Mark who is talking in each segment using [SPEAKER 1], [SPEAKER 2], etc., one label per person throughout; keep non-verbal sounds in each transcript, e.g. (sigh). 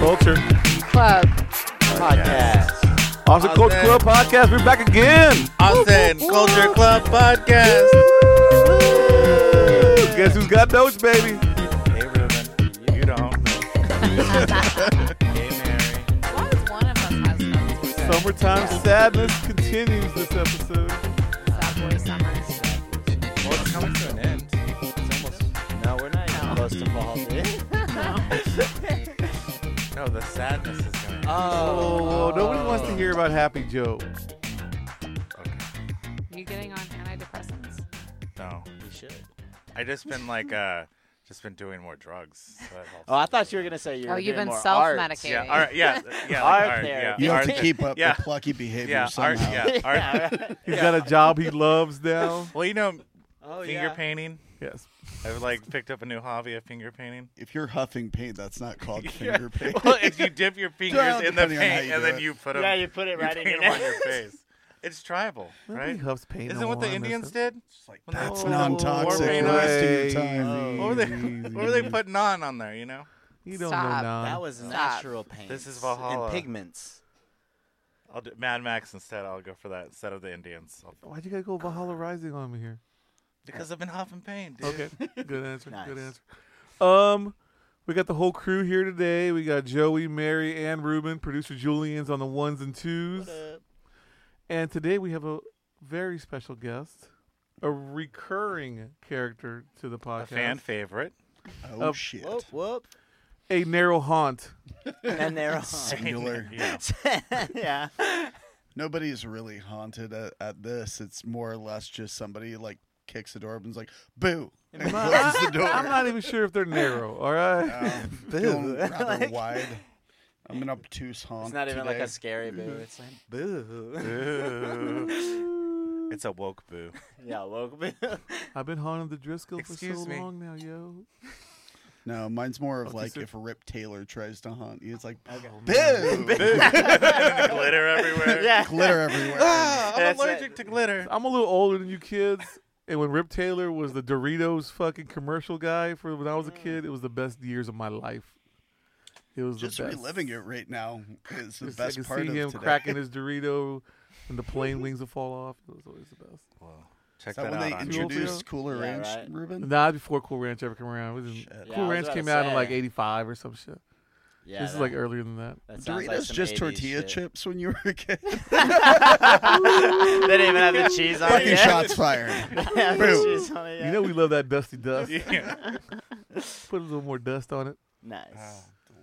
[SPEAKER 1] Culture.
[SPEAKER 2] Club.
[SPEAKER 3] Podcast.
[SPEAKER 1] Awesome
[SPEAKER 3] How's
[SPEAKER 1] Culture
[SPEAKER 3] that?
[SPEAKER 1] Club podcast. We're back again.
[SPEAKER 3] Austin Culture Club Podcast.
[SPEAKER 1] Woo! Guess who's got notes, baby?
[SPEAKER 3] Hey, Ruben. You don't. hey, Mary.
[SPEAKER 2] Why is one of us has notes?
[SPEAKER 1] Summertime sadness continues this episode.
[SPEAKER 2] Sad boy summers.
[SPEAKER 3] Well, it's coming to an end. It's almost.
[SPEAKER 4] No, we're not even close to fall,
[SPEAKER 2] (laughs)
[SPEAKER 4] dude.
[SPEAKER 3] No, the sadness is going to
[SPEAKER 1] Oh, nobody wants to hear about Happy Joe.
[SPEAKER 3] Okay.
[SPEAKER 2] You getting on antidepressants?
[SPEAKER 3] No.
[SPEAKER 4] You should.
[SPEAKER 3] I just been like, uh, just been doing more drugs. So that helps.
[SPEAKER 4] Oh, I thought you were gonna say you.
[SPEAKER 2] oh,
[SPEAKER 4] were
[SPEAKER 2] you've
[SPEAKER 4] doing
[SPEAKER 2] been
[SPEAKER 4] more
[SPEAKER 2] self
[SPEAKER 4] art.
[SPEAKER 2] medicating.
[SPEAKER 3] yeah, all right, yeah, yeah,
[SPEAKER 4] Art
[SPEAKER 3] like, art, yeah,
[SPEAKER 4] therapy.
[SPEAKER 5] You
[SPEAKER 3] art,
[SPEAKER 5] have to keep up
[SPEAKER 3] Uh, yeah.
[SPEAKER 5] with plucky behavior
[SPEAKER 3] yeah, art,
[SPEAKER 5] somehow.
[SPEAKER 3] yeah,
[SPEAKER 4] (laughs)
[SPEAKER 3] art.
[SPEAKER 4] Yeah.
[SPEAKER 1] He's got a job he loves
[SPEAKER 3] (laughs)
[SPEAKER 1] now.
[SPEAKER 3] Well, you know,
[SPEAKER 4] Oh,
[SPEAKER 3] finger
[SPEAKER 4] yeah.
[SPEAKER 3] painting.
[SPEAKER 1] Yes.
[SPEAKER 3] I've like picked up a new hobby of finger painting.
[SPEAKER 5] If you're huffing paint,
[SPEAKER 3] (laughs)
[SPEAKER 5] that's not called
[SPEAKER 3] Yeah.
[SPEAKER 5] finger paint.
[SPEAKER 3] Well, if you dip your fingers
[SPEAKER 5] Well,
[SPEAKER 3] in the
[SPEAKER 5] depending on how
[SPEAKER 3] paint
[SPEAKER 5] you
[SPEAKER 3] and
[SPEAKER 5] do
[SPEAKER 3] then (laughs)
[SPEAKER 5] it.
[SPEAKER 3] you put them,
[SPEAKER 4] Yeah, you put it right in your
[SPEAKER 3] on
[SPEAKER 4] nose.
[SPEAKER 3] your face. It's tribal,
[SPEAKER 1] Nobody
[SPEAKER 3] right?
[SPEAKER 1] huffs paint
[SPEAKER 3] Isn't
[SPEAKER 1] no
[SPEAKER 3] what the
[SPEAKER 1] more on this
[SPEAKER 3] Indians
[SPEAKER 1] stuff.
[SPEAKER 3] did?
[SPEAKER 5] like,
[SPEAKER 3] Well,
[SPEAKER 5] that's
[SPEAKER 3] no.
[SPEAKER 5] non-toxic.
[SPEAKER 3] Or may
[SPEAKER 5] Waste
[SPEAKER 3] not.
[SPEAKER 5] of your
[SPEAKER 3] (laughs)
[SPEAKER 5] time.
[SPEAKER 3] What were they?
[SPEAKER 1] Easy.
[SPEAKER 3] (laughs) What were they putting on on there? You know,
[SPEAKER 1] You don't
[SPEAKER 2] Stop.
[SPEAKER 1] know now.
[SPEAKER 4] That was
[SPEAKER 2] Stop.
[SPEAKER 4] natural paint.
[SPEAKER 3] This is Valhalla.
[SPEAKER 4] And pigments.
[SPEAKER 3] I'll do Mad Max instead. I'll go for that instead of the Indians I'll-
[SPEAKER 1] Why'd you gotta go Valhalla Rising on me here?
[SPEAKER 3] because I've been huffing paint. Dude.
[SPEAKER 1] Okay. Good answer. Good
[SPEAKER 4] Nice.
[SPEAKER 1] answer. Um, we got the whole crew here today. We got Joey, Mary, and Ruben. Producer Julian's on the ones and twos. And today we have a very special guest, a recurring character to the
[SPEAKER 3] A
[SPEAKER 1] podcast,
[SPEAKER 3] fan favorite.
[SPEAKER 5] Oh
[SPEAKER 1] Up.
[SPEAKER 5] shit!
[SPEAKER 4] Whoop whoop.
[SPEAKER 1] a narrow
[SPEAKER 3] (laughs)
[SPEAKER 1] haunt.
[SPEAKER 4] And they're on.
[SPEAKER 5] Singular.
[SPEAKER 3] Yeah.
[SPEAKER 4] (laughs) yeah.
[SPEAKER 5] Nobody's really haunted at, at this. It's more or less just somebody like kicks the door open's like, "Boo!" and
[SPEAKER 4] I'm
[SPEAKER 1] not-
[SPEAKER 5] closes the door.
[SPEAKER 1] I'm not even sure if they're narrow. All right. (laughs)
[SPEAKER 3] Uh.
[SPEAKER 5] Um,
[SPEAKER 4] Boo.
[SPEAKER 5] going rather
[SPEAKER 4] Like-
[SPEAKER 5] wide. I'm an obtuse haunt.
[SPEAKER 4] It's not even like
[SPEAKER 5] today.
[SPEAKER 4] a scary boo. It's like boo.
[SPEAKER 3] Boo. it's a woke (laughs) boo.
[SPEAKER 4] (laughs) yeah, woke boo.
[SPEAKER 1] I've been haunting the Driscoll for
[SPEAKER 3] Excuse
[SPEAKER 1] so
[SPEAKER 3] me.
[SPEAKER 1] long now, yo.
[SPEAKER 5] No, mine's more of
[SPEAKER 1] Okay,
[SPEAKER 5] like
[SPEAKER 1] so-
[SPEAKER 5] if Rip Taylor tries to haunt you, it's like
[SPEAKER 3] Boo.
[SPEAKER 5] boo,
[SPEAKER 3] glitter everywhere.
[SPEAKER 4] yeah. (laughs)
[SPEAKER 5] glitter everywhere.
[SPEAKER 3] Ah, I'm
[SPEAKER 4] That's it.
[SPEAKER 3] allergic to glitter.
[SPEAKER 1] I'm a little older than you kids. And when Rip Taylor was the Doritos fucking commercial guy for when I was a
[SPEAKER 5] Mm.
[SPEAKER 1] kid, it was the best years of my life. It was
[SPEAKER 5] Just
[SPEAKER 1] the best.
[SPEAKER 5] reliving it right now is the
[SPEAKER 1] Just- I
[SPEAKER 5] best
[SPEAKER 1] could
[SPEAKER 5] part
[SPEAKER 1] see
[SPEAKER 5] of
[SPEAKER 1] him
[SPEAKER 5] today.
[SPEAKER 1] cracking
[SPEAKER 5] (laughs)
[SPEAKER 1] his Dorito, and the plane wings would fall off. It was always the
[SPEAKER 5] (laughs)
[SPEAKER 1] best.
[SPEAKER 3] Well, check
[SPEAKER 5] Is that,
[SPEAKER 3] that,
[SPEAKER 5] when
[SPEAKER 3] out.
[SPEAKER 5] they
[SPEAKER 3] on
[SPEAKER 1] intro-
[SPEAKER 3] YouTube.
[SPEAKER 5] introduced Cooler
[SPEAKER 4] Yeah,
[SPEAKER 5] Ranch,
[SPEAKER 4] right.
[SPEAKER 5] Ruben?
[SPEAKER 1] Nah, before Cool Ranch ever came around, It was in-
[SPEAKER 5] Shit.
[SPEAKER 4] Yeah, I
[SPEAKER 1] Cool
[SPEAKER 4] was
[SPEAKER 1] Ranch
[SPEAKER 4] about
[SPEAKER 1] came
[SPEAKER 4] to
[SPEAKER 1] out in like
[SPEAKER 4] say.
[SPEAKER 1] '85 or some shit.
[SPEAKER 4] Yeah,
[SPEAKER 1] this is
[SPEAKER 4] that-
[SPEAKER 1] like earlier than that.
[SPEAKER 4] that sounds
[SPEAKER 5] Doritos
[SPEAKER 4] like some
[SPEAKER 5] just
[SPEAKER 4] 80s
[SPEAKER 5] tortilla
[SPEAKER 4] shit.
[SPEAKER 5] chips when you were a kid.
[SPEAKER 4] (laughs) they didn't even have the cheese on it.
[SPEAKER 5] Fucking
[SPEAKER 4] yet. (laughs)
[SPEAKER 5] shots fired.
[SPEAKER 4] They didn't have the
[SPEAKER 5] Boo.
[SPEAKER 4] cheese on it
[SPEAKER 1] You
[SPEAKER 4] yet.
[SPEAKER 1] know we love that dusty
[SPEAKER 5] (laughs)
[SPEAKER 1] dust.
[SPEAKER 3] Yeah.
[SPEAKER 1] Put a little more dust on it.
[SPEAKER 4] Nice.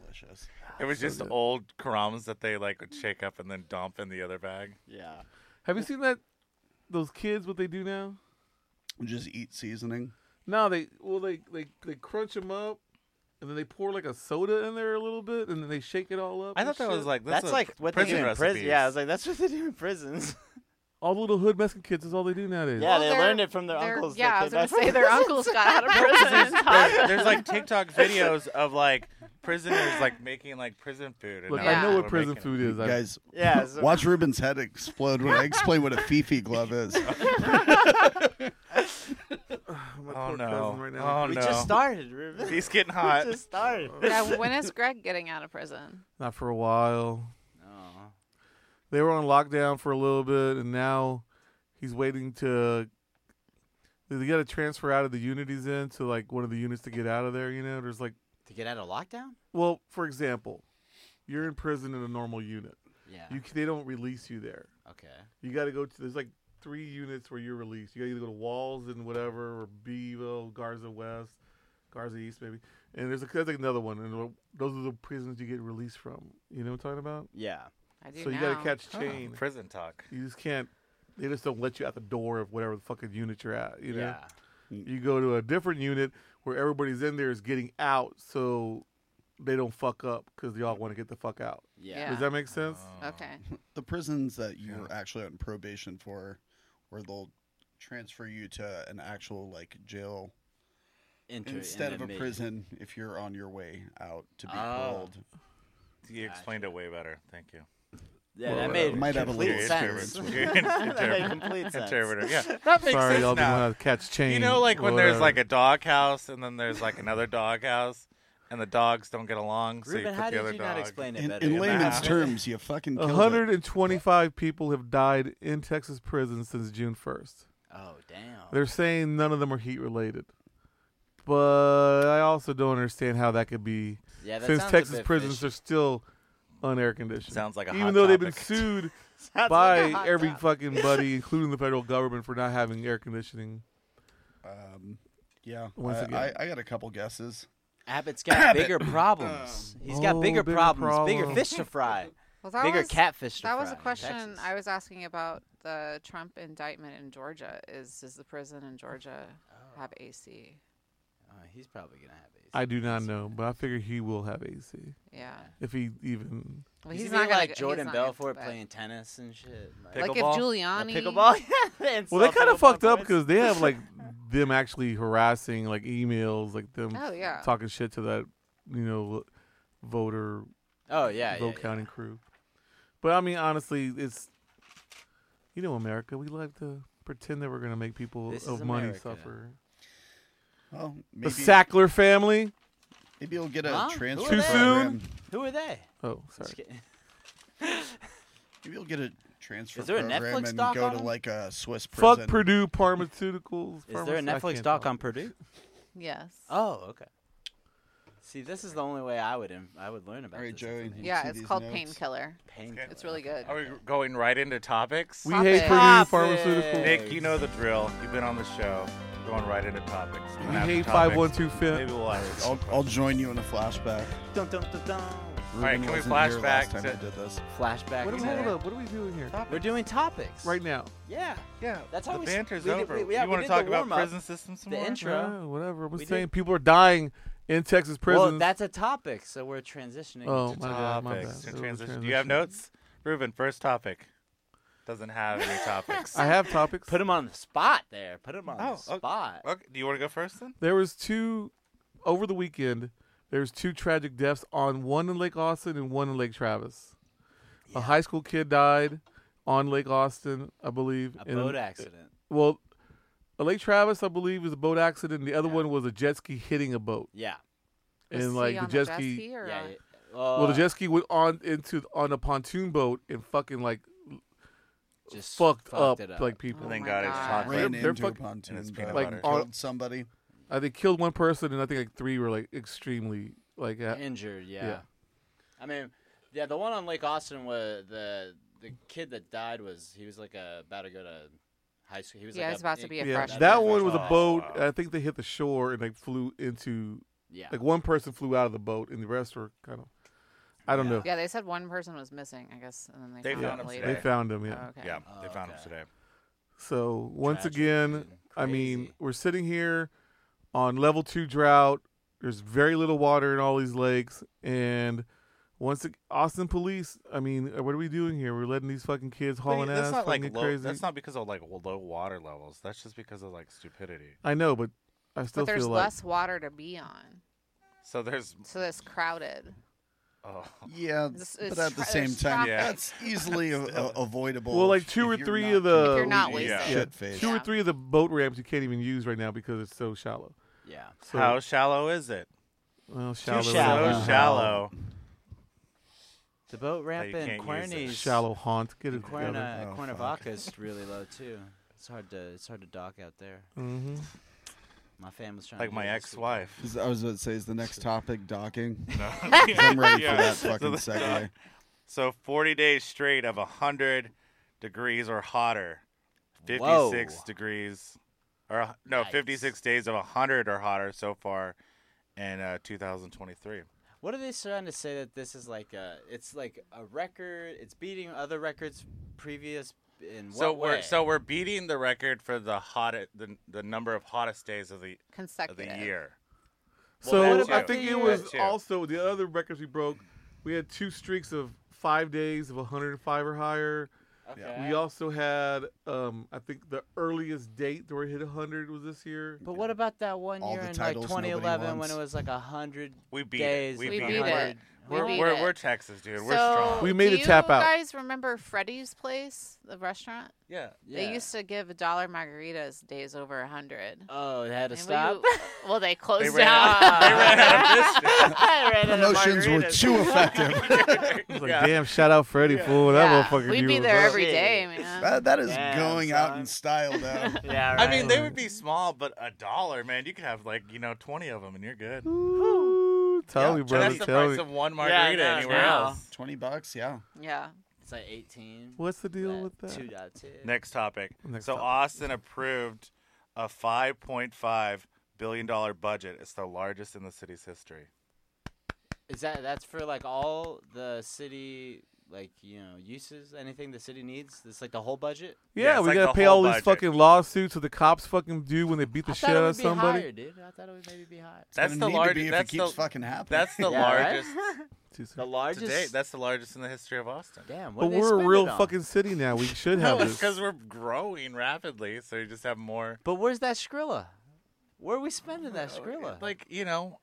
[SPEAKER 5] Delicious.
[SPEAKER 3] (laughs) It was just
[SPEAKER 1] good.
[SPEAKER 3] old Karams that they like would shake up and then dump in the other bag.
[SPEAKER 4] Yeah.
[SPEAKER 1] Have you seen that? Those kids, what they do now?
[SPEAKER 5] Just eat seasoning.
[SPEAKER 1] No, they well they they they crunch them up, and then they pour like a soda in there a little bit, and then they shake it all up.
[SPEAKER 3] I
[SPEAKER 1] and
[SPEAKER 3] thought that
[SPEAKER 1] shit.
[SPEAKER 3] was like
[SPEAKER 4] That's,
[SPEAKER 3] a
[SPEAKER 4] like what they do
[SPEAKER 3] prison
[SPEAKER 4] in prison.
[SPEAKER 3] recipes.
[SPEAKER 4] Yeah, I
[SPEAKER 3] (laughs)
[SPEAKER 4] was like, that's what they do in prisons.
[SPEAKER 1] all the little hood Mexican kids is all they do nowadays.
[SPEAKER 4] Yeah,
[SPEAKER 2] Well,
[SPEAKER 4] they
[SPEAKER 2] they're-
[SPEAKER 4] learned it from their
[SPEAKER 2] They're-
[SPEAKER 4] uncles. that
[SPEAKER 2] yeah, I
[SPEAKER 4] came
[SPEAKER 2] was gonna
[SPEAKER 4] back from (laughs)
[SPEAKER 2] say their
[SPEAKER 4] prison.
[SPEAKER 2] uncles got out of
[SPEAKER 4] (laughs)
[SPEAKER 2] prison.
[SPEAKER 3] There's like TikTok videos of like prisoners like making like prison food. And
[SPEAKER 1] Look,
[SPEAKER 3] now
[SPEAKER 1] I know
[SPEAKER 3] we're
[SPEAKER 1] what prison
[SPEAKER 3] making it.
[SPEAKER 1] food is. I-
[SPEAKER 5] Guys,
[SPEAKER 4] Yeah, so-
[SPEAKER 5] watch Ruben's head explode when I explain what a Fifi glove
[SPEAKER 4] (laughs)
[SPEAKER 5] is.
[SPEAKER 1] my
[SPEAKER 3] Oh
[SPEAKER 1] poor
[SPEAKER 3] no!
[SPEAKER 1] cousin right now.
[SPEAKER 3] Oh
[SPEAKER 4] we
[SPEAKER 3] no!
[SPEAKER 4] just started, Ruben.
[SPEAKER 3] (laughs) He's getting
[SPEAKER 4] (laughs) we
[SPEAKER 3] hot.
[SPEAKER 4] just started. (laughs)
[SPEAKER 2] yeah, when is Greg getting out of prison?
[SPEAKER 1] Not for a while.
[SPEAKER 4] No.
[SPEAKER 1] They were on lockdown for a little bit, and now he's waiting to. They got to transfer out of the unit he's in to like one of the units to get out of there. You know, there's like,
[SPEAKER 4] To get out of lockdown?
[SPEAKER 1] well, for example, you're in prison in a normal unit.
[SPEAKER 4] Yeah.
[SPEAKER 1] You c- they don't release you there.
[SPEAKER 4] okay.
[SPEAKER 1] You got to go to there's like three units where you're released. You got to either go to Walls and whatever, or Bevo, Garza West, Garza East maybe. And there's, a, there's like another one, and tho- those are the prisons you get released from. You know what I'm talking about?
[SPEAKER 4] Yeah.
[SPEAKER 2] I do
[SPEAKER 1] so you
[SPEAKER 2] now.
[SPEAKER 1] got to catch
[SPEAKER 3] Oh,
[SPEAKER 1] chain.
[SPEAKER 3] prison talk.
[SPEAKER 1] You just can't. They just don't let you out the door of whatever the fucking unit you're at. You know.
[SPEAKER 4] Yeah.
[SPEAKER 1] You go to a different unit where everybody's in there is getting out, so they don't fuck up because they all want to get the fuck out.
[SPEAKER 4] Yeah.
[SPEAKER 1] Does that make sense?
[SPEAKER 3] Oh.
[SPEAKER 2] Okay.
[SPEAKER 5] the prisons that you're actually on probation for, where they'll transfer you to an actual like jail
[SPEAKER 4] Enter in
[SPEAKER 5] instead of
[SPEAKER 4] the
[SPEAKER 5] a
[SPEAKER 4] mid-
[SPEAKER 5] prison if you're on your way out to be
[SPEAKER 4] Oh.
[SPEAKER 5] paroled.
[SPEAKER 3] You explained it way better. Thank you.
[SPEAKER 4] Yeah,
[SPEAKER 1] Well,
[SPEAKER 4] that made
[SPEAKER 5] might have a
[SPEAKER 4] complete
[SPEAKER 5] little
[SPEAKER 4] sense. (laughs)
[SPEAKER 3] interpreter.
[SPEAKER 4] that made complete sense.
[SPEAKER 3] Interpreter. Yeah, that makes
[SPEAKER 1] Sorry,
[SPEAKER 3] sense
[SPEAKER 1] y'all
[SPEAKER 3] now.
[SPEAKER 1] didn't want to catch chain.
[SPEAKER 3] You know, like
[SPEAKER 1] or
[SPEAKER 3] when there's
[SPEAKER 1] whatever.
[SPEAKER 3] like a dog house and then there's like another dog house and the dogs don't get along, so
[SPEAKER 4] Ruben,
[SPEAKER 3] you put
[SPEAKER 4] how
[SPEAKER 3] the
[SPEAKER 4] did
[SPEAKER 3] other
[SPEAKER 4] you
[SPEAKER 3] dog.
[SPEAKER 4] not explain it
[SPEAKER 5] In,
[SPEAKER 4] better?
[SPEAKER 5] in
[SPEAKER 4] than
[SPEAKER 5] layman's
[SPEAKER 4] that?
[SPEAKER 5] terms, you fucking killed it.
[SPEAKER 1] 125 people have died in Texas prisons since June 1st.
[SPEAKER 4] (laughs) Oh damn.
[SPEAKER 1] They're saying none of them are heat related. But I also don't understand how that could be
[SPEAKER 4] Yeah, that
[SPEAKER 1] since
[SPEAKER 4] sounds a
[SPEAKER 1] Texas
[SPEAKER 4] bit
[SPEAKER 1] prisons
[SPEAKER 4] fishy.
[SPEAKER 1] are still on air conditioned.
[SPEAKER 3] Sounds like a
[SPEAKER 1] Even
[SPEAKER 3] hot
[SPEAKER 1] though they've been
[SPEAKER 3] topic.
[SPEAKER 1] sued
[SPEAKER 4] (laughs) Sounds like a
[SPEAKER 1] by
[SPEAKER 4] hot
[SPEAKER 1] every
[SPEAKER 4] dog. (laughs)
[SPEAKER 1] fucking buddy, including the federal government, for not having air conditioning.
[SPEAKER 5] Um, yeah.
[SPEAKER 1] Once
[SPEAKER 5] I-
[SPEAKER 1] again.
[SPEAKER 5] I, I got a couple guesses.
[SPEAKER 4] Abbott's got
[SPEAKER 5] Abbott.
[SPEAKER 4] bigger problems. He's got
[SPEAKER 1] Oh,
[SPEAKER 4] bigger,
[SPEAKER 1] bigger
[SPEAKER 4] problems, bigger
[SPEAKER 1] problem.
[SPEAKER 4] fish to fry,
[SPEAKER 2] Well, that
[SPEAKER 4] bigger
[SPEAKER 2] was,
[SPEAKER 4] catfish to
[SPEAKER 2] That
[SPEAKER 4] fry.
[SPEAKER 2] was a
[SPEAKER 4] in
[SPEAKER 2] question
[SPEAKER 4] Texas.
[SPEAKER 2] I was asking about the Trump indictment in Georgia. Is does the prison in Georgia have AC?
[SPEAKER 4] Oh, he's probably gonna have these.
[SPEAKER 1] I do not know, but I figure he will have AC
[SPEAKER 2] Yeah.
[SPEAKER 1] if he even.
[SPEAKER 2] Well,
[SPEAKER 4] He's,
[SPEAKER 2] he's
[SPEAKER 4] gonna
[SPEAKER 2] not
[SPEAKER 4] be
[SPEAKER 2] gonna
[SPEAKER 4] like
[SPEAKER 2] go- he's
[SPEAKER 4] Jordan
[SPEAKER 2] not gonna
[SPEAKER 4] Belfort
[SPEAKER 2] do that.
[SPEAKER 4] playing tennis and shit.
[SPEAKER 3] Pick-
[SPEAKER 2] Like
[SPEAKER 3] Pickleball?
[SPEAKER 2] if
[SPEAKER 3] Yeah,
[SPEAKER 2] Giuliani.
[SPEAKER 1] (laughs)
[SPEAKER 4] pickleball.
[SPEAKER 1] Well, they kind of fucked up because they
[SPEAKER 4] (laughs)
[SPEAKER 1] have like them actually harassing like emails, like them
[SPEAKER 2] Oh yeah.
[SPEAKER 1] talking shit to that, you know, voter
[SPEAKER 4] Oh yeah, yeah,
[SPEAKER 1] vote counting crew. But I mean, honestly, it's you know, America. We like to pretend that we're gonna make people
[SPEAKER 4] This
[SPEAKER 1] of
[SPEAKER 4] is
[SPEAKER 1] money
[SPEAKER 4] America.
[SPEAKER 1] suffer.
[SPEAKER 5] Well, maybe,
[SPEAKER 1] The Sackler family.
[SPEAKER 5] maybe you'll get a
[SPEAKER 4] Huh?
[SPEAKER 5] transfer
[SPEAKER 4] Too soon?
[SPEAKER 5] program.
[SPEAKER 4] yeah. Who are they?
[SPEAKER 1] Oh,
[SPEAKER 4] Just
[SPEAKER 1] sorry.
[SPEAKER 4] kidding.
[SPEAKER 5] Maybe you'll get a transfer
[SPEAKER 4] Is there a
[SPEAKER 5] program
[SPEAKER 4] Netflix
[SPEAKER 5] and
[SPEAKER 4] doc
[SPEAKER 5] go
[SPEAKER 4] on
[SPEAKER 5] to
[SPEAKER 4] him?
[SPEAKER 5] like a Swiss prison.
[SPEAKER 1] Fuck Purdue Pharmaceuticals.
[SPEAKER 4] Is there a
[SPEAKER 1] Pharmace- I
[SPEAKER 4] Netflix
[SPEAKER 1] can't
[SPEAKER 4] doc
[SPEAKER 1] talk.
[SPEAKER 4] on Purdue?
[SPEAKER 2] Yes.
[SPEAKER 4] Oh, okay. See, this is the only way I would Im- I would learn about
[SPEAKER 5] All right,
[SPEAKER 4] this.
[SPEAKER 5] Joey.
[SPEAKER 4] It's
[SPEAKER 2] yeah,
[SPEAKER 5] see
[SPEAKER 2] it's
[SPEAKER 5] these
[SPEAKER 2] called
[SPEAKER 5] notes?
[SPEAKER 2] Painkiller.
[SPEAKER 4] painful.
[SPEAKER 3] Okay.
[SPEAKER 2] It's really good.
[SPEAKER 3] Are we going right into topics?
[SPEAKER 1] We
[SPEAKER 2] Stop
[SPEAKER 1] hate
[SPEAKER 2] it.
[SPEAKER 1] Purdue
[SPEAKER 4] Stop
[SPEAKER 1] Pharmaceuticals.
[SPEAKER 4] it.
[SPEAKER 3] Nick, you know the drill. You've been on the show. We're going right into topics.
[SPEAKER 1] We
[SPEAKER 3] And after
[SPEAKER 1] hate
[SPEAKER 3] topics,
[SPEAKER 1] five one two fit.
[SPEAKER 3] Maybe we'll have
[SPEAKER 5] I'll, I'll join you in a flashback.
[SPEAKER 4] Dun, dun, dun, dun.
[SPEAKER 5] Ruben
[SPEAKER 3] right, can we
[SPEAKER 5] wasn't here
[SPEAKER 3] flashback
[SPEAKER 5] last time
[SPEAKER 3] to-
[SPEAKER 5] I did this.
[SPEAKER 4] Flashback.
[SPEAKER 1] What are we,
[SPEAKER 4] to-
[SPEAKER 1] hold up, what are we doing here?
[SPEAKER 4] We're doing topics
[SPEAKER 1] Right now.
[SPEAKER 4] Yeah,
[SPEAKER 3] Yeah,
[SPEAKER 4] That's how
[SPEAKER 3] the
[SPEAKER 4] we s-
[SPEAKER 3] banter's
[SPEAKER 4] we did-
[SPEAKER 3] over.
[SPEAKER 4] we- yeah,
[SPEAKER 3] you
[SPEAKER 4] we
[SPEAKER 3] want
[SPEAKER 4] did
[SPEAKER 3] to talk
[SPEAKER 4] the
[SPEAKER 3] about
[SPEAKER 4] warm-up,
[SPEAKER 3] prison systems? some
[SPEAKER 4] the
[SPEAKER 3] more?
[SPEAKER 4] intro.
[SPEAKER 1] Ah, whatever. I'm
[SPEAKER 4] We
[SPEAKER 1] just saying
[SPEAKER 4] did-
[SPEAKER 1] people are dying in Texas prisons.
[SPEAKER 4] Well, that's a topic, so we're transitioning.
[SPEAKER 1] Oh,
[SPEAKER 4] to
[SPEAKER 1] my bad, my
[SPEAKER 3] Topics.
[SPEAKER 1] bad. It
[SPEAKER 3] to
[SPEAKER 1] was a
[SPEAKER 3] Transition. Do you have
[SPEAKER 1] transition.
[SPEAKER 3] notes, Ruben? First topic. Doesn't have
[SPEAKER 4] (laughs)
[SPEAKER 3] any topics.
[SPEAKER 1] I have topics.
[SPEAKER 4] Put him on the spot there. Put him on
[SPEAKER 3] Oh,
[SPEAKER 4] the
[SPEAKER 3] okay.
[SPEAKER 4] spot.
[SPEAKER 3] Okay, do you want to go first then?
[SPEAKER 1] There was two over the weekend. There's two tragic deaths on one in Lake Austin and one in Lake Travis. A high school kid died on Lake Austin, I believe.
[SPEAKER 4] A
[SPEAKER 1] and-
[SPEAKER 4] boat accident.
[SPEAKER 1] Well, a Lake Travis, I believe, is a boat accident. And the other
[SPEAKER 4] Yeah.
[SPEAKER 1] one was a jet ski hitting a boat,
[SPEAKER 4] Yeah.
[SPEAKER 2] Was
[SPEAKER 1] and
[SPEAKER 2] he
[SPEAKER 1] like
[SPEAKER 2] on
[SPEAKER 1] the jet ski.
[SPEAKER 2] or
[SPEAKER 4] Yeah.
[SPEAKER 2] a-
[SPEAKER 4] yeah.
[SPEAKER 1] Well, the
[SPEAKER 4] Uh,
[SPEAKER 1] jet ski went on into on a pontoon boat and fucking like
[SPEAKER 4] just
[SPEAKER 1] fucked, up,
[SPEAKER 4] it
[SPEAKER 1] like
[SPEAKER 2] Oh
[SPEAKER 1] people.
[SPEAKER 3] and then
[SPEAKER 2] my
[SPEAKER 3] got
[SPEAKER 2] God.
[SPEAKER 3] his chocolate.
[SPEAKER 5] Ran
[SPEAKER 1] they're
[SPEAKER 5] into a
[SPEAKER 1] fucking-
[SPEAKER 5] pontoon
[SPEAKER 3] it's
[SPEAKER 5] boat,
[SPEAKER 3] peanut
[SPEAKER 1] Like, butter. on-
[SPEAKER 5] killed somebody.
[SPEAKER 1] Uh, they killed one person, and I think like three were like extremely like uh,
[SPEAKER 4] injured. Yeah.
[SPEAKER 1] Yeah.
[SPEAKER 4] I mean, yeah, the one on Lake Austin was the the kid that died was he was like a, about to go to high school. He was
[SPEAKER 2] Yeah,
[SPEAKER 4] like
[SPEAKER 2] he was about to be a
[SPEAKER 1] yeah.
[SPEAKER 2] freshman.
[SPEAKER 1] That one was a
[SPEAKER 3] Oh,
[SPEAKER 1] boat.
[SPEAKER 3] wow.
[SPEAKER 1] and I think they hit the shore and like flew into
[SPEAKER 4] yeah.
[SPEAKER 1] Like one person flew out of the boat, and the rest were kind of. I don't
[SPEAKER 4] Yeah.
[SPEAKER 1] know.
[SPEAKER 2] Yeah, they said one person was missing, I guess, and then they,
[SPEAKER 3] They
[SPEAKER 2] found,
[SPEAKER 3] found
[SPEAKER 2] it
[SPEAKER 3] him
[SPEAKER 2] later.
[SPEAKER 1] They
[SPEAKER 3] today.
[SPEAKER 1] found him. Yeah.
[SPEAKER 2] Oh, okay.
[SPEAKER 3] Yeah,
[SPEAKER 4] Oh,
[SPEAKER 3] they found
[SPEAKER 4] okay.
[SPEAKER 3] him today.
[SPEAKER 1] So once
[SPEAKER 4] Tragic,
[SPEAKER 1] again,
[SPEAKER 4] dude.
[SPEAKER 1] I mean,
[SPEAKER 4] Crazy.
[SPEAKER 1] we're sitting here on level two drought. There's very little water in all these lakes, and once ag- Austin police, I mean, uh, what are we doing here? We're letting these fucking kids
[SPEAKER 3] But
[SPEAKER 1] hauling
[SPEAKER 3] that's
[SPEAKER 1] ass,
[SPEAKER 3] not
[SPEAKER 1] fucking get
[SPEAKER 3] like low,
[SPEAKER 1] crazy.
[SPEAKER 3] That's not because of like low water levels. That's just because of like stupidity.
[SPEAKER 1] I know, but I still
[SPEAKER 2] But there's
[SPEAKER 1] feel like
[SPEAKER 2] less water to be on,
[SPEAKER 3] So there's
[SPEAKER 2] so it's crowded.
[SPEAKER 3] oh,
[SPEAKER 5] Yeah,
[SPEAKER 2] It's-
[SPEAKER 5] but
[SPEAKER 2] it's
[SPEAKER 5] at the
[SPEAKER 2] tra-
[SPEAKER 5] same
[SPEAKER 2] it's
[SPEAKER 5] time,
[SPEAKER 3] traffic.
[SPEAKER 5] that's easily
[SPEAKER 4] (laughs)
[SPEAKER 5] a, a- avoidable.
[SPEAKER 1] Well, like
[SPEAKER 5] if-
[SPEAKER 1] two
[SPEAKER 5] if
[SPEAKER 1] or
[SPEAKER 5] you're
[SPEAKER 1] three
[SPEAKER 5] not
[SPEAKER 1] of the-
[SPEAKER 2] If you're not
[SPEAKER 5] completely
[SPEAKER 3] wasting
[SPEAKER 1] Yeah.
[SPEAKER 5] shit faced.
[SPEAKER 1] two or
[SPEAKER 2] Yeah.
[SPEAKER 1] three of the boat ramps you can't even use right now because it's so shallow.
[SPEAKER 4] yeah.
[SPEAKER 1] So,
[SPEAKER 3] how shallow is it?
[SPEAKER 1] well, shallow,
[SPEAKER 3] So
[SPEAKER 4] shallow.
[SPEAKER 1] shallow,
[SPEAKER 3] shallow.
[SPEAKER 4] The boat ramp
[SPEAKER 3] you
[SPEAKER 4] in
[SPEAKER 3] can't use it.
[SPEAKER 4] Querny's
[SPEAKER 1] shallow haunt. Get
[SPEAKER 4] in
[SPEAKER 1] it together.
[SPEAKER 4] Querna,
[SPEAKER 5] Oh,
[SPEAKER 4] Querna
[SPEAKER 5] fuck.
[SPEAKER 4] Vaca's really low too. It's hard to it's hard to dock out there.
[SPEAKER 1] Mm-hmm.
[SPEAKER 4] My family's trying.
[SPEAKER 3] Like
[SPEAKER 4] to do
[SPEAKER 3] my
[SPEAKER 4] it this
[SPEAKER 3] ex-wife.
[SPEAKER 5] (laughs) Is- I was about to say, is the next topic docking?
[SPEAKER 3] No.
[SPEAKER 5] 'Cause
[SPEAKER 3] (laughs)
[SPEAKER 5] I'm ready for that
[SPEAKER 3] So
[SPEAKER 5] fucking
[SPEAKER 3] the-
[SPEAKER 5] segue.
[SPEAKER 3] So 40 days straight of 100 degrees or hotter. 56
[SPEAKER 4] Whoa.
[SPEAKER 3] degrees. Or uh, no,
[SPEAKER 4] Yikes.
[SPEAKER 3] 56 days of 100 or hotter so far in uh, 2023.
[SPEAKER 4] weekend. What are they trying to say that this is like a? It's like a record. It's beating other records previous in
[SPEAKER 3] so
[SPEAKER 4] what
[SPEAKER 3] we're
[SPEAKER 4] way?
[SPEAKER 3] so we're beating the record for the hottest the, the number of hottest days of the of
[SPEAKER 2] Consecutive.
[SPEAKER 3] the year.
[SPEAKER 1] So
[SPEAKER 4] Well,
[SPEAKER 3] that
[SPEAKER 1] I
[SPEAKER 3] too.
[SPEAKER 1] think it
[SPEAKER 4] That
[SPEAKER 1] was
[SPEAKER 3] too.
[SPEAKER 1] also the other records we broke. We had two streaks of five days of 105 or higher.
[SPEAKER 4] okay.
[SPEAKER 1] We also had, um, I think, the earliest date where it hit 100 was this
[SPEAKER 3] (laughs)
[SPEAKER 1] year.
[SPEAKER 4] But what about that one
[SPEAKER 5] All
[SPEAKER 4] year
[SPEAKER 5] the
[SPEAKER 4] in like
[SPEAKER 5] titles nobody
[SPEAKER 4] 2011 when
[SPEAKER 5] wants.
[SPEAKER 4] it was like a hundred
[SPEAKER 3] We beat
[SPEAKER 4] days?
[SPEAKER 3] it. We,
[SPEAKER 2] We
[SPEAKER 3] beat,
[SPEAKER 2] beat
[SPEAKER 3] it.
[SPEAKER 2] it. We
[SPEAKER 3] We're,
[SPEAKER 2] beat
[SPEAKER 3] we're,
[SPEAKER 2] it.
[SPEAKER 3] we're Texas, dude. We're
[SPEAKER 2] so,
[SPEAKER 3] strong.
[SPEAKER 1] We made
[SPEAKER 2] do
[SPEAKER 1] it tap out.
[SPEAKER 2] You guys remember Freddy's place, the restaurant?
[SPEAKER 3] yeah.
[SPEAKER 2] They used to give a dollar margaritas days over a hundred.
[SPEAKER 4] Oh, they had to (laughs)
[SPEAKER 2] And we-
[SPEAKER 3] (laughs)
[SPEAKER 4] stop.
[SPEAKER 2] well, they closed
[SPEAKER 3] They ran
[SPEAKER 2] down.
[SPEAKER 3] out- they ran
[SPEAKER 4] (laughs)
[SPEAKER 2] (laughs)
[SPEAKER 3] out of business.
[SPEAKER 2] I ran out of
[SPEAKER 5] Promotions were
[SPEAKER 2] margaritas.
[SPEAKER 5] too effective.
[SPEAKER 4] (laughs)
[SPEAKER 1] I
[SPEAKER 3] (laughs)
[SPEAKER 1] was like, damn, shout out Freddie, fool. That
[SPEAKER 2] Yeah,
[SPEAKER 1] motherfucker
[SPEAKER 2] We'd
[SPEAKER 1] knew
[SPEAKER 2] be
[SPEAKER 1] what was
[SPEAKER 2] there
[SPEAKER 1] up.
[SPEAKER 2] every
[SPEAKER 4] Shit.
[SPEAKER 2] day, man.
[SPEAKER 5] that, that is
[SPEAKER 4] Damn,
[SPEAKER 5] going out
[SPEAKER 4] son.
[SPEAKER 5] in style now.
[SPEAKER 4] (laughs) yeah, right.
[SPEAKER 3] I mean, they would be small, but a dollar, man, you could have like you know twenty of them, and you're good.
[SPEAKER 1] Ooh, tell me,
[SPEAKER 3] And
[SPEAKER 1] brother,
[SPEAKER 3] that's the
[SPEAKER 1] tell
[SPEAKER 3] price
[SPEAKER 1] me.
[SPEAKER 3] of one margarita
[SPEAKER 4] no,
[SPEAKER 3] anywhere
[SPEAKER 4] no.
[SPEAKER 3] else.
[SPEAKER 5] Twenty bucks, yeah.
[SPEAKER 2] yeah.
[SPEAKER 4] It's like 18.
[SPEAKER 1] What's the deal with that?
[SPEAKER 4] Two dot two.
[SPEAKER 3] Next topic.
[SPEAKER 1] Next
[SPEAKER 3] so
[SPEAKER 1] topic.
[SPEAKER 3] Austin approved a 5.5 billion dollar budget. It's the largest in the city's history.
[SPEAKER 4] Is that that's for like all the city like you know uses anything the city needs? That's like the whole budget.
[SPEAKER 1] Yeah,
[SPEAKER 3] Yeah, it's
[SPEAKER 1] we
[SPEAKER 3] like
[SPEAKER 1] gotta
[SPEAKER 3] the
[SPEAKER 1] pay
[SPEAKER 3] whole
[SPEAKER 1] all these
[SPEAKER 3] budget.
[SPEAKER 1] fucking lawsuits that the cops fucking do when they beat the
[SPEAKER 4] I
[SPEAKER 1] shit
[SPEAKER 4] thought it
[SPEAKER 1] out
[SPEAKER 4] would
[SPEAKER 1] of
[SPEAKER 4] be
[SPEAKER 1] somebody.
[SPEAKER 4] higher, dude. I thought it would maybe be higher.
[SPEAKER 3] That's
[SPEAKER 5] Gonna
[SPEAKER 3] the
[SPEAKER 5] need to be
[SPEAKER 3] largest.
[SPEAKER 5] if
[SPEAKER 3] That's
[SPEAKER 5] it keeps
[SPEAKER 3] the
[SPEAKER 5] fucking happening.
[SPEAKER 3] that's
[SPEAKER 4] (laughs)
[SPEAKER 3] the
[SPEAKER 4] Yeah, right?
[SPEAKER 3] largest
[SPEAKER 1] Too
[SPEAKER 4] The (laughs)
[SPEAKER 1] soon.
[SPEAKER 3] to
[SPEAKER 4] largest.
[SPEAKER 3] date. That's the largest in the history of Austin.
[SPEAKER 4] Damn, what
[SPEAKER 1] But
[SPEAKER 4] do they
[SPEAKER 1] we're a
[SPEAKER 4] spend
[SPEAKER 1] real
[SPEAKER 4] it on?
[SPEAKER 1] fucking city now.
[SPEAKER 4] (laughs)
[SPEAKER 1] We should have
[SPEAKER 3] No, it's
[SPEAKER 1] this.
[SPEAKER 3] because we're growing rapidly, so you just have more.
[SPEAKER 4] But where's that Skrilla? Where are we spending that Skrilla?
[SPEAKER 3] Oh, Like you know,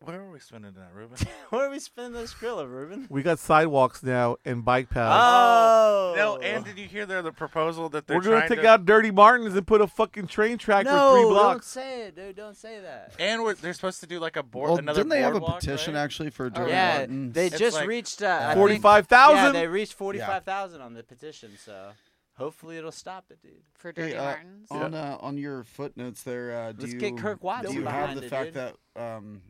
[SPEAKER 3] where are we spending that, Ruben?
[SPEAKER 4] (laughs) where are we spending that Skrilla, Ruben?
[SPEAKER 1] We got sidewalks now and bike
[SPEAKER 4] Uh,
[SPEAKER 1] paths.
[SPEAKER 4] Oh,
[SPEAKER 3] No, and did you hear there the proposal that Ah, they're
[SPEAKER 1] We're gonna
[SPEAKER 3] trying
[SPEAKER 1] take
[SPEAKER 3] to-
[SPEAKER 1] out Dirty Martins and put a fucking train track
[SPEAKER 4] no,
[SPEAKER 1] for three
[SPEAKER 4] don't
[SPEAKER 1] blocks.
[SPEAKER 4] say it, dude. Don't say that.
[SPEAKER 3] And we're, they're supposed to do like a board.
[SPEAKER 5] Well,
[SPEAKER 3] another
[SPEAKER 5] didn't they have a
[SPEAKER 3] boardwalk,
[SPEAKER 5] petition
[SPEAKER 3] right?
[SPEAKER 5] actually for Dirty
[SPEAKER 4] yeah,
[SPEAKER 5] Martins?
[SPEAKER 4] they
[SPEAKER 3] It's
[SPEAKER 4] just
[SPEAKER 3] like,
[SPEAKER 4] reached uh, I think-
[SPEAKER 1] Forty-five thousand.
[SPEAKER 4] Yeah, they reached forty-five thousand on the petition, so hopefully it'll stop it, dude.
[SPEAKER 2] For Dirty
[SPEAKER 5] Hey, uh,
[SPEAKER 2] Martins.
[SPEAKER 5] on uh, on your footnotes there, uh, do
[SPEAKER 4] Let's
[SPEAKER 5] you
[SPEAKER 4] get Kirk Watson
[SPEAKER 5] do you have
[SPEAKER 4] behind
[SPEAKER 5] the
[SPEAKER 4] it,
[SPEAKER 5] fact
[SPEAKER 4] dude.
[SPEAKER 5] that um,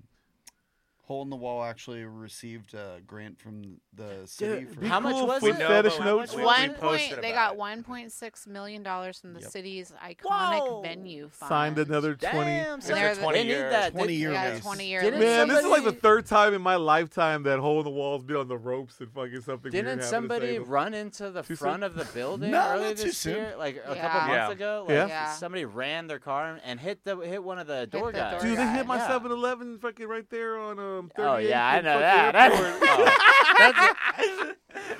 [SPEAKER 5] Hole in the Wall actually received a grant from the city for
[SPEAKER 4] how much
[SPEAKER 1] cool
[SPEAKER 4] was
[SPEAKER 1] foot
[SPEAKER 4] it?
[SPEAKER 3] No,
[SPEAKER 1] fetish
[SPEAKER 3] but
[SPEAKER 1] notes.
[SPEAKER 3] we- we
[SPEAKER 2] one
[SPEAKER 3] posted
[SPEAKER 2] point, they
[SPEAKER 3] about
[SPEAKER 2] got
[SPEAKER 3] it.
[SPEAKER 2] one point six million dollars from the
[SPEAKER 5] Yep.
[SPEAKER 2] city's iconic
[SPEAKER 4] Whoa.
[SPEAKER 2] venue. Fund.
[SPEAKER 1] Signed another twenty.
[SPEAKER 4] Damn,
[SPEAKER 3] It's
[SPEAKER 4] son,
[SPEAKER 2] they're
[SPEAKER 3] a
[SPEAKER 2] the-
[SPEAKER 3] twenty
[SPEAKER 4] they need
[SPEAKER 3] year.
[SPEAKER 4] that.
[SPEAKER 5] Twenty
[SPEAKER 4] They-
[SPEAKER 5] year
[SPEAKER 2] Yeah,
[SPEAKER 5] lease.
[SPEAKER 2] twenty year.
[SPEAKER 4] Didn't
[SPEAKER 2] lease.
[SPEAKER 1] Man, this is like the
[SPEAKER 4] somebody-
[SPEAKER 1] third time in my lifetime that hole in the wall's been on the ropes and fucking something. weird happened
[SPEAKER 4] Didn't
[SPEAKER 1] to
[SPEAKER 4] somebody
[SPEAKER 1] Salem.
[SPEAKER 4] run into the
[SPEAKER 1] Too soon?
[SPEAKER 4] front of the
[SPEAKER 1] (laughs)
[SPEAKER 4] building
[SPEAKER 5] No,
[SPEAKER 4] earlier
[SPEAKER 5] not too
[SPEAKER 4] this
[SPEAKER 5] soon.
[SPEAKER 4] year? Like a couple
[SPEAKER 2] Yeah.
[SPEAKER 4] months
[SPEAKER 3] Yeah.
[SPEAKER 4] ago?
[SPEAKER 1] Yeah.
[SPEAKER 4] Like
[SPEAKER 2] Yeah.
[SPEAKER 4] somebody ran their car and hit the hit one of the door
[SPEAKER 2] the
[SPEAKER 4] guys.
[SPEAKER 2] door
[SPEAKER 1] Dude, they hit my
[SPEAKER 4] Yeah.
[SPEAKER 1] 7 Eleven fucking right there on um, 38th
[SPEAKER 4] Oh yeah, I
[SPEAKER 1] and
[SPEAKER 4] know
[SPEAKER 1] fucking
[SPEAKER 4] that. (laughs) oh,
[SPEAKER 1] Airport. Oh.
[SPEAKER 4] That's-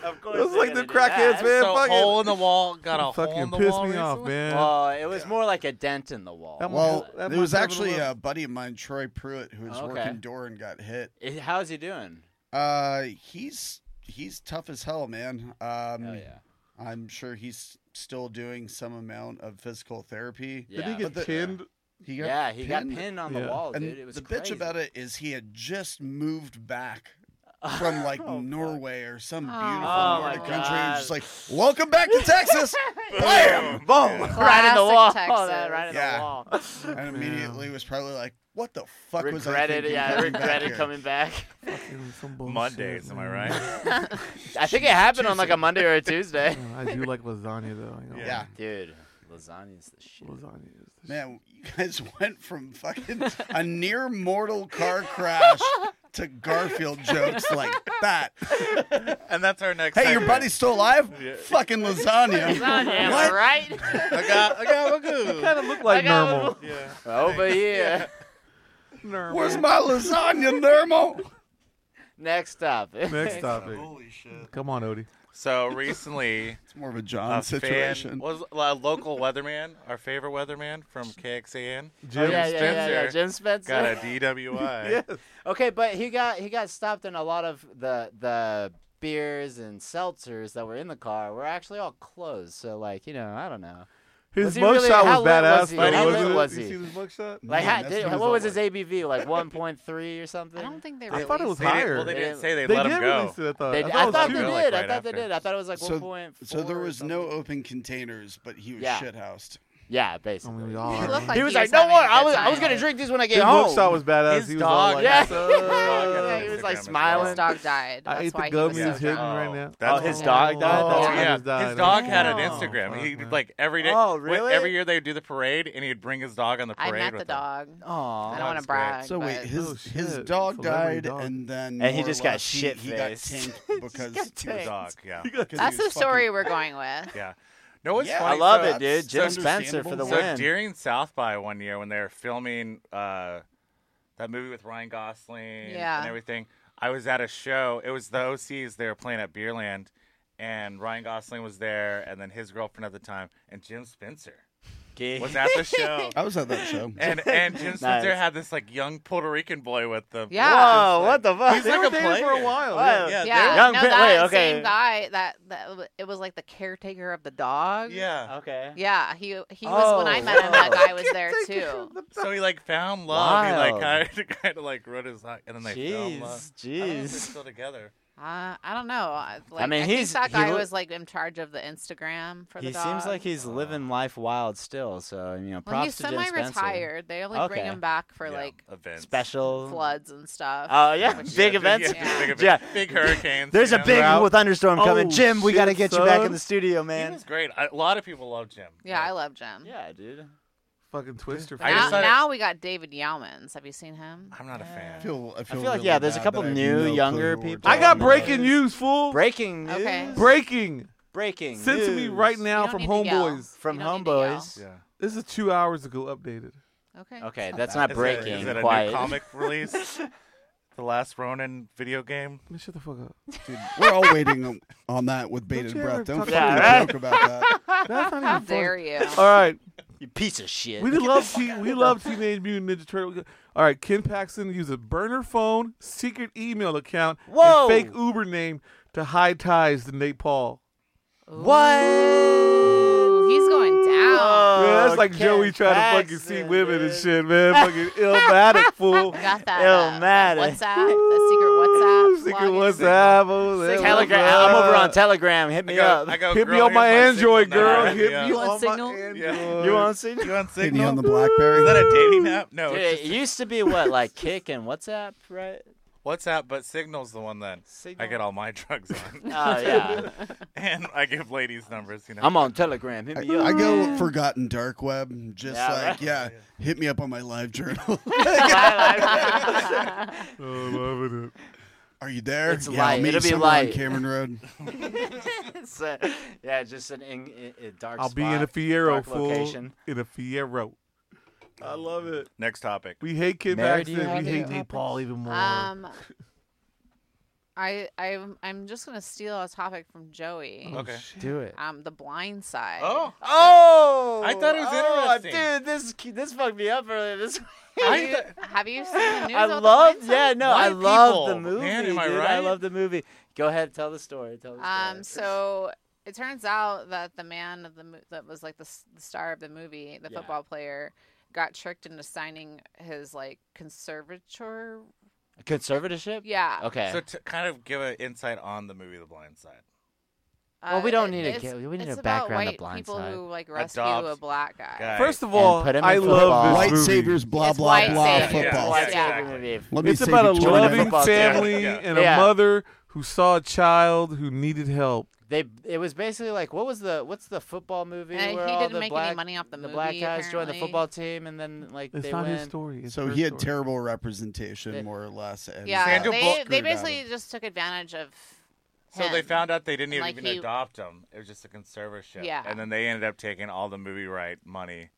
[SPEAKER 4] of course.
[SPEAKER 1] That's
[SPEAKER 4] they're gonna do
[SPEAKER 1] like the
[SPEAKER 4] that.
[SPEAKER 1] crackheads, man.
[SPEAKER 3] So
[SPEAKER 1] fucking-
[SPEAKER 3] hole in the wall got a hole
[SPEAKER 1] (laughs) fucking
[SPEAKER 3] in the
[SPEAKER 1] pissed
[SPEAKER 3] wall
[SPEAKER 1] me off,
[SPEAKER 3] recently? (laughs)
[SPEAKER 1] man.
[SPEAKER 4] Well, it was more like a dent in the wall.
[SPEAKER 1] That
[SPEAKER 5] Well,
[SPEAKER 1] That
[SPEAKER 5] there was
[SPEAKER 1] must have
[SPEAKER 5] actually
[SPEAKER 1] been a-
[SPEAKER 5] a buddy of mine, Troy Pruitt, who was
[SPEAKER 4] Okay.
[SPEAKER 5] working door and got hit.
[SPEAKER 4] It- how's he doing?
[SPEAKER 5] Uh, he's he's tough as hell, man. Um,
[SPEAKER 4] Oh yeah.
[SPEAKER 5] I'm sure he's still doing some amount of physical therapy.
[SPEAKER 1] Did he
[SPEAKER 4] Yeah.
[SPEAKER 1] get
[SPEAKER 5] But the- uh,
[SPEAKER 1] pinned?
[SPEAKER 3] (laughs)
[SPEAKER 5] He got
[SPEAKER 4] Yeah, he
[SPEAKER 5] pinned.
[SPEAKER 4] got pinned on the
[SPEAKER 1] Yeah.
[SPEAKER 4] wall,
[SPEAKER 5] And
[SPEAKER 4] dude. It was
[SPEAKER 5] the bitch
[SPEAKER 4] crazy.
[SPEAKER 5] about it is he had just moved back
[SPEAKER 4] (laughs)
[SPEAKER 5] from like
[SPEAKER 1] Oh,
[SPEAKER 5] Norway or some beautiful
[SPEAKER 2] Oh,
[SPEAKER 5] part of
[SPEAKER 2] my
[SPEAKER 5] the country. And
[SPEAKER 4] God.
[SPEAKER 5] just like, welcome back to
[SPEAKER 4] (laughs)
[SPEAKER 5] Texas. Bam, boom.
[SPEAKER 4] (laughs) right in the wall. (laughs)
[SPEAKER 2] Classic
[SPEAKER 4] Oh, that
[SPEAKER 2] Texas.
[SPEAKER 4] right in
[SPEAKER 5] Yeah.
[SPEAKER 4] the wall.
[SPEAKER 5] And immediately was probably like, what the fuck was I
[SPEAKER 4] regretted,
[SPEAKER 5] thinking
[SPEAKER 4] yeah,
[SPEAKER 5] coming back
[SPEAKER 4] regretted
[SPEAKER 5] here?
[SPEAKER 4] coming back. (laughs)
[SPEAKER 1] Fucking some bullshit,
[SPEAKER 3] Mondays, am I
[SPEAKER 1] man.
[SPEAKER 3] right? (laughs)
[SPEAKER 4] I think it happened on like a Monday or a Tuesday.
[SPEAKER 1] (laughs) Yeah, Uh, I do like lasagna though. I know.
[SPEAKER 5] Yeah.
[SPEAKER 4] Dude, lasagna's the shit.
[SPEAKER 1] Lasagna is the shit.
[SPEAKER 5] Man, you guys (laughs) went
[SPEAKER 4] (laughs)
[SPEAKER 5] from fucking a near mortal car crash to Garfield jokes like that.
[SPEAKER 4] (laughs)
[SPEAKER 3] and that's our next.
[SPEAKER 5] Hey, your
[SPEAKER 3] segment.
[SPEAKER 5] buddy's still alive? Fucking
[SPEAKER 1] (laughs)
[SPEAKER 5] lasagna.
[SPEAKER 4] Lasagna,
[SPEAKER 2] (laughs)
[SPEAKER 5] What?
[SPEAKER 4] right?
[SPEAKER 3] I got, I got Magoo.
[SPEAKER 1] Kind of look like
[SPEAKER 4] I got
[SPEAKER 1] normal.
[SPEAKER 3] Yeah.
[SPEAKER 4] Over here.
[SPEAKER 1] Normal.
[SPEAKER 5] Where's my lasagna, Nermo?
[SPEAKER 4] Next topic.
[SPEAKER 1] (laughs)
[SPEAKER 4] (laughs)
[SPEAKER 1] Next topic.
[SPEAKER 5] Holy shit.
[SPEAKER 1] Come on, Odie.
[SPEAKER 3] So recently,
[SPEAKER 5] It's more of a John
[SPEAKER 3] a fan
[SPEAKER 5] situation.
[SPEAKER 3] was a local weatherman, our favorite weatherman from KXAN,
[SPEAKER 1] Jim.
[SPEAKER 4] yeah, yeah, yeah, yeah,
[SPEAKER 3] Spencer
[SPEAKER 4] Jim Spencer.
[SPEAKER 3] got
[SPEAKER 4] (laughs)
[SPEAKER 3] a DWI.
[SPEAKER 1] Yes.
[SPEAKER 4] Okay, but he got he got stopped, and a lot of the the beers and seltzers that were in the car were actually all closed. So like you know, I don't know.
[SPEAKER 1] His
[SPEAKER 4] Was he
[SPEAKER 1] mugshot
[SPEAKER 4] really- how
[SPEAKER 1] was
[SPEAKER 4] lit
[SPEAKER 1] badass.
[SPEAKER 4] was he?
[SPEAKER 1] though,
[SPEAKER 3] How lit
[SPEAKER 1] wasn't it?
[SPEAKER 4] was
[SPEAKER 1] You
[SPEAKER 4] he?
[SPEAKER 1] see this mugshot?
[SPEAKER 4] Like
[SPEAKER 5] Man,
[SPEAKER 4] how,
[SPEAKER 5] that's
[SPEAKER 4] did,
[SPEAKER 5] what he's
[SPEAKER 4] what was
[SPEAKER 5] all
[SPEAKER 4] his ABV? Like (laughs) 1.3 or something.
[SPEAKER 2] I don't think they.
[SPEAKER 1] I thought it was
[SPEAKER 2] released
[SPEAKER 3] They didn't,
[SPEAKER 1] Higher.
[SPEAKER 3] well, they didn't
[SPEAKER 4] They-
[SPEAKER 3] say they,
[SPEAKER 1] They
[SPEAKER 3] let
[SPEAKER 1] did
[SPEAKER 3] him go.
[SPEAKER 1] release it. I thought.
[SPEAKER 4] They,
[SPEAKER 1] Uh, I
[SPEAKER 4] I
[SPEAKER 1] thought,
[SPEAKER 4] thought,
[SPEAKER 1] it was
[SPEAKER 4] they
[SPEAKER 1] two.
[SPEAKER 4] did. I
[SPEAKER 3] like, right
[SPEAKER 4] thought they
[SPEAKER 3] after.
[SPEAKER 4] did. I thought it was like
[SPEAKER 5] So-
[SPEAKER 4] 1.4.
[SPEAKER 5] So there
[SPEAKER 4] or
[SPEAKER 5] was no
[SPEAKER 4] something.
[SPEAKER 5] open containers, but he was
[SPEAKER 4] Yeah.
[SPEAKER 5] shithoused.
[SPEAKER 4] Yeah,
[SPEAKER 1] I
[SPEAKER 4] basically.
[SPEAKER 1] mean, we
[SPEAKER 2] He
[SPEAKER 1] all.
[SPEAKER 2] looked Oh
[SPEAKER 4] (laughs)
[SPEAKER 2] like
[SPEAKER 4] he was
[SPEAKER 2] he
[SPEAKER 4] like,
[SPEAKER 2] was
[SPEAKER 4] "No
[SPEAKER 2] having
[SPEAKER 4] more.
[SPEAKER 2] a
[SPEAKER 4] I
[SPEAKER 2] good
[SPEAKER 4] was, I was
[SPEAKER 2] time."
[SPEAKER 4] gonna drink this when I get
[SPEAKER 1] His
[SPEAKER 4] home." (laughs)
[SPEAKER 1] mugshot was badass.
[SPEAKER 3] His
[SPEAKER 1] he was all
[SPEAKER 3] dog.
[SPEAKER 1] like,
[SPEAKER 4] Yeah. (laughs)
[SPEAKER 1] "Suck."
[SPEAKER 4] he was,
[SPEAKER 3] Instagram
[SPEAKER 4] like,
[SPEAKER 3] as
[SPEAKER 4] smiling.
[SPEAKER 2] His dog died.
[SPEAKER 1] I
[SPEAKER 2] That's
[SPEAKER 1] ate the
[SPEAKER 2] why he was
[SPEAKER 1] gummies
[SPEAKER 2] so
[SPEAKER 1] hidden
[SPEAKER 2] drunk.
[SPEAKER 1] right now.
[SPEAKER 3] That's-
[SPEAKER 4] Oh, his dog died?
[SPEAKER 1] Oh,
[SPEAKER 4] That's
[SPEAKER 1] yeah.
[SPEAKER 4] why
[SPEAKER 3] yeah,
[SPEAKER 1] his died.
[SPEAKER 3] his dog had an
[SPEAKER 4] Oh,
[SPEAKER 3] Instagram. He
[SPEAKER 1] fuck,
[SPEAKER 3] like every day.
[SPEAKER 4] Oh,
[SPEAKER 3] wait,
[SPEAKER 4] really?
[SPEAKER 3] Every year they would do the parade, and he'd bring his dog on the
[SPEAKER 2] I
[SPEAKER 3] parade.
[SPEAKER 2] met
[SPEAKER 3] with
[SPEAKER 2] the
[SPEAKER 3] him.
[SPEAKER 2] dog.
[SPEAKER 4] Oh,
[SPEAKER 2] I
[SPEAKER 4] Aw.
[SPEAKER 2] don't want
[SPEAKER 3] that's
[SPEAKER 2] to
[SPEAKER 3] great.
[SPEAKER 2] brag.
[SPEAKER 5] So wait,
[SPEAKER 2] but-
[SPEAKER 5] his
[SPEAKER 1] Oh,
[SPEAKER 5] his
[SPEAKER 1] shit.
[SPEAKER 5] dog
[SPEAKER 1] Celebrity
[SPEAKER 5] died,
[SPEAKER 1] dog.
[SPEAKER 5] and
[SPEAKER 4] And
[SPEAKER 5] then
[SPEAKER 4] he
[SPEAKER 5] more or
[SPEAKER 4] just got
[SPEAKER 5] less he- He got
[SPEAKER 4] shit-faced. (laughs)
[SPEAKER 5] tanked
[SPEAKER 4] got
[SPEAKER 5] because (laughs) he was-
[SPEAKER 4] tanked.
[SPEAKER 3] Dog, yeah,
[SPEAKER 2] (laughs)
[SPEAKER 5] 'cause he
[SPEAKER 2] That's
[SPEAKER 5] was
[SPEAKER 2] the story
[SPEAKER 5] fucking-
[SPEAKER 2] we're going with.
[SPEAKER 3] yeah. No, it's
[SPEAKER 5] Yeah,
[SPEAKER 3] funny.
[SPEAKER 4] I love
[SPEAKER 3] so-
[SPEAKER 4] it, dude.
[SPEAKER 5] That's
[SPEAKER 4] Jim Spencer
[SPEAKER 5] understandable.
[SPEAKER 4] for the
[SPEAKER 5] So
[SPEAKER 3] So
[SPEAKER 4] win.
[SPEAKER 3] during South by one year when they were filming uh, that movie with Ryan Gosling
[SPEAKER 2] Yeah.
[SPEAKER 3] and everything, I was at a show. It was the OCs they were playing at Beerland, and Ryan Gosling was there, and then his girlfriend at the time, and Jim Spencer.
[SPEAKER 4] Gay.
[SPEAKER 3] was at the show.
[SPEAKER 5] I was at that show.
[SPEAKER 3] And and Jim
[SPEAKER 4] Nice.
[SPEAKER 3] Spencer had this like young Puerto Rican boy with them.
[SPEAKER 2] Yeah.
[SPEAKER 4] Whoa, Oh, what the fuck?
[SPEAKER 3] He's
[SPEAKER 1] They
[SPEAKER 3] like
[SPEAKER 1] were
[SPEAKER 3] a
[SPEAKER 1] dating for a
[SPEAKER 3] player.
[SPEAKER 1] while.
[SPEAKER 4] Wow.
[SPEAKER 3] Yeah,
[SPEAKER 2] yeah,
[SPEAKER 3] they're-
[SPEAKER 4] Young
[SPEAKER 2] no,
[SPEAKER 4] Pit-
[SPEAKER 2] that
[SPEAKER 4] wait, okay.
[SPEAKER 2] same guy that that w- it was like the caretaker of the dog.
[SPEAKER 3] Yeah.
[SPEAKER 4] Okay.
[SPEAKER 2] Oh, yeah. He he was when I
[SPEAKER 4] Oh,
[SPEAKER 2] met him. That
[SPEAKER 4] (laughs) wow.
[SPEAKER 2] guy was there (laughs) too.
[SPEAKER 3] So he like found love. He
[SPEAKER 4] Wild.
[SPEAKER 3] like (laughs) kind of like wrote his life, and then they fell in love.
[SPEAKER 4] Jeez,
[SPEAKER 3] I don't know if they're
[SPEAKER 4] jeez.
[SPEAKER 3] still together.
[SPEAKER 2] Uh, I don't know. I- Like,
[SPEAKER 4] mean,
[SPEAKER 2] think
[SPEAKER 4] he's-
[SPEAKER 2] that
[SPEAKER 4] he
[SPEAKER 2] guy
[SPEAKER 4] loo-
[SPEAKER 2] was like in charge of the Instagram for the
[SPEAKER 4] He
[SPEAKER 2] dog.
[SPEAKER 4] seems like
[SPEAKER 3] Uh,
[SPEAKER 4] he's living life wild still. So you know,
[SPEAKER 2] Well,
[SPEAKER 4] props
[SPEAKER 2] he's
[SPEAKER 4] to Jim Spencer.
[SPEAKER 2] semi-retired. They only bring
[SPEAKER 4] Okay.
[SPEAKER 2] him back for
[SPEAKER 3] Yeah,
[SPEAKER 2] like
[SPEAKER 3] events,
[SPEAKER 4] Special
[SPEAKER 2] floods and stuff.
[SPEAKER 4] Oh yeah,
[SPEAKER 2] which-
[SPEAKER 4] big
[SPEAKER 3] Yeah,
[SPEAKER 4] events.
[SPEAKER 3] yeah, big,
[SPEAKER 4] Yeah.
[SPEAKER 3] event- big hurricanes.
[SPEAKER 4] There's
[SPEAKER 3] you
[SPEAKER 4] a
[SPEAKER 3] know?
[SPEAKER 4] big
[SPEAKER 1] Route.
[SPEAKER 4] thunderstorm coming.
[SPEAKER 1] Oh,
[SPEAKER 4] Jim, we
[SPEAKER 1] shit,
[SPEAKER 4] got to get you back
[SPEAKER 1] son.
[SPEAKER 4] in the studio,
[SPEAKER 3] He
[SPEAKER 4] man.
[SPEAKER 3] was great. I, a lot of people love Jim.
[SPEAKER 2] Yeah, I love Jim.
[SPEAKER 4] Yeah, dude.
[SPEAKER 1] Fucking Twister.
[SPEAKER 3] I
[SPEAKER 2] now,
[SPEAKER 1] fans.
[SPEAKER 3] decided-
[SPEAKER 2] now we got David Yalmans. Have you seen him?
[SPEAKER 3] I'm not a fan.
[SPEAKER 5] I feel, I feel,
[SPEAKER 4] feel like,
[SPEAKER 5] really
[SPEAKER 4] yeah, there's a
[SPEAKER 5] bad
[SPEAKER 4] couple
[SPEAKER 5] that I have
[SPEAKER 4] new,
[SPEAKER 5] no clue
[SPEAKER 4] younger
[SPEAKER 5] what we're
[SPEAKER 4] people.
[SPEAKER 1] I got
[SPEAKER 5] talking about.
[SPEAKER 1] breaking news, fool.
[SPEAKER 4] Breaking news.
[SPEAKER 2] Okay.
[SPEAKER 1] breaking.
[SPEAKER 4] Breaking.
[SPEAKER 1] Sent to me
[SPEAKER 4] news.
[SPEAKER 1] right now
[SPEAKER 2] You
[SPEAKER 1] from
[SPEAKER 2] don't need to yell.
[SPEAKER 1] Homeboys.
[SPEAKER 4] From
[SPEAKER 2] You don't need to yell.
[SPEAKER 4] Homeboys.
[SPEAKER 3] Yeah.
[SPEAKER 1] This is two hours ago updated.
[SPEAKER 2] Okay.
[SPEAKER 4] Okay, that's not
[SPEAKER 3] Is it-
[SPEAKER 4] breaking.
[SPEAKER 3] Is it a
[SPEAKER 4] Quiet.
[SPEAKER 3] new comic release? the last Ronin video game.
[SPEAKER 1] Man, shut the fuck up.
[SPEAKER 5] Dude, we're all waiting on- on that with bated
[SPEAKER 1] you ever
[SPEAKER 5] breath. Don't
[SPEAKER 1] talk
[SPEAKER 5] fucking
[SPEAKER 4] about that?
[SPEAKER 5] joke about
[SPEAKER 2] (laughs)
[SPEAKER 5] that.
[SPEAKER 1] That's not
[SPEAKER 2] How (laughs)
[SPEAKER 1] even funny.
[SPEAKER 2] dare you?
[SPEAKER 1] All right.
[SPEAKER 4] You piece of shit.
[SPEAKER 1] We love te- we love Teenage Mutant Ninja Turtle. All right, Ken Paxton used a burner phone, secret email account,
[SPEAKER 4] Whoa.
[SPEAKER 1] and fake Uber name to hide ties to Nate Paul.
[SPEAKER 4] What?
[SPEAKER 2] Ooh, he's going down.
[SPEAKER 1] Man, that's like
[SPEAKER 4] Oh, Ken
[SPEAKER 1] Joey trying to fucking see
[SPEAKER 4] Paxton,
[SPEAKER 1] women and
[SPEAKER 4] dude.
[SPEAKER 1] shit,
[SPEAKER 4] (laughs)
[SPEAKER 1] man. fucking illmatic fool.
[SPEAKER 2] Got that. Uh, that
[SPEAKER 4] Illmatic.
[SPEAKER 2] WhatsApp.
[SPEAKER 4] (laughs)
[SPEAKER 2] That secret WhatsApp.
[SPEAKER 1] Secret
[SPEAKER 2] plugin.
[SPEAKER 1] WhatsApp. oh, that
[SPEAKER 4] Telegram.
[SPEAKER 1] was,
[SPEAKER 4] I'm
[SPEAKER 1] uh,
[SPEAKER 4] over on Telegram. Hit me
[SPEAKER 3] I go,
[SPEAKER 4] up.
[SPEAKER 3] I go,
[SPEAKER 1] Hit me
[SPEAKER 3] girl,
[SPEAKER 1] on my
[SPEAKER 3] here's
[SPEAKER 1] Android,
[SPEAKER 3] signal.
[SPEAKER 1] girl.
[SPEAKER 3] Yeah,
[SPEAKER 1] Hit
[SPEAKER 3] yeah.
[SPEAKER 1] me
[SPEAKER 2] You on
[SPEAKER 1] on
[SPEAKER 2] Signal?
[SPEAKER 1] my
[SPEAKER 2] Yeah.
[SPEAKER 1] Android.
[SPEAKER 4] you (laughs)
[SPEAKER 3] (laughs)
[SPEAKER 4] on Signal?
[SPEAKER 3] You on
[SPEAKER 5] Hit me
[SPEAKER 3] Signal?
[SPEAKER 5] on the
[SPEAKER 3] Is that
[SPEAKER 5] BlackBerry.
[SPEAKER 3] a dating app? No,
[SPEAKER 4] Dude,
[SPEAKER 3] it's
[SPEAKER 4] it
[SPEAKER 3] just
[SPEAKER 4] used to be what, like Kick and WhatsApp, right?
[SPEAKER 3] WhatsApp, but Signal's the one that I
[SPEAKER 4] Signal. (laughs)
[SPEAKER 3] get all my (laughs)
[SPEAKER 2] (laughs)
[SPEAKER 3] drugs on,
[SPEAKER 4] Oh yeah.
[SPEAKER 3] and I give ladies numbers. You know,
[SPEAKER 4] (laughs) I'm on Telegram. Hit
[SPEAKER 5] I,
[SPEAKER 4] me up. (laughs)
[SPEAKER 5] I go forgotten dark web. Just
[SPEAKER 4] Yeah,
[SPEAKER 5] like
[SPEAKER 4] right.
[SPEAKER 5] yeah, hit me up on my
[SPEAKER 2] (laughs)
[SPEAKER 5] live journal.
[SPEAKER 1] Oh, loving it.
[SPEAKER 5] Are you there?
[SPEAKER 4] It's
[SPEAKER 5] yeah,
[SPEAKER 4] light.
[SPEAKER 5] I'll meet
[SPEAKER 4] It'll
[SPEAKER 5] you
[SPEAKER 4] be
[SPEAKER 5] somewhere
[SPEAKER 4] light.
[SPEAKER 5] on Cameron Road.
[SPEAKER 4] It's, uh, yeah, just an in, in, in dark
[SPEAKER 1] I'll be in a
[SPEAKER 4] spot,
[SPEAKER 1] Fiero,
[SPEAKER 4] dark
[SPEAKER 1] fool.
[SPEAKER 4] location.
[SPEAKER 1] In a Fiero. I love it.
[SPEAKER 3] next topic.
[SPEAKER 1] We hate Kid
[SPEAKER 4] Mary, do you
[SPEAKER 1] Paxton. We
[SPEAKER 4] have
[SPEAKER 1] hate
[SPEAKER 4] any
[SPEAKER 1] Nate Paul even more.
[SPEAKER 2] Um, I I I'm just gonna steal a topic from Joey.
[SPEAKER 3] Okay.
[SPEAKER 4] Do it.
[SPEAKER 2] Um, The Blind Side.
[SPEAKER 3] Oh,
[SPEAKER 4] Oh,
[SPEAKER 3] I thought it was
[SPEAKER 4] oh,
[SPEAKER 3] interesting.
[SPEAKER 4] dude. This this fucked me up earlier. (laughs) This
[SPEAKER 2] Have
[SPEAKER 3] I
[SPEAKER 2] you,
[SPEAKER 3] th-
[SPEAKER 2] have you seen
[SPEAKER 4] (laughs)
[SPEAKER 2] the news?
[SPEAKER 4] I
[SPEAKER 2] about The
[SPEAKER 4] love.
[SPEAKER 2] Blind Side?
[SPEAKER 4] Yeah, no, I
[SPEAKER 3] White
[SPEAKER 4] love the
[SPEAKER 3] people,
[SPEAKER 4] movie,
[SPEAKER 3] man, am
[SPEAKER 4] dude.
[SPEAKER 3] I
[SPEAKER 4] I
[SPEAKER 3] right?
[SPEAKER 4] love the movie. Go ahead, tell the story. Tell the story.
[SPEAKER 2] Um, so it turns out that the man of the mo- that was like the, s- the star of the movie, the
[SPEAKER 4] Yeah.
[SPEAKER 2] football player, got tricked into signing his like conservator.
[SPEAKER 4] conservatorship.
[SPEAKER 2] Yeah.
[SPEAKER 4] Okay.
[SPEAKER 3] So to kind of give an insight on the movie The Blind Side.
[SPEAKER 4] Well, we don't need to
[SPEAKER 2] uh, it's-
[SPEAKER 4] get- we need
[SPEAKER 2] it's
[SPEAKER 4] a
[SPEAKER 2] about
[SPEAKER 4] background of
[SPEAKER 2] white
[SPEAKER 4] Blind
[SPEAKER 2] people
[SPEAKER 4] Side.
[SPEAKER 2] who like rescue a
[SPEAKER 3] Adopt
[SPEAKER 2] black guy.
[SPEAKER 3] guy.
[SPEAKER 1] First of
[SPEAKER 4] And
[SPEAKER 1] all,
[SPEAKER 4] put him in
[SPEAKER 1] I
[SPEAKER 4] football.
[SPEAKER 1] love this
[SPEAKER 5] White
[SPEAKER 1] movie.
[SPEAKER 5] saviors, blah
[SPEAKER 2] It's
[SPEAKER 5] blah
[SPEAKER 2] white
[SPEAKER 5] blah,
[SPEAKER 2] saviors.
[SPEAKER 5] football.
[SPEAKER 2] Yeah.
[SPEAKER 4] White
[SPEAKER 3] exactly.
[SPEAKER 4] people movie.
[SPEAKER 5] Let me
[SPEAKER 1] It's
[SPEAKER 5] save
[SPEAKER 1] about a
[SPEAKER 5] you, Jordan.
[SPEAKER 1] loving
[SPEAKER 4] football team.
[SPEAKER 1] family
[SPEAKER 3] Yeah.
[SPEAKER 1] and a
[SPEAKER 4] Yeah.
[SPEAKER 1] mother who saw a child who needed help.
[SPEAKER 4] They it was basically like what was the what's the football movie
[SPEAKER 2] And
[SPEAKER 4] where
[SPEAKER 2] Uh, he
[SPEAKER 4] all
[SPEAKER 2] didn't
[SPEAKER 4] the
[SPEAKER 2] make
[SPEAKER 4] black,
[SPEAKER 2] any money off the, movie.
[SPEAKER 4] black guys joined the
[SPEAKER 2] apparently.
[SPEAKER 4] football team and then like
[SPEAKER 1] It's
[SPEAKER 4] they
[SPEAKER 1] not
[SPEAKER 4] went.
[SPEAKER 1] his story. It's
[SPEAKER 5] So
[SPEAKER 1] her
[SPEAKER 5] he had
[SPEAKER 1] story.
[SPEAKER 5] terrible representation, more or less. And
[SPEAKER 2] Yeah,
[SPEAKER 3] Sandra
[SPEAKER 2] they
[SPEAKER 3] Bullock
[SPEAKER 2] they
[SPEAKER 5] screwed out
[SPEAKER 2] basically
[SPEAKER 5] of-
[SPEAKER 2] just took advantage of.
[SPEAKER 3] So they
[SPEAKER 2] him.
[SPEAKER 3] found out they didn't
[SPEAKER 2] And,
[SPEAKER 3] even,
[SPEAKER 2] like, he-
[SPEAKER 3] adopt him. It was just a conservatorship.
[SPEAKER 2] Yeah.
[SPEAKER 3] And then they ended up taking all the movie right money.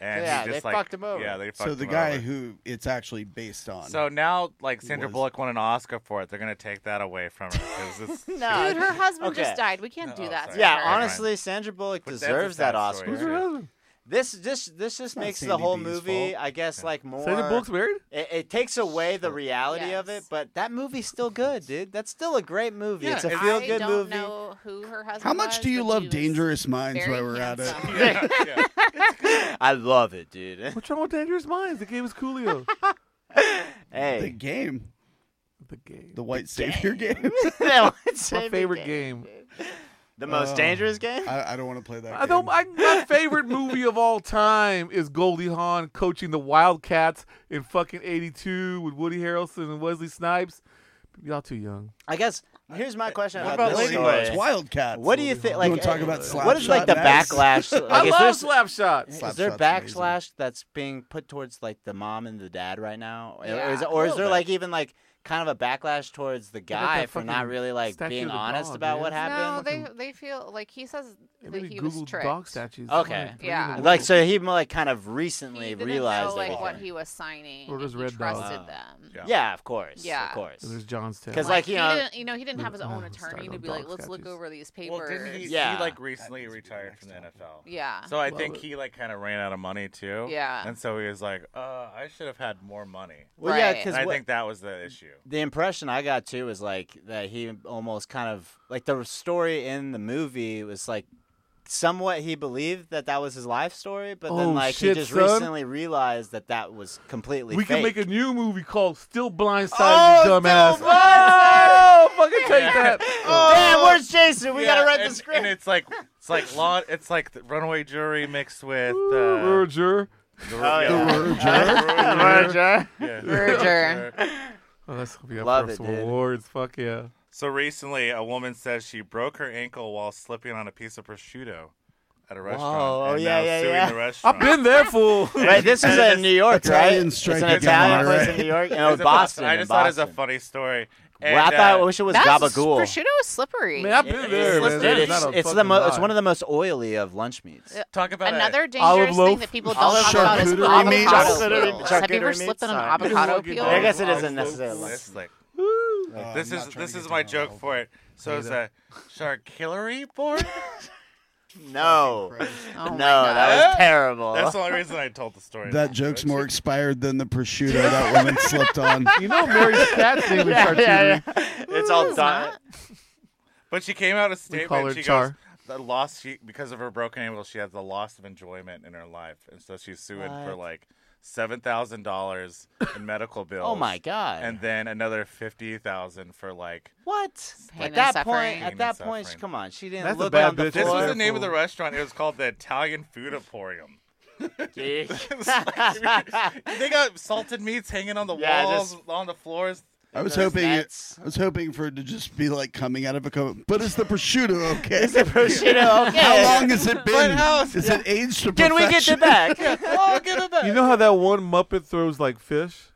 [SPEAKER 3] And he
[SPEAKER 4] Yeah,
[SPEAKER 3] just,
[SPEAKER 4] they
[SPEAKER 3] like-
[SPEAKER 4] fucked him over.
[SPEAKER 3] Yeah, they fucked
[SPEAKER 5] So the
[SPEAKER 3] him
[SPEAKER 5] guy
[SPEAKER 3] over.
[SPEAKER 5] who it's actually based on.
[SPEAKER 3] So now, like Sandra
[SPEAKER 5] Was-
[SPEAKER 3] Bullock won an Oscar for it. They're gonna take that away from her. 'cause
[SPEAKER 2] (laughs)
[SPEAKER 3] it's-
[SPEAKER 4] No.
[SPEAKER 2] Dude, her husband
[SPEAKER 4] Okay.
[SPEAKER 2] just died. We can't
[SPEAKER 3] Oh,
[SPEAKER 2] do that.
[SPEAKER 3] sorry.
[SPEAKER 2] to
[SPEAKER 4] Yeah,
[SPEAKER 2] her.
[SPEAKER 3] Never mind.
[SPEAKER 4] honestly, Sandra Bullock
[SPEAKER 3] But that's a
[SPEAKER 4] deserves that
[SPEAKER 3] sad
[SPEAKER 4] Oscar.
[SPEAKER 3] story.
[SPEAKER 1] Who's her husband?
[SPEAKER 4] This this this just
[SPEAKER 5] not
[SPEAKER 4] makes the
[SPEAKER 5] Sandy
[SPEAKER 4] whole
[SPEAKER 5] B's
[SPEAKER 4] movie,
[SPEAKER 5] fault.
[SPEAKER 4] I guess, like more.
[SPEAKER 1] Sandra Bullock's married?
[SPEAKER 4] It, it takes away the reality of it,
[SPEAKER 2] Yes.
[SPEAKER 4] but that movie's still good, dude. That's still a great movie.
[SPEAKER 3] Yeah,
[SPEAKER 4] it's a
[SPEAKER 3] it's-
[SPEAKER 4] feel
[SPEAKER 2] I
[SPEAKER 4] good
[SPEAKER 2] don't
[SPEAKER 4] movie.
[SPEAKER 2] know who her husband
[SPEAKER 5] how
[SPEAKER 2] was,
[SPEAKER 5] much do you
[SPEAKER 2] but he
[SPEAKER 5] love
[SPEAKER 2] was
[SPEAKER 5] Dangerous Minds
[SPEAKER 2] very
[SPEAKER 5] while we're at it?
[SPEAKER 2] handsome.
[SPEAKER 3] yeah, (laughs)
[SPEAKER 4] (laughs)
[SPEAKER 3] yeah.
[SPEAKER 4] I love it, dude.
[SPEAKER 1] What's wrong with Dangerous Minds? The game is Coolio.
[SPEAKER 5] The
[SPEAKER 4] (laughs) (laughs) hey,
[SPEAKER 5] game,
[SPEAKER 1] the game.
[SPEAKER 5] the white savior game.
[SPEAKER 4] my
[SPEAKER 1] My favorite game.
[SPEAKER 4] the most
[SPEAKER 5] Oh.
[SPEAKER 4] dangerous game.
[SPEAKER 5] I, I don't want to play that.
[SPEAKER 1] I don't.
[SPEAKER 5] game.
[SPEAKER 1] I, my favorite movie of all time is Goldie Hawn coaching the Wildcats in fucking '82 with Woody Harrelson and Wesley Snipes. Y'all too young.
[SPEAKER 4] I guess here's my question
[SPEAKER 5] What
[SPEAKER 4] about,
[SPEAKER 5] about
[SPEAKER 4] this
[SPEAKER 5] Lady
[SPEAKER 4] story.
[SPEAKER 5] It's Wildcats.
[SPEAKER 4] What do you think? Like,
[SPEAKER 5] wanna talk about
[SPEAKER 4] uh, what is
[SPEAKER 5] Slapshot
[SPEAKER 4] like the
[SPEAKER 5] next?
[SPEAKER 4] backlash? Like,
[SPEAKER 1] I
[SPEAKER 4] is
[SPEAKER 1] love
[SPEAKER 4] there's-
[SPEAKER 1] Slapshot.
[SPEAKER 5] Slap
[SPEAKER 4] Is there
[SPEAKER 5] shot's amazing.
[SPEAKER 4] backslash that's being put towards like the mom and the dad right now, Or-
[SPEAKER 2] Yeah.
[SPEAKER 4] or is, or is there
[SPEAKER 3] bit.
[SPEAKER 4] like even like kind of a backlash towards the guy
[SPEAKER 1] that
[SPEAKER 4] for not
[SPEAKER 1] fucking
[SPEAKER 4] really like
[SPEAKER 1] statue
[SPEAKER 4] being
[SPEAKER 1] of the
[SPEAKER 4] honest
[SPEAKER 1] dog,
[SPEAKER 4] about
[SPEAKER 1] dude.
[SPEAKER 4] what
[SPEAKER 1] No,
[SPEAKER 2] No,
[SPEAKER 4] happened.
[SPEAKER 2] they they feel like he says
[SPEAKER 1] They
[SPEAKER 2] that
[SPEAKER 1] really
[SPEAKER 2] he was
[SPEAKER 1] Googled
[SPEAKER 2] tricked.
[SPEAKER 1] dog statues.
[SPEAKER 4] Okay.
[SPEAKER 1] Like,
[SPEAKER 2] Yeah.
[SPEAKER 1] really?
[SPEAKER 4] Like so, he like kind of
[SPEAKER 2] He
[SPEAKER 4] recently
[SPEAKER 2] didn't
[SPEAKER 4] realized
[SPEAKER 2] know like what
[SPEAKER 4] everything.
[SPEAKER 2] he was signing.
[SPEAKER 1] Or
[SPEAKER 2] and
[SPEAKER 1] just
[SPEAKER 2] he
[SPEAKER 1] Red Dog.
[SPEAKER 2] trusted
[SPEAKER 4] Wow.
[SPEAKER 2] them.
[SPEAKER 3] Yeah.
[SPEAKER 4] Yeah, of course.
[SPEAKER 2] Yeah.
[SPEAKER 4] of course.
[SPEAKER 1] There's Johnstown.
[SPEAKER 4] Because, like, you
[SPEAKER 2] he
[SPEAKER 4] know-
[SPEAKER 2] didn't, you know, he didn't have his own
[SPEAKER 1] Oh, sorry,
[SPEAKER 2] attorney
[SPEAKER 1] no
[SPEAKER 2] to be like,
[SPEAKER 1] dog
[SPEAKER 2] let's look
[SPEAKER 1] sketches.
[SPEAKER 2] over these papers.
[SPEAKER 3] Well, didn't he,
[SPEAKER 4] Yeah.
[SPEAKER 3] he like recently
[SPEAKER 5] needs to be the
[SPEAKER 3] retired
[SPEAKER 5] next
[SPEAKER 3] from the
[SPEAKER 5] topic.
[SPEAKER 3] NFL?
[SPEAKER 2] yeah.
[SPEAKER 3] So I
[SPEAKER 1] Love
[SPEAKER 3] think
[SPEAKER 1] it.
[SPEAKER 3] he like kind of ran out of money too.
[SPEAKER 2] Yeah.
[SPEAKER 3] And so he was like, "Uh, I should have had more money."
[SPEAKER 4] Well, yeah,
[SPEAKER 2] Right.
[SPEAKER 4] because
[SPEAKER 3] And I
[SPEAKER 4] what-
[SPEAKER 3] think that was the issue.
[SPEAKER 4] the impression I got too was like that he almost kind of like the story in the movie was like somewhat he believed that that was his life story, but
[SPEAKER 1] Oh,
[SPEAKER 4] then like
[SPEAKER 1] shit,
[SPEAKER 4] he just
[SPEAKER 1] son.
[SPEAKER 4] recently realized that that was completely.
[SPEAKER 1] we can
[SPEAKER 4] fake.
[SPEAKER 1] make a new movie called Still Blindsided,
[SPEAKER 4] Oh,
[SPEAKER 1] you dumbass.
[SPEAKER 4] Still Blindsided!
[SPEAKER 1] Oh, (laughs) fucking take that.
[SPEAKER 4] Oh! (laughs) Damn, where's Jason? We gotta
[SPEAKER 3] Yeah,
[SPEAKER 4] write
[SPEAKER 3] and,
[SPEAKER 4] the script.
[SPEAKER 3] And it's like it's like law. It's like the Runaway Jury mixed with uh,
[SPEAKER 1] Roger.
[SPEAKER 3] the,
[SPEAKER 4] Oh, yeah. (laughs)
[SPEAKER 3] yeah.
[SPEAKER 2] Roger.
[SPEAKER 1] Oh, that's gonna be up
[SPEAKER 4] Love
[SPEAKER 1] for
[SPEAKER 4] it,
[SPEAKER 1] some
[SPEAKER 4] dude.
[SPEAKER 1] awards. Fuck yeah.
[SPEAKER 3] So recently, a woman says she broke her ankle while slipping on a piece of prosciutto at a restaurant,
[SPEAKER 4] Whoa, oh,
[SPEAKER 3] and
[SPEAKER 4] yeah,
[SPEAKER 3] now
[SPEAKER 4] yeah,
[SPEAKER 3] suing
[SPEAKER 4] yeah.
[SPEAKER 3] the restaurant.
[SPEAKER 1] I've
[SPEAKER 3] (laughs)
[SPEAKER 1] been there, fool.
[SPEAKER 4] (laughs) Right, this is in New York, right?
[SPEAKER 5] Italian
[SPEAKER 4] It's an
[SPEAKER 5] strike
[SPEAKER 4] Italian
[SPEAKER 5] again, all
[SPEAKER 4] place
[SPEAKER 5] right.
[SPEAKER 4] in New York.
[SPEAKER 3] It
[SPEAKER 4] No,
[SPEAKER 3] was in
[SPEAKER 4] Boston.
[SPEAKER 3] I
[SPEAKER 4] in
[SPEAKER 3] just thought it was a
[SPEAKER 4] Boston.
[SPEAKER 3] funny story.
[SPEAKER 4] Well,
[SPEAKER 3] And,
[SPEAKER 4] I thought I
[SPEAKER 3] uh,
[SPEAKER 4] wish it was
[SPEAKER 2] That's
[SPEAKER 4] Gabagool.
[SPEAKER 2] prosciutto is slippery.
[SPEAKER 1] Man, I've been there.
[SPEAKER 4] It's,
[SPEAKER 1] man.
[SPEAKER 4] dude,
[SPEAKER 1] That's
[SPEAKER 4] it's,
[SPEAKER 1] not a
[SPEAKER 4] it's the
[SPEAKER 1] fucking
[SPEAKER 4] mo- it's
[SPEAKER 1] lie.
[SPEAKER 4] one of the most oily of lunch meats.
[SPEAKER 3] talk about
[SPEAKER 2] Another
[SPEAKER 1] Olive
[SPEAKER 2] dangerous thing
[SPEAKER 1] loaf,
[SPEAKER 2] that people don't
[SPEAKER 4] olive
[SPEAKER 2] talk about is
[SPEAKER 1] charcuterie
[SPEAKER 5] meat.
[SPEAKER 2] avocado
[SPEAKER 4] Charcuterie-
[SPEAKER 2] peels. Have you ever
[SPEAKER 4] charcuterie meat,
[SPEAKER 2] slipped on an
[SPEAKER 4] sorry.
[SPEAKER 2] avocado
[SPEAKER 1] Fucking
[SPEAKER 2] peel?
[SPEAKER 4] (laughs) I guess it
[SPEAKER 1] Olive
[SPEAKER 4] isn't
[SPEAKER 1] loaf.
[SPEAKER 4] necessarily-
[SPEAKER 3] It's like
[SPEAKER 1] Woo.
[SPEAKER 5] Uh,
[SPEAKER 3] this
[SPEAKER 5] I'm
[SPEAKER 3] is
[SPEAKER 5] not trying
[SPEAKER 3] this
[SPEAKER 5] to
[SPEAKER 3] is
[SPEAKER 5] get
[SPEAKER 3] my
[SPEAKER 5] down
[SPEAKER 3] joke
[SPEAKER 5] that
[SPEAKER 3] for it. So it's a
[SPEAKER 4] (laughs)
[SPEAKER 3] charcuterie board.
[SPEAKER 4] No, (laughs)
[SPEAKER 5] hole.
[SPEAKER 2] Oh my
[SPEAKER 4] no,
[SPEAKER 2] God.
[SPEAKER 4] that was terrible.
[SPEAKER 3] That's the only reason I told the story.
[SPEAKER 5] That joke's more expired than the prosciutto that
[SPEAKER 3] (laughs)
[SPEAKER 5] woman slipped on.
[SPEAKER 1] You know
[SPEAKER 5] (laughs)
[SPEAKER 1] Mary Scott's name is
[SPEAKER 4] yeah, (laughs)
[SPEAKER 1] charcuterie.
[SPEAKER 4] yeah, yeah. It's all
[SPEAKER 2] It's
[SPEAKER 4] done.
[SPEAKER 2] not.
[SPEAKER 3] But she came out a
[SPEAKER 1] We call her
[SPEAKER 3] statement. She goes,
[SPEAKER 1] Char.
[SPEAKER 3] the loss she because of her broken ankle, she has the loss of enjoyment in her life, and so she's suing for
[SPEAKER 4] What?
[SPEAKER 3] like seven thousand dollars in medical
[SPEAKER 4] (laughs)
[SPEAKER 3] bills.
[SPEAKER 4] Oh my god!
[SPEAKER 3] And then another fifty thousand for like
[SPEAKER 4] what?
[SPEAKER 2] Pain
[SPEAKER 4] at
[SPEAKER 2] and
[SPEAKER 4] that
[SPEAKER 2] suffering.
[SPEAKER 4] point,
[SPEAKER 3] Pain
[SPEAKER 4] at that
[SPEAKER 3] and
[SPEAKER 4] point,
[SPEAKER 3] suffering.
[SPEAKER 4] come on, she didn't
[SPEAKER 1] That's a
[SPEAKER 4] look
[SPEAKER 1] bad
[SPEAKER 4] on the
[SPEAKER 1] bitch.
[SPEAKER 3] this was
[SPEAKER 1] Or-
[SPEAKER 3] the
[SPEAKER 4] (laughs) floor.
[SPEAKER 3] name of the restaurant. It was called the Italian Food Emporium. (laughs)
[SPEAKER 4] (laughs)
[SPEAKER 3] They got salted meats hanging on the
[SPEAKER 4] Yeah,
[SPEAKER 3] walls,
[SPEAKER 4] just-
[SPEAKER 3] on the floors.
[SPEAKER 5] I was
[SPEAKER 4] Those
[SPEAKER 5] hoping
[SPEAKER 4] nuts. (laughs)
[SPEAKER 5] I was hoping for it to just be like coming out of a coat. But is the prosciutto okay? (laughs)
[SPEAKER 4] Is the prosciutto okay?
[SPEAKER 5] How long has it been?
[SPEAKER 3] how-
[SPEAKER 5] Is it aged to
[SPEAKER 4] Can we get
[SPEAKER 5] perfection?
[SPEAKER 4] it (laughs)
[SPEAKER 5] (laughs)
[SPEAKER 4] back?
[SPEAKER 1] You know how that one Muppet throws like fish?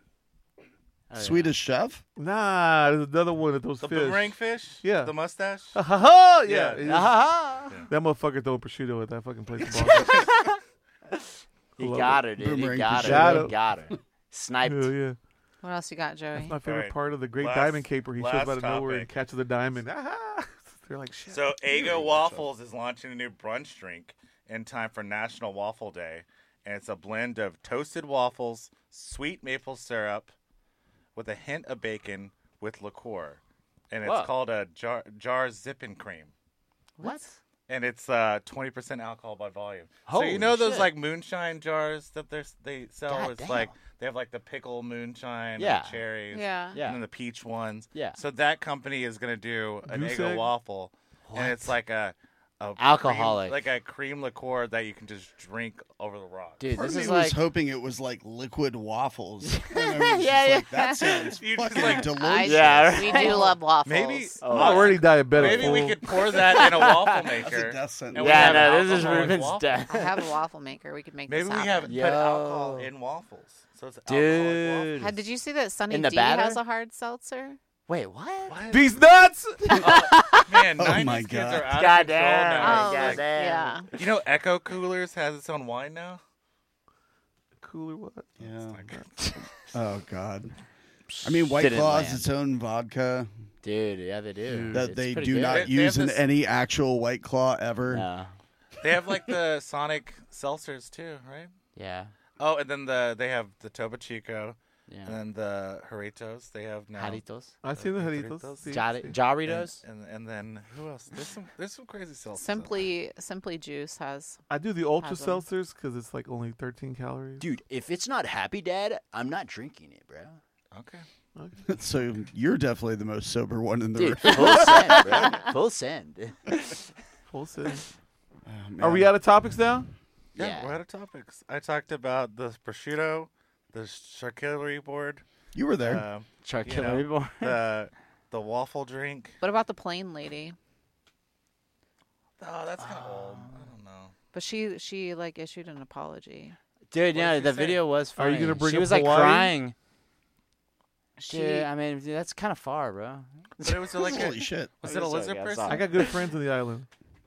[SPEAKER 4] (laughs)
[SPEAKER 5] Swedish Chef.
[SPEAKER 1] Nah, there's another one that throws
[SPEAKER 3] The
[SPEAKER 1] fish.
[SPEAKER 3] boomerang
[SPEAKER 1] (laughs)
[SPEAKER 3] fish.
[SPEAKER 1] Yeah.
[SPEAKER 3] The mustache.
[SPEAKER 1] Ha ha ha!
[SPEAKER 3] Yeah.
[SPEAKER 1] Yeah, it is-
[SPEAKER 4] Ah,
[SPEAKER 1] that motherfucker throwing prosciutto at that
[SPEAKER 4] (laughs)
[SPEAKER 1] fucking place. in Boston.
[SPEAKER 4] he
[SPEAKER 1] Love
[SPEAKER 4] got her, dude.
[SPEAKER 5] Boomerang
[SPEAKER 4] he got
[SPEAKER 1] prosciutto.
[SPEAKER 4] her. He got her. Sniped.
[SPEAKER 1] Hell yeah!
[SPEAKER 2] What else you got, Joey?
[SPEAKER 1] My favorite
[SPEAKER 3] Alright.
[SPEAKER 1] part of the Great
[SPEAKER 3] Last-
[SPEAKER 1] Diamond Caper. He shows
[SPEAKER 3] last
[SPEAKER 1] up out of nowhere and
[SPEAKER 3] topic.
[SPEAKER 1] catches the diamond. (laughs) Ah-ha! They're like shit.
[SPEAKER 3] So Ego Waffles is launching a new brunch drink in time for National Waffle Day, and it's a blend of toasted waffles, sweet maple syrup, with a hint of bacon with liqueur, and it's
[SPEAKER 4] Wow.
[SPEAKER 3] called a jar jar zipping cream,
[SPEAKER 4] What?
[SPEAKER 3] and it's uh twenty percent alcohol by volume. so
[SPEAKER 4] Holy
[SPEAKER 3] you know those
[SPEAKER 4] shit.
[SPEAKER 3] like moonshine jars that they they sell?
[SPEAKER 4] God
[SPEAKER 3] it's
[SPEAKER 4] damn.
[SPEAKER 3] like they have like the pickle moonshine,
[SPEAKER 4] Yeah.
[SPEAKER 3] and the cherries,
[SPEAKER 2] Yeah.
[SPEAKER 4] Yeah.
[SPEAKER 3] and then the peach ones.
[SPEAKER 4] Yeah.
[SPEAKER 3] So that company is gonna do an
[SPEAKER 1] Goose
[SPEAKER 3] Eggo
[SPEAKER 1] egg?
[SPEAKER 3] waffle, and it's like a, a cream-
[SPEAKER 4] Alcoholic.
[SPEAKER 3] like a cream liqueur that you can just drink over the rocks.
[SPEAKER 4] Dude,
[SPEAKER 5] Part
[SPEAKER 4] this
[SPEAKER 5] of me
[SPEAKER 4] is
[SPEAKER 5] was
[SPEAKER 4] like
[SPEAKER 5] hoping it was like liquid
[SPEAKER 4] (laughs)
[SPEAKER 5] waffles. And I
[SPEAKER 4] Yeah,
[SPEAKER 5] was just
[SPEAKER 4] yeah.
[SPEAKER 5] Like, that sounds
[SPEAKER 3] You just,
[SPEAKER 5] fucking
[SPEAKER 3] like,
[SPEAKER 2] I,
[SPEAKER 5] delicious.
[SPEAKER 4] Yeah,
[SPEAKER 2] We
[SPEAKER 4] right.
[SPEAKER 2] do love waffles.
[SPEAKER 3] Maybe
[SPEAKER 4] Oh,
[SPEAKER 1] I'm
[SPEAKER 4] yeah.
[SPEAKER 1] already diabetic.
[SPEAKER 3] (laughs) maybe we
[SPEAKER 1] fool.
[SPEAKER 3] could pour that in a waffle maker.
[SPEAKER 5] (laughs) That's a death sentence.
[SPEAKER 3] And we
[SPEAKER 4] yeah,
[SPEAKER 3] have
[SPEAKER 4] no, this is
[SPEAKER 3] alcohol and
[SPEAKER 4] Ruben's
[SPEAKER 3] waffles.
[SPEAKER 2] I
[SPEAKER 4] death.
[SPEAKER 2] have a waffle maker. We could make
[SPEAKER 3] Maybe
[SPEAKER 2] this
[SPEAKER 3] we have
[SPEAKER 2] happen.
[SPEAKER 3] put alcohol
[SPEAKER 4] Yo.
[SPEAKER 3] in waffles, so it's alcoholic
[SPEAKER 4] Dude, (laughs)
[SPEAKER 5] (laughs)
[SPEAKER 2] How- Did you see that Sunny
[SPEAKER 4] In the
[SPEAKER 2] D
[SPEAKER 4] batter?
[SPEAKER 2] has a hard seltzer?
[SPEAKER 4] (laughs) wait, what?
[SPEAKER 1] (laughs)
[SPEAKER 3] waffles.
[SPEAKER 1] These nuts. (laughs)
[SPEAKER 3] What? Man,
[SPEAKER 5] Oh
[SPEAKER 3] 90s
[SPEAKER 5] my
[SPEAKER 3] kids
[SPEAKER 5] God.
[SPEAKER 3] are out of control
[SPEAKER 4] Goddamn!
[SPEAKER 2] Oh,
[SPEAKER 3] now. It's like-
[SPEAKER 4] goddamn.
[SPEAKER 2] Yeah.
[SPEAKER 3] you know, Echo Coolers has its own wine
[SPEAKER 5] (laughs)
[SPEAKER 3] now.
[SPEAKER 1] Cooler what?
[SPEAKER 5] Yeah. Oh God. I mean, White
[SPEAKER 4] Didn't
[SPEAKER 5] Claw
[SPEAKER 4] land.
[SPEAKER 5] has its own vodka
[SPEAKER 4] Dude, yeah, they do.
[SPEAKER 1] Dude.
[SPEAKER 5] that
[SPEAKER 4] It's
[SPEAKER 5] they
[SPEAKER 4] pretty
[SPEAKER 5] do
[SPEAKER 4] good.
[SPEAKER 5] not
[SPEAKER 3] They- they
[SPEAKER 5] use
[SPEAKER 3] have
[SPEAKER 5] in
[SPEAKER 3] this-
[SPEAKER 5] any actual White Claw ever.
[SPEAKER 4] No.
[SPEAKER 3] They have like the Sonic seltzers too, right?
[SPEAKER 4] Yeah.
[SPEAKER 3] Oh, and then the they have the Toba Chico
[SPEAKER 4] Yeah.
[SPEAKER 3] and then the Jarritos. They have now.
[SPEAKER 4] Jaritos.
[SPEAKER 1] I've seen the
[SPEAKER 3] Uh,
[SPEAKER 1] Jaritos.
[SPEAKER 3] Doritos.
[SPEAKER 1] See, see.
[SPEAKER 3] And,
[SPEAKER 4] Jaritos.
[SPEAKER 3] and and then who else? There's some there's some crazy seltzers.
[SPEAKER 2] Simply, Simply Juice has.
[SPEAKER 1] I do the ultra
[SPEAKER 2] Has 'em.
[SPEAKER 1] seltzers because it's like only
[SPEAKER 4] (laughs)
[SPEAKER 1] 13 calories.
[SPEAKER 4] Dude, if it's not Happy Dad, I'm not drinking it, bro.
[SPEAKER 3] Okay.
[SPEAKER 5] (laughs) so you're definitely the most sober one in the room.
[SPEAKER 4] Dude, full send, bro. Full send. (laughs)
[SPEAKER 1] Full send.
[SPEAKER 5] Oh,
[SPEAKER 1] Are
[SPEAKER 5] man.
[SPEAKER 1] we out of topics now?
[SPEAKER 3] Yeah,
[SPEAKER 4] Yeah.
[SPEAKER 3] we're out of topics. I talked about the prosciutto, the charcuterie board,
[SPEAKER 5] You were
[SPEAKER 1] Uh,
[SPEAKER 5] there.
[SPEAKER 3] um,
[SPEAKER 4] Charcuterie (laughs) board.
[SPEAKER 3] the the waffle drink.
[SPEAKER 2] What about the plain lady?
[SPEAKER 3] Oh, that's kind of old. I don't know.
[SPEAKER 2] But she, she like issued an apology.
[SPEAKER 4] Dude,
[SPEAKER 3] What
[SPEAKER 4] yeah,
[SPEAKER 3] did she
[SPEAKER 4] the
[SPEAKER 3] say?
[SPEAKER 4] video was
[SPEAKER 1] Are
[SPEAKER 4] funny.
[SPEAKER 1] you gonna bring
[SPEAKER 4] She
[SPEAKER 1] up
[SPEAKER 4] was like
[SPEAKER 1] Hawaii?
[SPEAKER 4] crying.
[SPEAKER 2] She,
[SPEAKER 4] Dude, I mean, dude, that's kind of far, bro.
[SPEAKER 3] (laughs) But it was like
[SPEAKER 5] Holy
[SPEAKER 3] a,
[SPEAKER 5] shit.
[SPEAKER 3] was
[SPEAKER 4] I
[SPEAKER 3] it a
[SPEAKER 4] guess so,
[SPEAKER 3] lizard
[SPEAKER 4] yeah,
[SPEAKER 3] person?
[SPEAKER 4] sorry.
[SPEAKER 1] I got good friends on the island.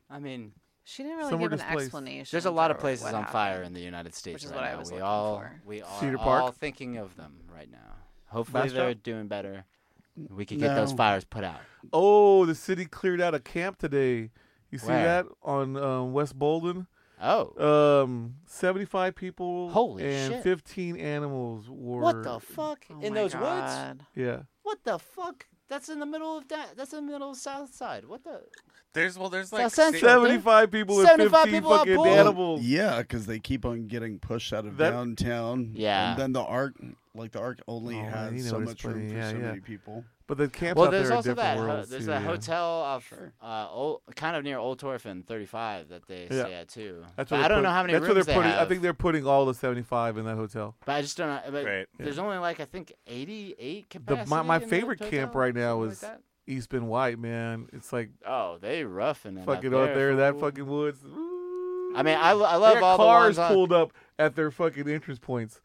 [SPEAKER 4] I mean,
[SPEAKER 2] she didn't really
[SPEAKER 1] somewhere
[SPEAKER 2] give an
[SPEAKER 1] displaced.
[SPEAKER 2] explanation.
[SPEAKER 4] there's a lot of
[SPEAKER 2] for
[SPEAKER 4] places
[SPEAKER 2] what
[SPEAKER 4] on fire in
[SPEAKER 2] happened.
[SPEAKER 4] the United States
[SPEAKER 2] is
[SPEAKER 4] right
[SPEAKER 2] what I
[SPEAKER 4] now.
[SPEAKER 2] was
[SPEAKER 4] we
[SPEAKER 2] looking
[SPEAKER 4] all
[SPEAKER 2] for.
[SPEAKER 4] we are
[SPEAKER 1] Cedar Park?
[SPEAKER 4] all thinking of them right now. Hopefully
[SPEAKER 1] Bastrop?
[SPEAKER 4] they're doing better. We could get those
[SPEAKER 5] No.
[SPEAKER 4] fires put out.
[SPEAKER 1] Oh, the city cleared out a camp today. You see
[SPEAKER 4] Where?
[SPEAKER 1] that on um, West Bolden?
[SPEAKER 4] Oh,
[SPEAKER 1] Um, seventy-five people.
[SPEAKER 4] Holy
[SPEAKER 1] and
[SPEAKER 4] shit.
[SPEAKER 1] fifteen animals were.
[SPEAKER 4] what the fuck
[SPEAKER 2] Oh
[SPEAKER 4] in
[SPEAKER 2] my
[SPEAKER 4] those woods?
[SPEAKER 2] God.
[SPEAKER 1] Yeah.
[SPEAKER 4] What the fuck? That's in the middle of that. That's in the middle of South Side. What the?
[SPEAKER 3] There's well, there's
[SPEAKER 4] South
[SPEAKER 3] like
[SPEAKER 4] Central.
[SPEAKER 3] se-
[SPEAKER 4] Seven-
[SPEAKER 1] Seventy-five people and
[SPEAKER 4] 75
[SPEAKER 1] fifteen
[SPEAKER 4] people are
[SPEAKER 1] fucking
[SPEAKER 4] bored.
[SPEAKER 1] animals.
[SPEAKER 5] Yeah, because they keep on getting pushed out of
[SPEAKER 1] That-
[SPEAKER 5] downtown.
[SPEAKER 4] Yeah.
[SPEAKER 5] And then the arc, like the arc, only
[SPEAKER 1] Oh,
[SPEAKER 5] has
[SPEAKER 1] you know
[SPEAKER 5] so
[SPEAKER 1] it's
[SPEAKER 5] much room
[SPEAKER 1] plenty,
[SPEAKER 5] for
[SPEAKER 1] yeah,
[SPEAKER 5] so
[SPEAKER 1] yeah.
[SPEAKER 5] many people.
[SPEAKER 1] But the camps
[SPEAKER 4] Well,
[SPEAKER 1] out
[SPEAKER 4] there's
[SPEAKER 1] there are
[SPEAKER 4] also that.
[SPEAKER 1] different
[SPEAKER 4] ho-
[SPEAKER 1] worlds,
[SPEAKER 4] there's
[SPEAKER 1] too,
[SPEAKER 4] that
[SPEAKER 1] yeah.
[SPEAKER 4] hotel off,
[SPEAKER 5] Sure.
[SPEAKER 4] uh, old, kind of near Old Torf and 35 that they
[SPEAKER 1] Yeah.
[SPEAKER 4] stay at too.
[SPEAKER 1] That's
[SPEAKER 4] But
[SPEAKER 1] where
[SPEAKER 4] I
[SPEAKER 1] they
[SPEAKER 4] don't
[SPEAKER 1] put-
[SPEAKER 4] know how many
[SPEAKER 1] That's
[SPEAKER 4] rooms
[SPEAKER 1] where they're
[SPEAKER 4] they
[SPEAKER 1] putting.
[SPEAKER 4] have.
[SPEAKER 1] I think they're putting all the seventy-five in that hotel.
[SPEAKER 4] But I just don't know. But
[SPEAKER 3] Right.
[SPEAKER 4] There's only like I think 88
[SPEAKER 1] The-
[SPEAKER 4] capacity.
[SPEAKER 1] my- my
[SPEAKER 4] in the
[SPEAKER 1] favorite camp
[SPEAKER 4] hotel,
[SPEAKER 1] right now
[SPEAKER 4] something
[SPEAKER 1] is-
[SPEAKER 4] like that.
[SPEAKER 1] East Bend White, man. It's like
[SPEAKER 4] oh, they roughing it
[SPEAKER 1] fucking
[SPEAKER 4] up
[SPEAKER 1] out there, in that
[SPEAKER 4] fool.
[SPEAKER 1] fucking woods.
[SPEAKER 4] I mean, I, I
[SPEAKER 1] They
[SPEAKER 4] love
[SPEAKER 1] got
[SPEAKER 4] all
[SPEAKER 1] cars
[SPEAKER 4] the ones on-
[SPEAKER 1] pulled up at their fucking entrance points.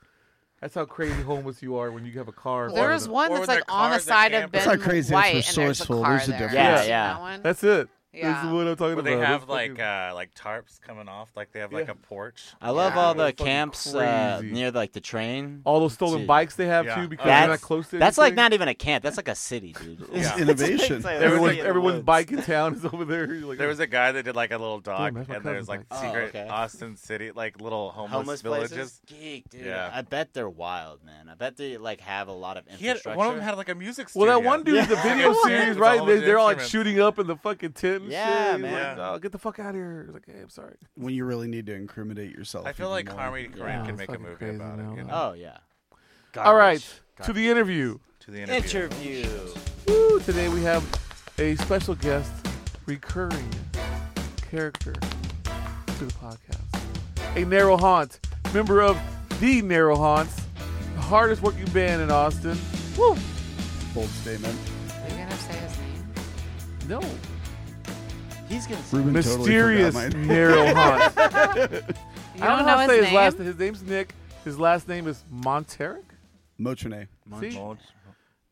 [SPEAKER 1] That's how crazy homeless you are when you have a car.
[SPEAKER 2] There
[SPEAKER 1] pulled
[SPEAKER 2] is
[SPEAKER 1] up.
[SPEAKER 2] one
[SPEAKER 3] Or
[SPEAKER 2] that's
[SPEAKER 3] their
[SPEAKER 2] like on the
[SPEAKER 3] cars that
[SPEAKER 2] side of
[SPEAKER 3] camp-
[SPEAKER 2] Ben
[SPEAKER 5] That's not crazy, that's
[SPEAKER 2] White, and there's a
[SPEAKER 5] resourceful.
[SPEAKER 2] car
[SPEAKER 5] There's a
[SPEAKER 2] there.
[SPEAKER 5] difference.
[SPEAKER 4] Yeah,
[SPEAKER 2] Have you seen
[SPEAKER 4] yeah.
[SPEAKER 2] That one?
[SPEAKER 1] That's it. This
[SPEAKER 2] yeah.
[SPEAKER 1] is what I'm talking
[SPEAKER 3] Well,
[SPEAKER 1] about.
[SPEAKER 3] they
[SPEAKER 1] Those
[SPEAKER 3] have like
[SPEAKER 1] fucking-
[SPEAKER 3] uh, like tarps coming off, like they have like
[SPEAKER 1] Yeah.
[SPEAKER 3] a porch.
[SPEAKER 4] I love
[SPEAKER 2] Yeah.
[SPEAKER 4] all
[SPEAKER 1] They're
[SPEAKER 4] the
[SPEAKER 1] fucking
[SPEAKER 4] camps uh,
[SPEAKER 1] crazy.
[SPEAKER 4] near like the train.
[SPEAKER 1] all those stolen
[SPEAKER 4] Dude.
[SPEAKER 1] bikes they have
[SPEAKER 3] Yeah.
[SPEAKER 1] too because they're
[SPEAKER 4] That's-
[SPEAKER 1] not close to.
[SPEAKER 4] That's like
[SPEAKER 1] anything.
[SPEAKER 4] not even a camp. That's like a city, dude.
[SPEAKER 3] Yeah.
[SPEAKER 4] (laughs) It's-
[SPEAKER 5] Innovation.
[SPEAKER 4] it's like-
[SPEAKER 5] Everyone-
[SPEAKER 4] it's
[SPEAKER 1] Everyone,
[SPEAKER 4] like in the
[SPEAKER 1] everyone's
[SPEAKER 4] woods.
[SPEAKER 1] bike in town is over there. You're like,
[SPEAKER 3] There was a guy that did like a little dog,
[SPEAKER 1] that's my
[SPEAKER 3] and there's
[SPEAKER 1] cousin's
[SPEAKER 3] like
[SPEAKER 1] bike.
[SPEAKER 4] Oh,
[SPEAKER 3] secret
[SPEAKER 4] okay.
[SPEAKER 3] Austin City, like little homeless,
[SPEAKER 4] Homeless
[SPEAKER 3] villages.
[SPEAKER 4] places. Geek, dude.
[SPEAKER 3] Yeah.
[SPEAKER 4] I bet they're wild, man. I bet they like have a lot of
[SPEAKER 3] He had,
[SPEAKER 4] infrastructure.
[SPEAKER 3] one of them had like a music studio.
[SPEAKER 1] well, that one dude,
[SPEAKER 3] (laughs)
[SPEAKER 1] the video
[SPEAKER 3] Yeah.
[SPEAKER 1] series,
[SPEAKER 3] With
[SPEAKER 1] right?
[SPEAKER 3] all
[SPEAKER 1] They,
[SPEAKER 3] the
[SPEAKER 1] they're all like
[SPEAKER 3] instruments.
[SPEAKER 1] shooting up in the fucking tent. And
[SPEAKER 4] Yeah,
[SPEAKER 1] shit. He's
[SPEAKER 4] man.
[SPEAKER 1] Like, oh, get the fuck out of here. He's like, hey, I'm sorry.
[SPEAKER 5] When you really need to incriminate yourself.
[SPEAKER 3] I feel like Carmi Corinne
[SPEAKER 4] Yeah,
[SPEAKER 3] can
[SPEAKER 1] it's
[SPEAKER 3] make a
[SPEAKER 1] fucking
[SPEAKER 3] movie
[SPEAKER 1] crazy
[SPEAKER 3] about
[SPEAKER 1] now.
[SPEAKER 3] it. You know?
[SPEAKER 4] Oh yeah.
[SPEAKER 1] all right, to the interview.
[SPEAKER 3] To the interview.
[SPEAKER 4] Interview.
[SPEAKER 1] Woo, today we have a special guest, recurring character to the podcast. A narrow haunt, member of the Narrow Haunts, the hardest working band in Austin. Woo!
[SPEAKER 5] Bold statement.
[SPEAKER 2] Are you gonna say his name?
[SPEAKER 1] No.
[SPEAKER 4] He's gonna. (laughs) say-
[SPEAKER 5] Ruben
[SPEAKER 1] Mysterious
[SPEAKER 5] Totally forgot mine. (laughs)
[SPEAKER 1] Narrow Haunt.
[SPEAKER 2] You
[SPEAKER 1] I don't know,
[SPEAKER 2] know,
[SPEAKER 1] how
[SPEAKER 2] his
[SPEAKER 1] to say his
[SPEAKER 2] name?
[SPEAKER 1] last His name's Nick. His last name is Monteric.
[SPEAKER 5] Motrine.
[SPEAKER 1] See?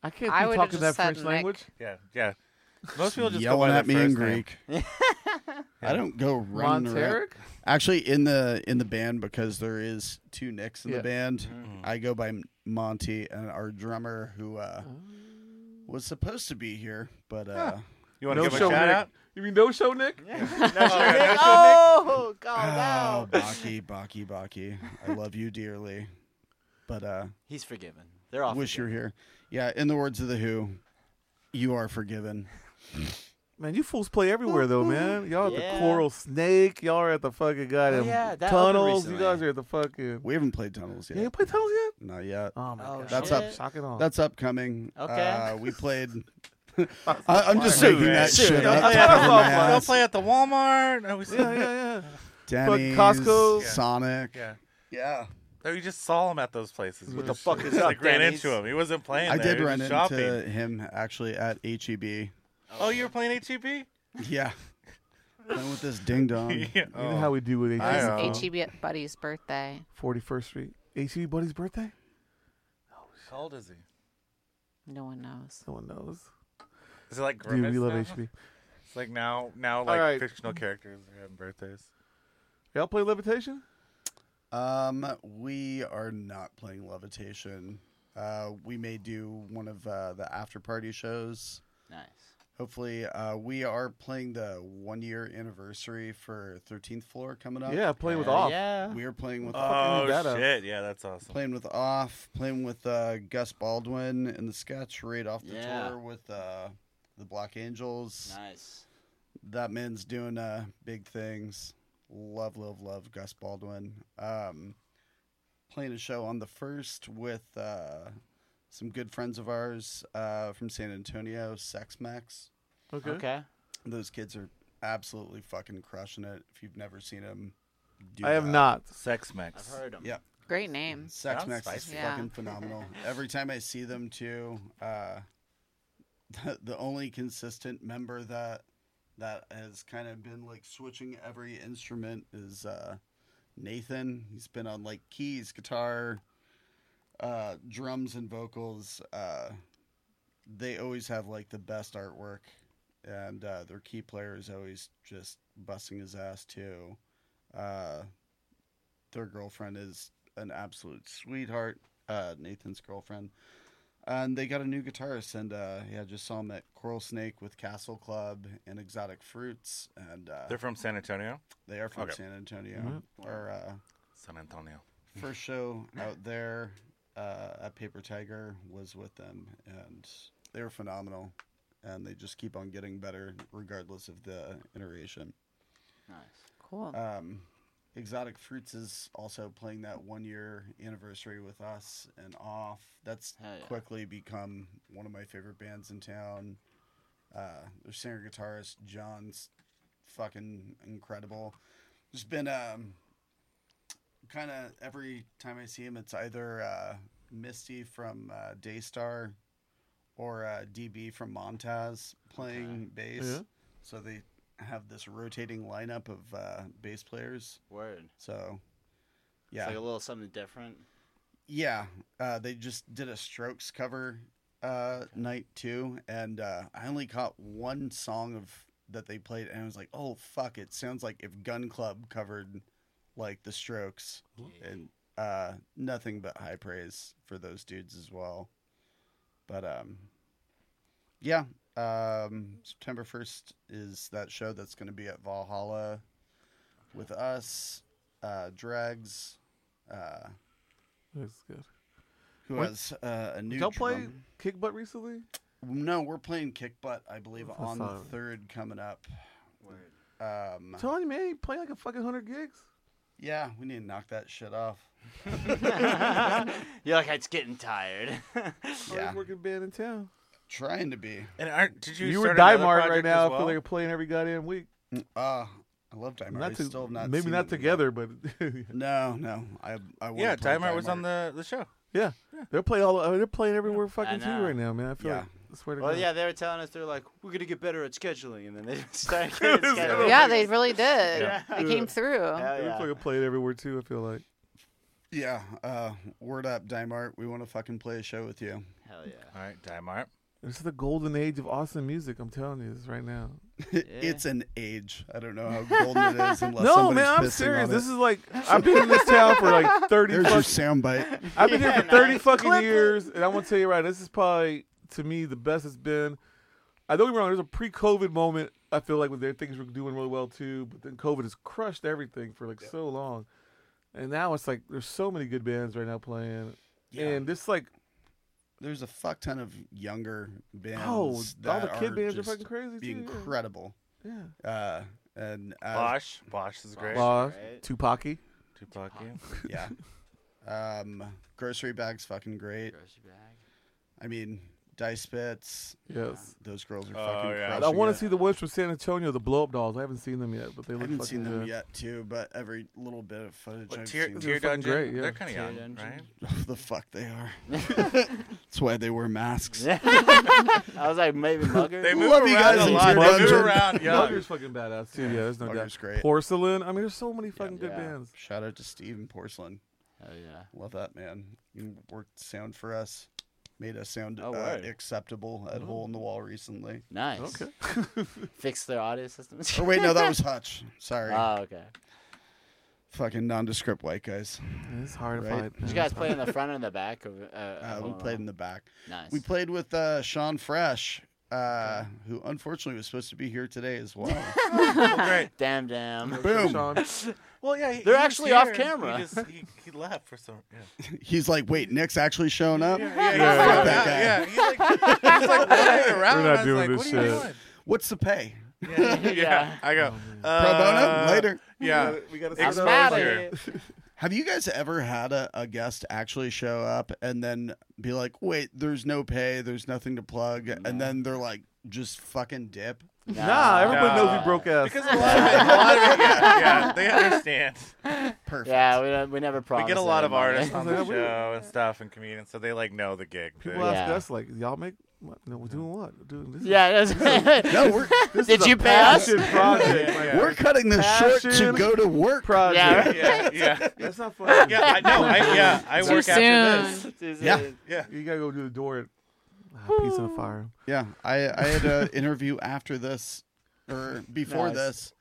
[SPEAKER 1] I can't
[SPEAKER 2] I
[SPEAKER 1] be
[SPEAKER 2] would've
[SPEAKER 1] talking that
[SPEAKER 2] just said
[SPEAKER 1] French
[SPEAKER 2] Nick.
[SPEAKER 1] language.
[SPEAKER 3] Yeah, yeah. Most people just go
[SPEAKER 5] yelling
[SPEAKER 3] by
[SPEAKER 5] at
[SPEAKER 3] their
[SPEAKER 5] me in
[SPEAKER 3] first name. (laughs)
[SPEAKER 5] Greek. I don't go running around.
[SPEAKER 1] Monteric?
[SPEAKER 5] Actually, in the in the band because there is two Nicks in
[SPEAKER 1] Yeah.
[SPEAKER 5] the band.
[SPEAKER 3] Mm-hmm.
[SPEAKER 5] I go by Monty and our drummer who uh,
[SPEAKER 3] Oh.
[SPEAKER 5] was supposed to be here, but uh,
[SPEAKER 3] You want to give a
[SPEAKER 1] show
[SPEAKER 3] shout
[SPEAKER 1] Nick.
[SPEAKER 3] out?
[SPEAKER 1] You mean no show Nick?
[SPEAKER 4] oh, calm
[SPEAKER 5] oh,
[SPEAKER 4] down.
[SPEAKER 5] Baki, Baki, Baki, I love you dearly, but uh,
[SPEAKER 4] He's forgiven. They're all.
[SPEAKER 5] wish you were
[SPEAKER 4] forgiven.
[SPEAKER 5] here. Yeah, in the words of the Who, you are forgiven.
[SPEAKER 1] Man, you fools play everywhere though, man. Y'all at the
[SPEAKER 4] Yeah.
[SPEAKER 1] Coral Snake. Y'all are at the fucking goddamn
[SPEAKER 4] Oh, yeah, that opened
[SPEAKER 1] tunnels. You
[SPEAKER 4] recently.
[SPEAKER 1] guys are at the fucking.
[SPEAKER 5] We haven't played tunnels
[SPEAKER 1] You
[SPEAKER 5] yet.
[SPEAKER 1] ain't played tunnels yet?
[SPEAKER 5] Not yet.
[SPEAKER 1] Oh my
[SPEAKER 4] Oh,
[SPEAKER 1] god,
[SPEAKER 5] That's up.
[SPEAKER 4] shit.
[SPEAKER 1] Shock it on.
[SPEAKER 5] That's upcoming.
[SPEAKER 4] Okay.
[SPEAKER 5] Uh, we
[SPEAKER 3] (laughs)
[SPEAKER 5] played. I, I'm just
[SPEAKER 3] Soon,
[SPEAKER 5] making that
[SPEAKER 4] soon.
[SPEAKER 5] shit
[SPEAKER 4] Don't
[SPEAKER 5] up.
[SPEAKER 4] play
[SPEAKER 5] top of my
[SPEAKER 3] Go
[SPEAKER 5] ass.
[SPEAKER 3] play at the Walmart. No, we
[SPEAKER 1] yeah, yeah, yeah.
[SPEAKER 5] Denny's,
[SPEAKER 1] Costco.
[SPEAKER 3] Yeah.
[SPEAKER 5] Sonic.
[SPEAKER 3] yeah.
[SPEAKER 5] Yeah.
[SPEAKER 3] No, you just saw him at those places. What
[SPEAKER 1] the
[SPEAKER 4] fuck is
[SPEAKER 3] just,
[SPEAKER 4] up,
[SPEAKER 3] like, ran
[SPEAKER 4] Denny's?
[SPEAKER 3] into him. He wasn't playing.
[SPEAKER 5] I
[SPEAKER 3] there.
[SPEAKER 5] did
[SPEAKER 3] He was
[SPEAKER 5] run
[SPEAKER 3] just
[SPEAKER 5] into
[SPEAKER 3] shopping.
[SPEAKER 5] him actually at
[SPEAKER 3] (laughs)
[SPEAKER 5] HEB.
[SPEAKER 3] Oh, you were playing HEB?
[SPEAKER 5] Yeah. Playing with this ding
[SPEAKER 3] (laughs)
[SPEAKER 5] dong.
[SPEAKER 3] Yeah.
[SPEAKER 1] You know how we do with
[SPEAKER 3] Oh. I uh, know.
[SPEAKER 1] HEB.
[SPEAKER 2] It's H.E.B. Buddy's birthday.
[SPEAKER 1] 41st Street. HEB Buddy's birthday?
[SPEAKER 3] How old is he?
[SPEAKER 2] No one knows.
[SPEAKER 1] No one knows.
[SPEAKER 3] Is it like
[SPEAKER 1] Dude,
[SPEAKER 3] Grimace?
[SPEAKER 1] we love E
[SPEAKER 3] now?
[SPEAKER 1] HEB.
[SPEAKER 3] It's like now, now like
[SPEAKER 1] right.
[SPEAKER 3] fictional characters are having birthdays.
[SPEAKER 1] Y'all play Levitation?
[SPEAKER 5] Um, we are not playing Levitation. Uh, we may do one of uh, the after party shows.
[SPEAKER 4] Nice.
[SPEAKER 5] Hopefully, uh, we are playing the one year anniversary for 13th Floor coming up.
[SPEAKER 1] Yeah, playing with
[SPEAKER 4] Hell
[SPEAKER 1] off.
[SPEAKER 4] Yeah.
[SPEAKER 5] We are playing with
[SPEAKER 1] fucking need that
[SPEAKER 3] Oh
[SPEAKER 1] up.
[SPEAKER 3] shit! Yeah, that's awesome.
[SPEAKER 5] playing with off, playing with uh, Gus Baldwin in the sketch right off the
[SPEAKER 4] Yeah.
[SPEAKER 5] tour with uh, the Black Angels.
[SPEAKER 4] Nice.
[SPEAKER 5] That man's doing uh, big things. Love, love, love Gus Baldwin. Um, playing a show on the first with uh, some good friends of ours uh, from San Antonio, Sex Max.
[SPEAKER 1] Okay.
[SPEAKER 4] Okay.
[SPEAKER 5] Those kids are absolutely fucking crushing it. If you've never seen them, do
[SPEAKER 1] I have
[SPEAKER 5] that.
[SPEAKER 1] not.
[SPEAKER 3] Sex
[SPEAKER 4] I've
[SPEAKER 3] Mex.
[SPEAKER 4] heard him.
[SPEAKER 5] Yeah.
[SPEAKER 2] Great name.
[SPEAKER 5] Sex
[SPEAKER 3] Sounds
[SPEAKER 5] Max is
[SPEAKER 3] spicy.
[SPEAKER 2] Yeah.
[SPEAKER 5] fucking phenomenal. Every time I see them too, uh, (laughs) the, the only consistent member that that has kind of been like switching every instrument is uh, Nathan. He's been on like keys, guitar, uh, drums and vocals, uh, they always have like the best artwork, and uh, their key player is always just busting his ass too. Uh, their girlfriend is an absolute sweetheart, uh, Nathan's girlfriend. And they got a new guitarist, and uh, yeah, just saw him at Coral Snake with Castle Club and Exotic Fruits, and uh,
[SPEAKER 3] They're from San Antonio.
[SPEAKER 5] they are from
[SPEAKER 3] Okay. Mm-hmm.
[SPEAKER 5] San Antonio.
[SPEAKER 1] Mhm.
[SPEAKER 5] Our uh,
[SPEAKER 3] San Antonio.
[SPEAKER 5] first show out there uh, at Paper Tiger was with them, and they were phenomenal. And they just keep on getting better, regardless of the iteration.
[SPEAKER 4] Nice.
[SPEAKER 2] Cool.
[SPEAKER 5] Um, Exotic Fruits is also playing that one year anniversary with us and off. That's
[SPEAKER 4] Hell yeah.
[SPEAKER 5] quickly become one of my favorite bands in town. Uh, their singer guitarist John's fucking incredible. There's been um, kind of every time I see him, it's either uh, Misty from uh, Daystar or uh, DB from Montaz playing bass.
[SPEAKER 1] Yeah.
[SPEAKER 5] So they have this rotating lineup of uh, bass players.
[SPEAKER 4] Word.
[SPEAKER 5] So, yeah,
[SPEAKER 4] It's like a little something different. (laughs)
[SPEAKER 5] yeah, uh, they just did a Strokes cover uh, night too, and uh, I only caught one song of that they played, and I was like, "Oh fuck!" It sounds like if Gun Club covered like the Strokes, and uh, nothing but high praise for those dudes as well. But um, yeah, um, September first is that show that's going to be at Valhalla with us, uh, Dregs. Uh,
[SPEAKER 1] That's good.
[SPEAKER 5] who
[SPEAKER 1] What-
[SPEAKER 5] has uh, a new
[SPEAKER 1] Did y'all play
[SPEAKER 5] drum-
[SPEAKER 1] kick butt recently?
[SPEAKER 5] No, we're playing kick butt, I believe,
[SPEAKER 1] That's
[SPEAKER 5] on the
[SPEAKER 1] not-
[SPEAKER 5] third coming up.
[SPEAKER 4] Word.
[SPEAKER 5] Um,
[SPEAKER 1] Telling you, man, you play like a fucking hundred gigs.
[SPEAKER 5] yeah, we need to knock that shit off.
[SPEAKER 4] You're like, it's getting tired. (laughs)
[SPEAKER 5] Yeah.
[SPEAKER 1] Hardest Oh, working band in town.
[SPEAKER 5] Trying to be.
[SPEAKER 3] And aren't, did you?
[SPEAKER 1] You, were
[SPEAKER 3] start
[SPEAKER 1] die
[SPEAKER 3] another
[SPEAKER 1] mart right
[SPEAKER 3] project
[SPEAKER 1] now.
[SPEAKER 3] as
[SPEAKER 1] I feel
[SPEAKER 3] well?
[SPEAKER 1] like you're playing every goddamn week.
[SPEAKER 5] Uh, I love Dimart.
[SPEAKER 1] Not
[SPEAKER 5] I
[SPEAKER 1] to,
[SPEAKER 5] still have not
[SPEAKER 1] maybe
[SPEAKER 5] seen
[SPEAKER 1] not
[SPEAKER 5] them.
[SPEAKER 1] together, but (laughs)
[SPEAKER 5] No, no. I, I wanna
[SPEAKER 3] yeah,
[SPEAKER 5] play
[SPEAKER 3] Dimart was on
[SPEAKER 5] Dimart.
[SPEAKER 3] the the show.
[SPEAKER 1] yeah, they're playing all. They're playing everywhere fucking
[SPEAKER 4] I
[SPEAKER 1] too
[SPEAKER 4] know.
[SPEAKER 1] right now, man. I feel
[SPEAKER 5] Yeah.
[SPEAKER 1] like I swear to
[SPEAKER 4] well,
[SPEAKER 1] God.
[SPEAKER 4] yeah, they were telling us they're like, we're gonna get better at scheduling, and then they (laughs) just started getting scheduling.
[SPEAKER 2] yeah, they really did. (laughs)
[SPEAKER 4] Yeah.
[SPEAKER 2] They came through.
[SPEAKER 4] Hell
[SPEAKER 1] They're
[SPEAKER 4] yeah.
[SPEAKER 1] fucking playing everywhere too. I feel like
[SPEAKER 5] Yeah. Uh, word up, Dimart. We want to fucking play a show with you. (laughs)
[SPEAKER 4] Hell yeah.
[SPEAKER 3] All right, Dimart.
[SPEAKER 1] this is the golden age of awesome music. I'm telling you this right now.
[SPEAKER 5] It's an age. I don't know how golden it
[SPEAKER 1] (laughs)
[SPEAKER 5] is unless
[SPEAKER 1] no,
[SPEAKER 5] somebody's
[SPEAKER 1] man, I'm
[SPEAKER 5] pissing
[SPEAKER 1] serious.
[SPEAKER 5] on
[SPEAKER 1] This
[SPEAKER 5] it.
[SPEAKER 1] is like I've been in this town for
[SPEAKER 5] (laughs)
[SPEAKER 1] like 30.
[SPEAKER 5] There's your
[SPEAKER 1] fucking-
[SPEAKER 5] soundbite.
[SPEAKER 1] I've been
[SPEAKER 5] (laughs)
[SPEAKER 1] here for
[SPEAKER 4] Yeah,
[SPEAKER 1] 30
[SPEAKER 4] nice.
[SPEAKER 1] fucking
[SPEAKER 4] Clip it.
[SPEAKER 1] years, and I'm gonna tell you right, this is probably to me the best it's been. I don't get me wrong. There's a pre-COVID moment. I feel like with their things were doing really well too, but then COVID has crushed everything for like so long, and now it's like there's so many good bands right now playing, (laughs) and this like
[SPEAKER 5] there's a fuck ton of younger bands.
[SPEAKER 1] oh, all
[SPEAKER 5] that
[SPEAKER 1] the kid
[SPEAKER 5] are
[SPEAKER 1] bands are
[SPEAKER 5] just
[SPEAKER 1] fucking crazy too. yeah.
[SPEAKER 5] incredible.
[SPEAKER 1] Yeah,
[SPEAKER 5] Uh, and uh,
[SPEAKER 3] Bosch. Bosch is great.
[SPEAKER 1] Boss,
[SPEAKER 4] Right.
[SPEAKER 1] Tupac,
[SPEAKER 3] Tupac. yeah.
[SPEAKER 5] yeah, um, grocery bags fucking great.
[SPEAKER 4] Grocery bag.
[SPEAKER 5] I mean, Dice Spits,
[SPEAKER 1] yes.
[SPEAKER 5] those girls are
[SPEAKER 3] Oh,
[SPEAKER 5] fucking.
[SPEAKER 3] yeah.
[SPEAKER 5] crushing
[SPEAKER 1] I want
[SPEAKER 5] it.
[SPEAKER 1] to see the ones from San Antonio, the blow up dolls. I haven't seen them yet, but they
[SPEAKER 5] I
[SPEAKER 1] look
[SPEAKER 5] haven't
[SPEAKER 1] fucking
[SPEAKER 5] seen them
[SPEAKER 1] good.
[SPEAKER 5] yet too, but every little bit of footage
[SPEAKER 3] What,
[SPEAKER 5] I've
[SPEAKER 3] tear,
[SPEAKER 5] seen,
[SPEAKER 1] Tear
[SPEAKER 3] tear
[SPEAKER 1] fucking
[SPEAKER 3] dungeon.
[SPEAKER 1] great, yeah.
[SPEAKER 3] They're kind
[SPEAKER 4] Tear
[SPEAKER 3] of young,
[SPEAKER 4] Dungeon.
[SPEAKER 3] right?
[SPEAKER 5] the fuck
[SPEAKER 1] (laughs)
[SPEAKER 5] they are. That's why they wear masks.
[SPEAKER 4] I was like,
[SPEAKER 3] (laughs)
[SPEAKER 4] maybe mugger.
[SPEAKER 3] They move
[SPEAKER 5] Love you
[SPEAKER 3] around
[SPEAKER 5] guys
[SPEAKER 3] a
[SPEAKER 5] in
[SPEAKER 3] lot. They move
[SPEAKER 5] Dungeon.
[SPEAKER 3] around young.
[SPEAKER 1] (laughs) Mugger's fucking badass too. Yeah, there's no
[SPEAKER 5] Mugger's
[SPEAKER 1] doubt.
[SPEAKER 5] great.
[SPEAKER 1] Porcelain. I mean, there's so many fucking good
[SPEAKER 4] Yeah.
[SPEAKER 1] bands.
[SPEAKER 5] Shout out to Steve and Porcelain.
[SPEAKER 4] Hell yeah.
[SPEAKER 5] Love that man. You worked sound for us, made us sound
[SPEAKER 4] Oh,
[SPEAKER 5] uh,
[SPEAKER 4] word.
[SPEAKER 5] acceptable
[SPEAKER 1] Mm-hmm.
[SPEAKER 5] at Hole in the Wall recently.
[SPEAKER 4] Nice.
[SPEAKER 1] Okay.
[SPEAKER 4] Fix their audio systems.
[SPEAKER 5] Or Oh, wait, no, that
[SPEAKER 4] (laughs)
[SPEAKER 5] was Hutch. Sorry.
[SPEAKER 3] Uh,
[SPEAKER 4] oh, okay.
[SPEAKER 5] Fucking nondescript white guys.
[SPEAKER 1] (laughs) It's hard to
[SPEAKER 5] Right?
[SPEAKER 1] find.
[SPEAKER 4] Did you guys play in the front and the back? Of, uh,
[SPEAKER 5] Uh, we played in the back.
[SPEAKER 4] Nice.
[SPEAKER 5] We played with uh, Sean Fresh, uh, who unfortunately was supposed to be here today as well.
[SPEAKER 3] (laughs)
[SPEAKER 5] (laughs)
[SPEAKER 3] Great.
[SPEAKER 4] Damn, damn.
[SPEAKER 5] Boom.
[SPEAKER 1] Sean.
[SPEAKER 4] (laughs)
[SPEAKER 3] Well, yeah, he,
[SPEAKER 4] They're
[SPEAKER 3] he was
[SPEAKER 4] actually off
[SPEAKER 3] here.
[SPEAKER 4] camera.
[SPEAKER 3] He, just, he, he left for some. Yeah,
[SPEAKER 5] He's like, wait, Nick's actually showing up?
[SPEAKER 3] yeah, yeah.
[SPEAKER 5] Fuck that guy.
[SPEAKER 3] yeah, yeah. He's like,
[SPEAKER 5] (laughs)
[SPEAKER 3] he's like running around.
[SPEAKER 1] We're not
[SPEAKER 3] I was
[SPEAKER 1] doing
[SPEAKER 3] like,
[SPEAKER 1] this
[SPEAKER 3] what Are you
[SPEAKER 1] shit.
[SPEAKER 5] What's the pay?
[SPEAKER 2] (laughs)
[SPEAKER 3] doing? (laughs) Yeah,
[SPEAKER 4] Yeah.
[SPEAKER 3] I go
[SPEAKER 1] Oh,
[SPEAKER 3] uh,
[SPEAKER 5] Oh, Pro bono? Later.
[SPEAKER 3] (laughs) Yeah,
[SPEAKER 1] We got
[SPEAKER 3] Ex-
[SPEAKER 1] to.
[SPEAKER 3] Exposure.
[SPEAKER 4] Exposure.
[SPEAKER 5] Have you guys ever had a, a guest actually show up and then be like, wait, there's no pay, there's nothing to plug, and then they're like, just fucking dip?
[SPEAKER 1] Nah, everybody knows
[SPEAKER 3] Nah.
[SPEAKER 1] he broke ass.
[SPEAKER 3] Because a lot of it, a lot of it yeah, yeah, they understand.
[SPEAKER 5] Perfect.
[SPEAKER 4] Yeah, we don't, we never
[SPEAKER 3] We
[SPEAKER 4] promised.
[SPEAKER 3] get a lot of
[SPEAKER 4] anybody.
[SPEAKER 3] artists on the
[SPEAKER 1] Yeah, we-
[SPEAKER 3] show and stuff and comedians, so they like know the
[SPEAKER 5] (laughs)
[SPEAKER 3] gig.
[SPEAKER 1] (laughs) People
[SPEAKER 4] Yeah.
[SPEAKER 1] ask us like, y'all make what? No, we're doing what? We're doing this.
[SPEAKER 4] (laughs)
[SPEAKER 1] is-
[SPEAKER 4] Yeah. that's- (laughs)
[SPEAKER 5] No, we're
[SPEAKER 1] this
[SPEAKER 4] Did
[SPEAKER 1] is a
[SPEAKER 4] you pay us?
[SPEAKER 1] passion project.
[SPEAKER 3] Yeah,
[SPEAKER 1] my
[SPEAKER 3] yeah.
[SPEAKER 1] friend.
[SPEAKER 5] we're cutting this short to
[SPEAKER 1] Passion.
[SPEAKER 5] go to work.
[SPEAKER 1] project.
[SPEAKER 4] Yeah.
[SPEAKER 3] yeah, yeah,
[SPEAKER 1] That's not funny.
[SPEAKER 3] yeah. I know. I, yeah, I
[SPEAKER 2] Too
[SPEAKER 3] work after this.
[SPEAKER 2] soon.
[SPEAKER 5] Yeah.
[SPEAKER 3] Yeah.
[SPEAKER 1] You gotta go do the door. At, ah, piece of fire.
[SPEAKER 5] Yeah, I I had an
[SPEAKER 3] (laughs)
[SPEAKER 5] interview after this or before
[SPEAKER 4] Nice.
[SPEAKER 5] this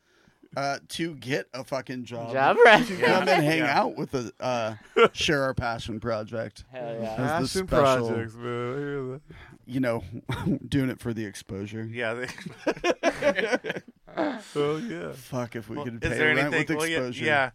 [SPEAKER 5] uh, to get a fucking job.
[SPEAKER 4] Job right. (laughs)
[SPEAKER 5] To
[SPEAKER 3] Yeah. (laughs)
[SPEAKER 5] come and hang
[SPEAKER 3] Yeah.
[SPEAKER 5] out with the uh, share our passion project.
[SPEAKER 4] Hell yeah.
[SPEAKER 5] That's the
[SPEAKER 1] Passion
[SPEAKER 5] special-
[SPEAKER 1] projects, man. I hear that.
[SPEAKER 5] You know, (laughs) doing it for the exposure.
[SPEAKER 3] Yeah. They, (laughs)
[SPEAKER 1] Oh yeah.
[SPEAKER 5] Fuck if we
[SPEAKER 3] well,
[SPEAKER 5] could
[SPEAKER 3] is
[SPEAKER 5] pay
[SPEAKER 3] there
[SPEAKER 5] rent
[SPEAKER 3] anything?
[SPEAKER 5] with
[SPEAKER 3] well, yeah,
[SPEAKER 5] exposure.
[SPEAKER 3] yeah.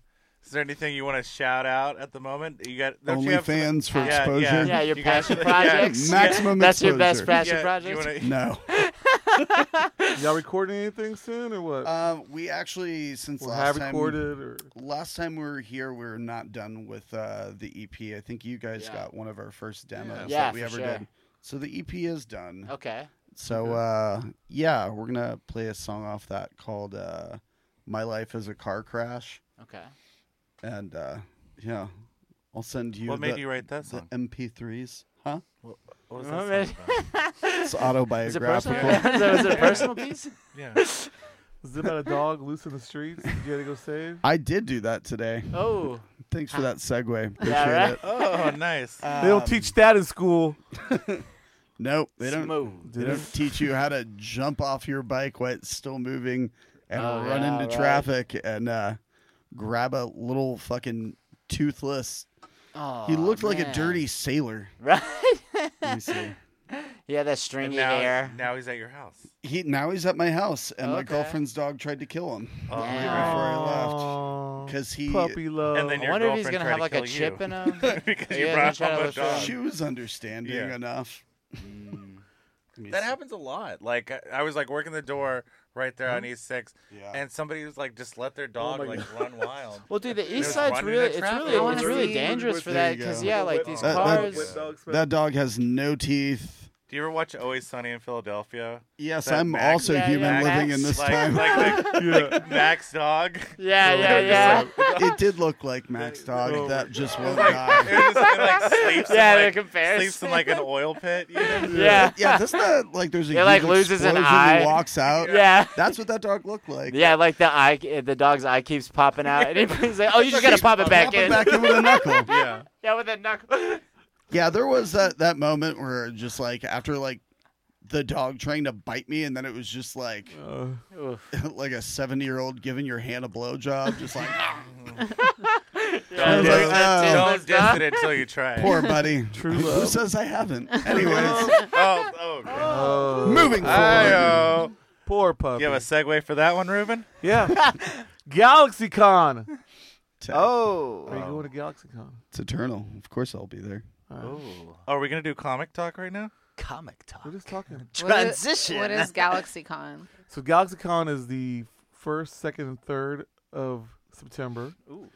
[SPEAKER 3] Is there anything you want to shout out at the moment? You got don't you
[SPEAKER 5] Only
[SPEAKER 3] have some-
[SPEAKER 5] fans for
[SPEAKER 3] Yeah, yeah.
[SPEAKER 5] exposure. (laughs)
[SPEAKER 4] Yeah, your
[SPEAKER 3] You guys-
[SPEAKER 4] passion
[SPEAKER 3] yeah.
[SPEAKER 4] projects.
[SPEAKER 5] Maximum
[SPEAKER 4] That's your best
[SPEAKER 5] exposure.
[SPEAKER 4] passion
[SPEAKER 3] yeah, do you
[SPEAKER 4] project.
[SPEAKER 3] wanna-
[SPEAKER 5] No.
[SPEAKER 1] Y'all recording anything soon or
[SPEAKER 3] (laughs)
[SPEAKER 1] what?
[SPEAKER 5] Uh, we actually since
[SPEAKER 1] or
[SPEAKER 5] last
[SPEAKER 1] have
[SPEAKER 5] time
[SPEAKER 1] recorded or
[SPEAKER 5] last time we were here, we were not done with uh, the EP. I think you guys
[SPEAKER 4] Yeah.
[SPEAKER 5] got one of our first demos
[SPEAKER 1] Yeah.
[SPEAKER 4] Yeah,
[SPEAKER 5] that we
[SPEAKER 4] for
[SPEAKER 5] ever
[SPEAKER 4] sure.
[SPEAKER 5] did. So the EP is done.
[SPEAKER 4] Okay.
[SPEAKER 5] So uh, yeah, we're gonna play a song off that called uh, "My Life Is a Car Crash,"
[SPEAKER 4] Okay.
[SPEAKER 5] and uh, yeah, I'll send you
[SPEAKER 3] What
[SPEAKER 5] the,
[SPEAKER 3] made you write that
[SPEAKER 5] the
[SPEAKER 3] song?
[SPEAKER 5] MP3s.
[SPEAKER 4] (laughs)
[SPEAKER 5] Huh?
[SPEAKER 3] What was
[SPEAKER 4] What
[SPEAKER 3] that song about?
[SPEAKER 5] It's
[SPEAKER 4] Is it
[SPEAKER 5] autobiographical.
[SPEAKER 4] personal? (laughs) is it is it a personal piece?
[SPEAKER 3] (laughs) Yeah.
[SPEAKER 1] is it about a dog loose in the streets? You gotta go save.
[SPEAKER 5] I did do that today.
[SPEAKER 4] Oh.
[SPEAKER 5] Thanks for that segue. Appreciate
[SPEAKER 4] right?
[SPEAKER 5] it.
[SPEAKER 3] Oh, nice.
[SPEAKER 1] They don't teach that in school.
[SPEAKER 5] Nope, they don't.
[SPEAKER 4] Smooth.
[SPEAKER 5] They don't teach you how to jump off your bike while it's still moving and
[SPEAKER 4] Oh,
[SPEAKER 5] run
[SPEAKER 4] yeah,
[SPEAKER 5] into
[SPEAKER 4] right.
[SPEAKER 5] traffic and uh, grab a little fucking toothless.
[SPEAKER 4] Oh,
[SPEAKER 5] he looked like a
[SPEAKER 4] man.
[SPEAKER 5] dirty sailor.
[SPEAKER 4] (laughs) Right.
[SPEAKER 5] Let me see.
[SPEAKER 4] (laughs) Yeah, that
[SPEAKER 3] And
[SPEAKER 4] stringy
[SPEAKER 3] now,
[SPEAKER 4] hair.
[SPEAKER 3] now he's at your house.
[SPEAKER 5] He now he's at my house, and my
[SPEAKER 4] Okay.
[SPEAKER 5] girlfriend's dog tried to kill him
[SPEAKER 3] Oh,
[SPEAKER 4] Yeah.
[SPEAKER 5] before I left
[SPEAKER 1] Aw,
[SPEAKER 5] because he
[SPEAKER 1] puppy love.
[SPEAKER 3] And then
[SPEAKER 4] I
[SPEAKER 3] your
[SPEAKER 4] wonder if he's gonna
[SPEAKER 3] girlfriend tried
[SPEAKER 4] have like
[SPEAKER 3] to
[SPEAKER 4] a
[SPEAKER 3] kill
[SPEAKER 4] chip
[SPEAKER 3] you.
[SPEAKER 4] in him.
[SPEAKER 3] (laughs) because
[SPEAKER 4] Yeah,
[SPEAKER 3] you
[SPEAKER 4] he's gonna
[SPEAKER 3] brought
[SPEAKER 4] try
[SPEAKER 3] up
[SPEAKER 4] to
[SPEAKER 3] a
[SPEAKER 4] look for
[SPEAKER 3] dog.
[SPEAKER 5] she was understanding
[SPEAKER 3] Yeah.
[SPEAKER 5] enough. Let me
[SPEAKER 3] That
[SPEAKER 5] see.
[SPEAKER 3] happens a lot. Like I- I was like working the door right there on East Six,
[SPEAKER 5] Yeah.
[SPEAKER 3] and somebody was like just let their dog
[SPEAKER 1] my
[SPEAKER 3] like run wild.
[SPEAKER 4] Well, dude, the east
[SPEAKER 3] There's
[SPEAKER 4] side's
[SPEAKER 3] one in
[SPEAKER 4] really,
[SPEAKER 3] the
[SPEAKER 4] it's
[SPEAKER 3] traffic.
[SPEAKER 4] really,
[SPEAKER 2] I
[SPEAKER 4] it's
[SPEAKER 2] wanna
[SPEAKER 4] really
[SPEAKER 2] see-
[SPEAKER 4] dangerous for
[SPEAKER 5] There
[SPEAKER 4] that
[SPEAKER 5] you
[SPEAKER 4] because
[SPEAKER 5] go.
[SPEAKER 4] yeah, like
[SPEAKER 1] Wet
[SPEAKER 4] these
[SPEAKER 5] dog.
[SPEAKER 4] cars.
[SPEAKER 1] Wet dog smell.
[SPEAKER 5] that dog has no teeth.
[SPEAKER 3] (laughs) Do you ever watch Always Sunny in Philadelphia?
[SPEAKER 5] Yes,
[SPEAKER 3] That
[SPEAKER 5] I'm
[SPEAKER 3] Max-
[SPEAKER 5] also
[SPEAKER 4] Yeah,
[SPEAKER 5] human
[SPEAKER 4] yeah,
[SPEAKER 5] living
[SPEAKER 4] Max,
[SPEAKER 5] in this
[SPEAKER 3] like,
[SPEAKER 5] time.
[SPEAKER 3] (laughs)
[SPEAKER 5] (laughs)
[SPEAKER 3] Like, like,
[SPEAKER 1] Yeah.
[SPEAKER 3] like Max dog.
[SPEAKER 4] (laughs)
[SPEAKER 3] (laughs)
[SPEAKER 4] Yeah, yeah, yeah.
[SPEAKER 5] it did look like Max Dog.
[SPEAKER 1] Oh
[SPEAKER 5] that just won't
[SPEAKER 3] Like,
[SPEAKER 5] die.
[SPEAKER 3] it was just, it,
[SPEAKER 4] (laughs)
[SPEAKER 3] like sleeps
[SPEAKER 4] Yeah,
[SPEAKER 3] in,
[SPEAKER 4] they're
[SPEAKER 3] like,
[SPEAKER 4] comparison.
[SPEAKER 3] sleeps in like an oil pit. You know?
[SPEAKER 4] (laughs)
[SPEAKER 3] (laughs)
[SPEAKER 4] Yeah,
[SPEAKER 5] (laughs) Yeah, that's not like there's a
[SPEAKER 4] It, like,
[SPEAKER 5] huge
[SPEAKER 4] loses an
[SPEAKER 5] explosion
[SPEAKER 4] eye.
[SPEAKER 5] and walks out.
[SPEAKER 4] yeah,
[SPEAKER 5] That's what that dog looked like.
[SPEAKER 4] yeah. Like the eye, the dog's eye keeps popping out,
[SPEAKER 5] (laughs)
[SPEAKER 4] and he's like, "Oh, you just gotta pop it back
[SPEAKER 5] Pop
[SPEAKER 4] in."
[SPEAKER 5] it back in with a (laughs) knuckle.
[SPEAKER 1] yeah.
[SPEAKER 4] (laughs) Yeah, with that knuckle. (laughs)
[SPEAKER 5] Yeah, there was that that moment where just like after like the dog trying to bite me, and then it was just like
[SPEAKER 1] Uh,
[SPEAKER 4] Oof.
[SPEAKER 5] (laughs) like a seventy year old giving your hand a blowjob,
[SPEAKER 3] (laughs)
[SPEAKER 5] just like
[SPEAKER 4] Yeah,
[SPEAKER 5] was
[SPEAKER 4] yeah. That's
[SPEAKER 5] like, oh.
[SPEAKER 4] it,
[SPEAKER 3] Don't
[SPEAKER 4] that's
[SPEAKER 3] diss
[SPEAKER 4] not-
[SPEAKER 3] it until you try. it.
[SPEAKER 5] poor buddy.
[SPEAKER 1] True
[SPEAKER 5] Who
[SPEAKER 1] love.
[SPEAKER 5] says
[SPEAKER 1] (laughs)
[SPEAKER 5] I haven't?
[SPEAKER 3] (laughs)
[SPEAKER 5] Anyways,
[SPEAKER 3] Oh, oh. Okay.
[SPEAKER 1] oh.
[SPEAKER 5] moving forward.
[SPEAKER 3] Ayo.
[SPEAKER 1] Poor puppy.
[SPEAKER 3] You have a segue for that one, Ruben?
[SPEAKER 5] (laughs)
[SPEAKER 1] yeah. GalaxyCon. Are
[SPEAKER 4] Oh.
[SPEAKER 1] you going to GalaxyCon?
[SPEAKER 5] It's eternal. Of course, I'll be there.
[SPEAKER 3] Oh, are we gonna do comic talk right now?
[SPEAKER 4] Comic
[SPEAKER 1] We're
[SPEAKER 4] talk.
[SPEAKER 1] just talking.
[SPEAKER 4] Transition.
[SPEAKER 2] What is, what is GalaxyCon?
[SPEAKER 1] So GalaxyCon is the first, second, and third of September,
[SPEAKER 4] Ooh.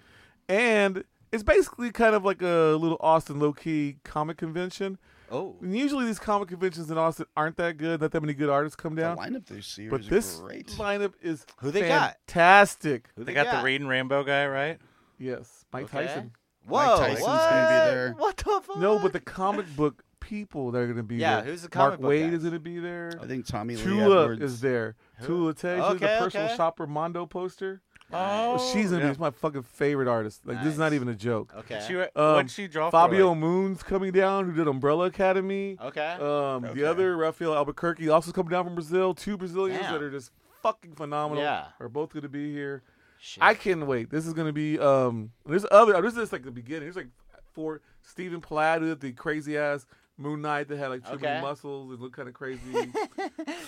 [SPEAKER 1] and it's basically kind of like a little Austin low key comic convention.
[SPEAKER 4] Oh.
[SPEAKER 1] And usually these comic conventions in Austin aren't that good. Not that many good artists come down.
[SPEAKER 5] The lineup this year
[SPEAKER 1] But
[SPEAKER 5] is
[SPEAKER 1] this
[SPEAKER 5] great.
[SPEAKER 1] lineup is
[SPEAKER 4] Who they got?
[SPEAKER 1] fantastic.
[SPEAKER 4] Who
[SPEAKER 3] They got, the Reading Rainbow guy, right?
[SPEAKER 1] Yes, Mike
[SPEAKER 4] Okay.
[SPEAKER 1] Tyson.
[SPEAKER 4] Whoa.
[SPEAKER 5] Mike Tyson's
[SPEAKER 4] what?
[SPEAKER 5] gonna be there.
[SPEAKER 4] What the fuck?
[SPEAKER 1] No, but the comic book people that are going to be
[SPEAKER 4] Yeah,
[SPEAKER 1] there.
[SPEAKER 4] who's the
[SPEAKER 1] Mark
[SPEAKER 4] comic book Oh,
[SPEAKER 1] Wade
[SPEAKER 4] guy?
[SPEAKER 1] is going to be there.
[SPEAKER 5] I think Tommy Lee
[SPEAKER 1] Tula
[SPEAKER 5] Edwards
[SPEAKER 1] is there. Tula Tej, she's
[SPEAKER 4] Okay,
[SPEAKER 1] the personal
[SPEAKER 4] okay.
[SPEAKER 1] shopper Mondo poster.
[SPEAKER 3] Oh,
[SPEAKER 1] she's gonna be my fucking favorite artist. Like this is not
[SPEAKER 4] Nice. Oh,
[SPEAKER 1] even a joke.
[SPEAKER 4] Okay.
[SPEAKER 3] She, um,
[SPEAKER 1] Um,
[SPEAKER 3] what'd she draw
[SPEAKER 1] Fabio
[SPEAKER 3] for?
[SPEAKER 1] Moon's coming down, who did Umbrella Academy.
[SPEAKER 4] okay. Oh,
[SPEAKER 1] Um,
[SPEAKER 5] Okay.
[SPEAKER 1] the other Rafael Albuquerque also coming down from Brazil. Two Brazilians
[SPEAKER 4] Damn.
[SPEAKER 1] that are just fucking phenomenal.
[SPEAKER 4] Yeah.
[SPEAKER 1] are both gonna be here.
[SPEAKER 4] Shit.
[SPEAKER 1] I can't wait. This is gonna be um. There's other. This is just like the beginning. There's like four Stephen Platt, who did the crazy ass Moon Knight that had like too many
[SPEAKER 4] Okay.
[SPEAKER 1] muscles and looked kind of crazy.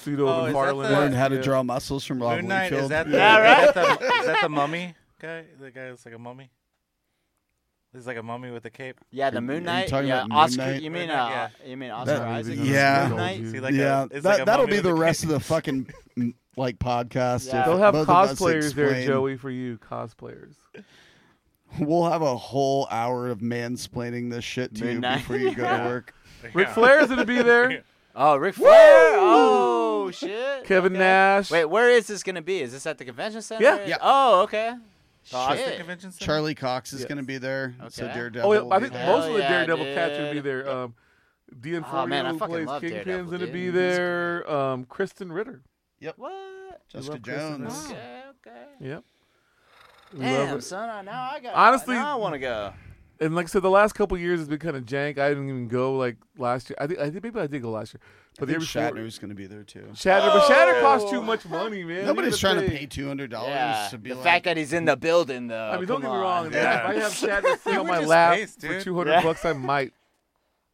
[SPEAKER 1] Pseudo
[SPEAKER 3] Oh, is that
[SPEAKER 1] McFarlane.
[SPEAKER 3] the-
[SPEAKER 5] learned how to
[SPEAKER 1] Yeah.
[SPEAKER 5] draw muscles from Rob
[SPEAKER 3] Moon Knight,
[SPEAKER 5] Liefeld.
[SPEAKER 3] is that the,
[SPEAKER 4] Yeah, right?
[SPEAKER 3] is, that the, is that the mummy guy? The guy that's like a mummy? He's like a mummy with a cape.
[SPEAKER 4] yeah, the
[SPEAKER 5] Are you
[SPEAKER 4] Moon Knight.
[SPEAKER 5] talking
[SPEAKER 4] yeah,
[SPEAKER 5] about Moon
[SPEAKER 4] Oscar.
[SPEAKER 5] Knight?
[SPEAKER 4] You mean
[SPEAKER 3] Moon Knight,
[SPEAKER 4] uh, you mean Oscar
[SPEAKER 5] That-
[SPEAKER 4] Isaac?
[SPEAKER 5] yeah.
[SPEAKER 4] Moon Knight?
[SPEAKER 3] Is he like
[SPEAKER 5] yeah,
[SPEAKER 3] a, it's
[SPEAKER 5] that,
[SPEAKER 3] like a
[SPEAKER 5] that'll
[SPEAKER 3] mummy
[SPEAKER 5] be
[SPEAKER 3] with
[SPEAKER 5] the
[SPEAKER 3] a
[SPEAKER 5] rest
[SPEAKER 3] cape?
[SPEAKER 5] of the fucking m- like podcast.
[SPEAKER 4] Yeah.
[SPEAKER 5] if
[SPEAKER 1] They'll have
[SPEAKER 5] both of us
[SPEAKER 1] cosplayers there,
[SPEAKER 5] explain-
[SPEAKER 1] Joey, for you. Cosplayers.
[SPEAKER 5] (laughs) We'll have a whole hour of mansplaining this shit to
[SPEAKER 4] Moon
[SPEAKER 3] (laughs)
[SPEAKER 5] you
[SPEAKER 4] Knight.
[SPEAKER 5] before you go to work.
[SPEAKER 1] Ric Flair's gonna be there.
[SPEAKER 4] Oh, Ric Flair. Oh Oh shit.
[SPEAKER 1] Kevin
[SPEAKER 4] Okay.
[SPEAKER 1] Nash.
[SPEAKER 4] Wait, where is this gonna be? Is this at the convention center?
[SPEAKER 1] Yeah.
[SPEAKER 5] Yeah.
[SPEAKER 4] Oh, okay.
[SPEAKER 3] Austin
[SPEAKER 4] Shit.
[SPEAKER 3] Convention Center?
[SPEAKER 5] Charlie Cox is
[SPEAKER 1] Yes.
[SPEAKER 5] going to be there. So
[SPEAKER 4] Okay.
[SPEAKER 5] Daredevil.
[SPEAKER 1] oh, yeah,
[SPEAKER 5] will
[SPEAKER 1] I
[SPEAKER 5] be
[SPEAKER 1] think
[SPEAKER 5] there.
[SPEAKER 1] most of the
[SPEAKER 4] Hell yeah,
[SPEAKER 1] Daredevil cats will be
[SPEAKER 4] dude.
[SPEAKER 1] there. Um, Dean
[SPEAKER 4] Aw, man, I
[SPEAKER 1] who
[SPEAKER 4] fucking
[SPEAKER 1] plays
[SPEAKER 4] love
[SPEAKER 1] Kingpin's
[SPEAKER 4] Daredevil,
[SPEAKER 1] going to
[SPEAKER 4] dude.
[SPEAKER 1] be
[SPEAKER 4] He's
[SPEAKER 1] there. Um, Kristen Ritter.
[SPEAKER 4] What?
[SPEAKER 5] Jessica
[SPEAKER 1] love Kristen
[SPEAKER 5] Jones.
[SPEAKER 1] Dunst.
[SPEAKER 4] Okay, okay.
[SPEAKER 1] Yep. We love
[SPEAKER 4] Damn,
[SPEAKER 1] it.
[SPEAKER 4] son, I- now I got.
[SPEAKER 1] Honestly-
[SPEAKER 4] now I want to go.
[SPEAKER 1] and like I said, the last couple years has been kind of jank. I didn't even go like last year. I think I think maybe I did go last year, but
[SPEAKER 5] But
[SPEAKER 1] the year
[SPEAKER 5] think
[SPEAKER 1] before,
[SPEAKER 5] Shatner's going to be there too.
[SPEAKER 1] Shatter, but Shatter
[SPEAKER 4] Oh!
[SPEAKER 1] costs too much money, man.
[SPEAKER 5] Nobody's
[SPEAKER 1] Even
[SPEAKER 5] trying
[SPEAKER 1] if
[SPEAKER 5] to
[SPEAKER 1] they-
[SPEAKER 5] pay two hundred dollars
[SPEAKER 4] Yeah.
[SPEAKER 5] to be
[SPEAKER 4] the
[SPEAKER 5] like.
[SPEAKER 4] fact that he's in the building, though.
[SPEAKER 1] I mean, don't
[SPEAKER 4] come
[SPEAKER 1] get me
[SPEAKER 4] on.
[SPEAKER 1] wrong.
[SPEAKER 3] Yeah.
[SPEAKER 1] man, If I have
[SPEAKER 5] (laughs)
[SPEAKER 1] Shatter sitting on
[SPEAKER 3] were
[SPEAKER 1] my
[SPEAKER 3] just
[SPEAKER 1] lap
[SPEAKER 3] based,
[SPEAKER 1] for
[SPEAKER 3] dude.
[SPEAKER 1] two hundred
[SPEAKER 4] Yeah.
[SPEAKER 1] bucks, I might.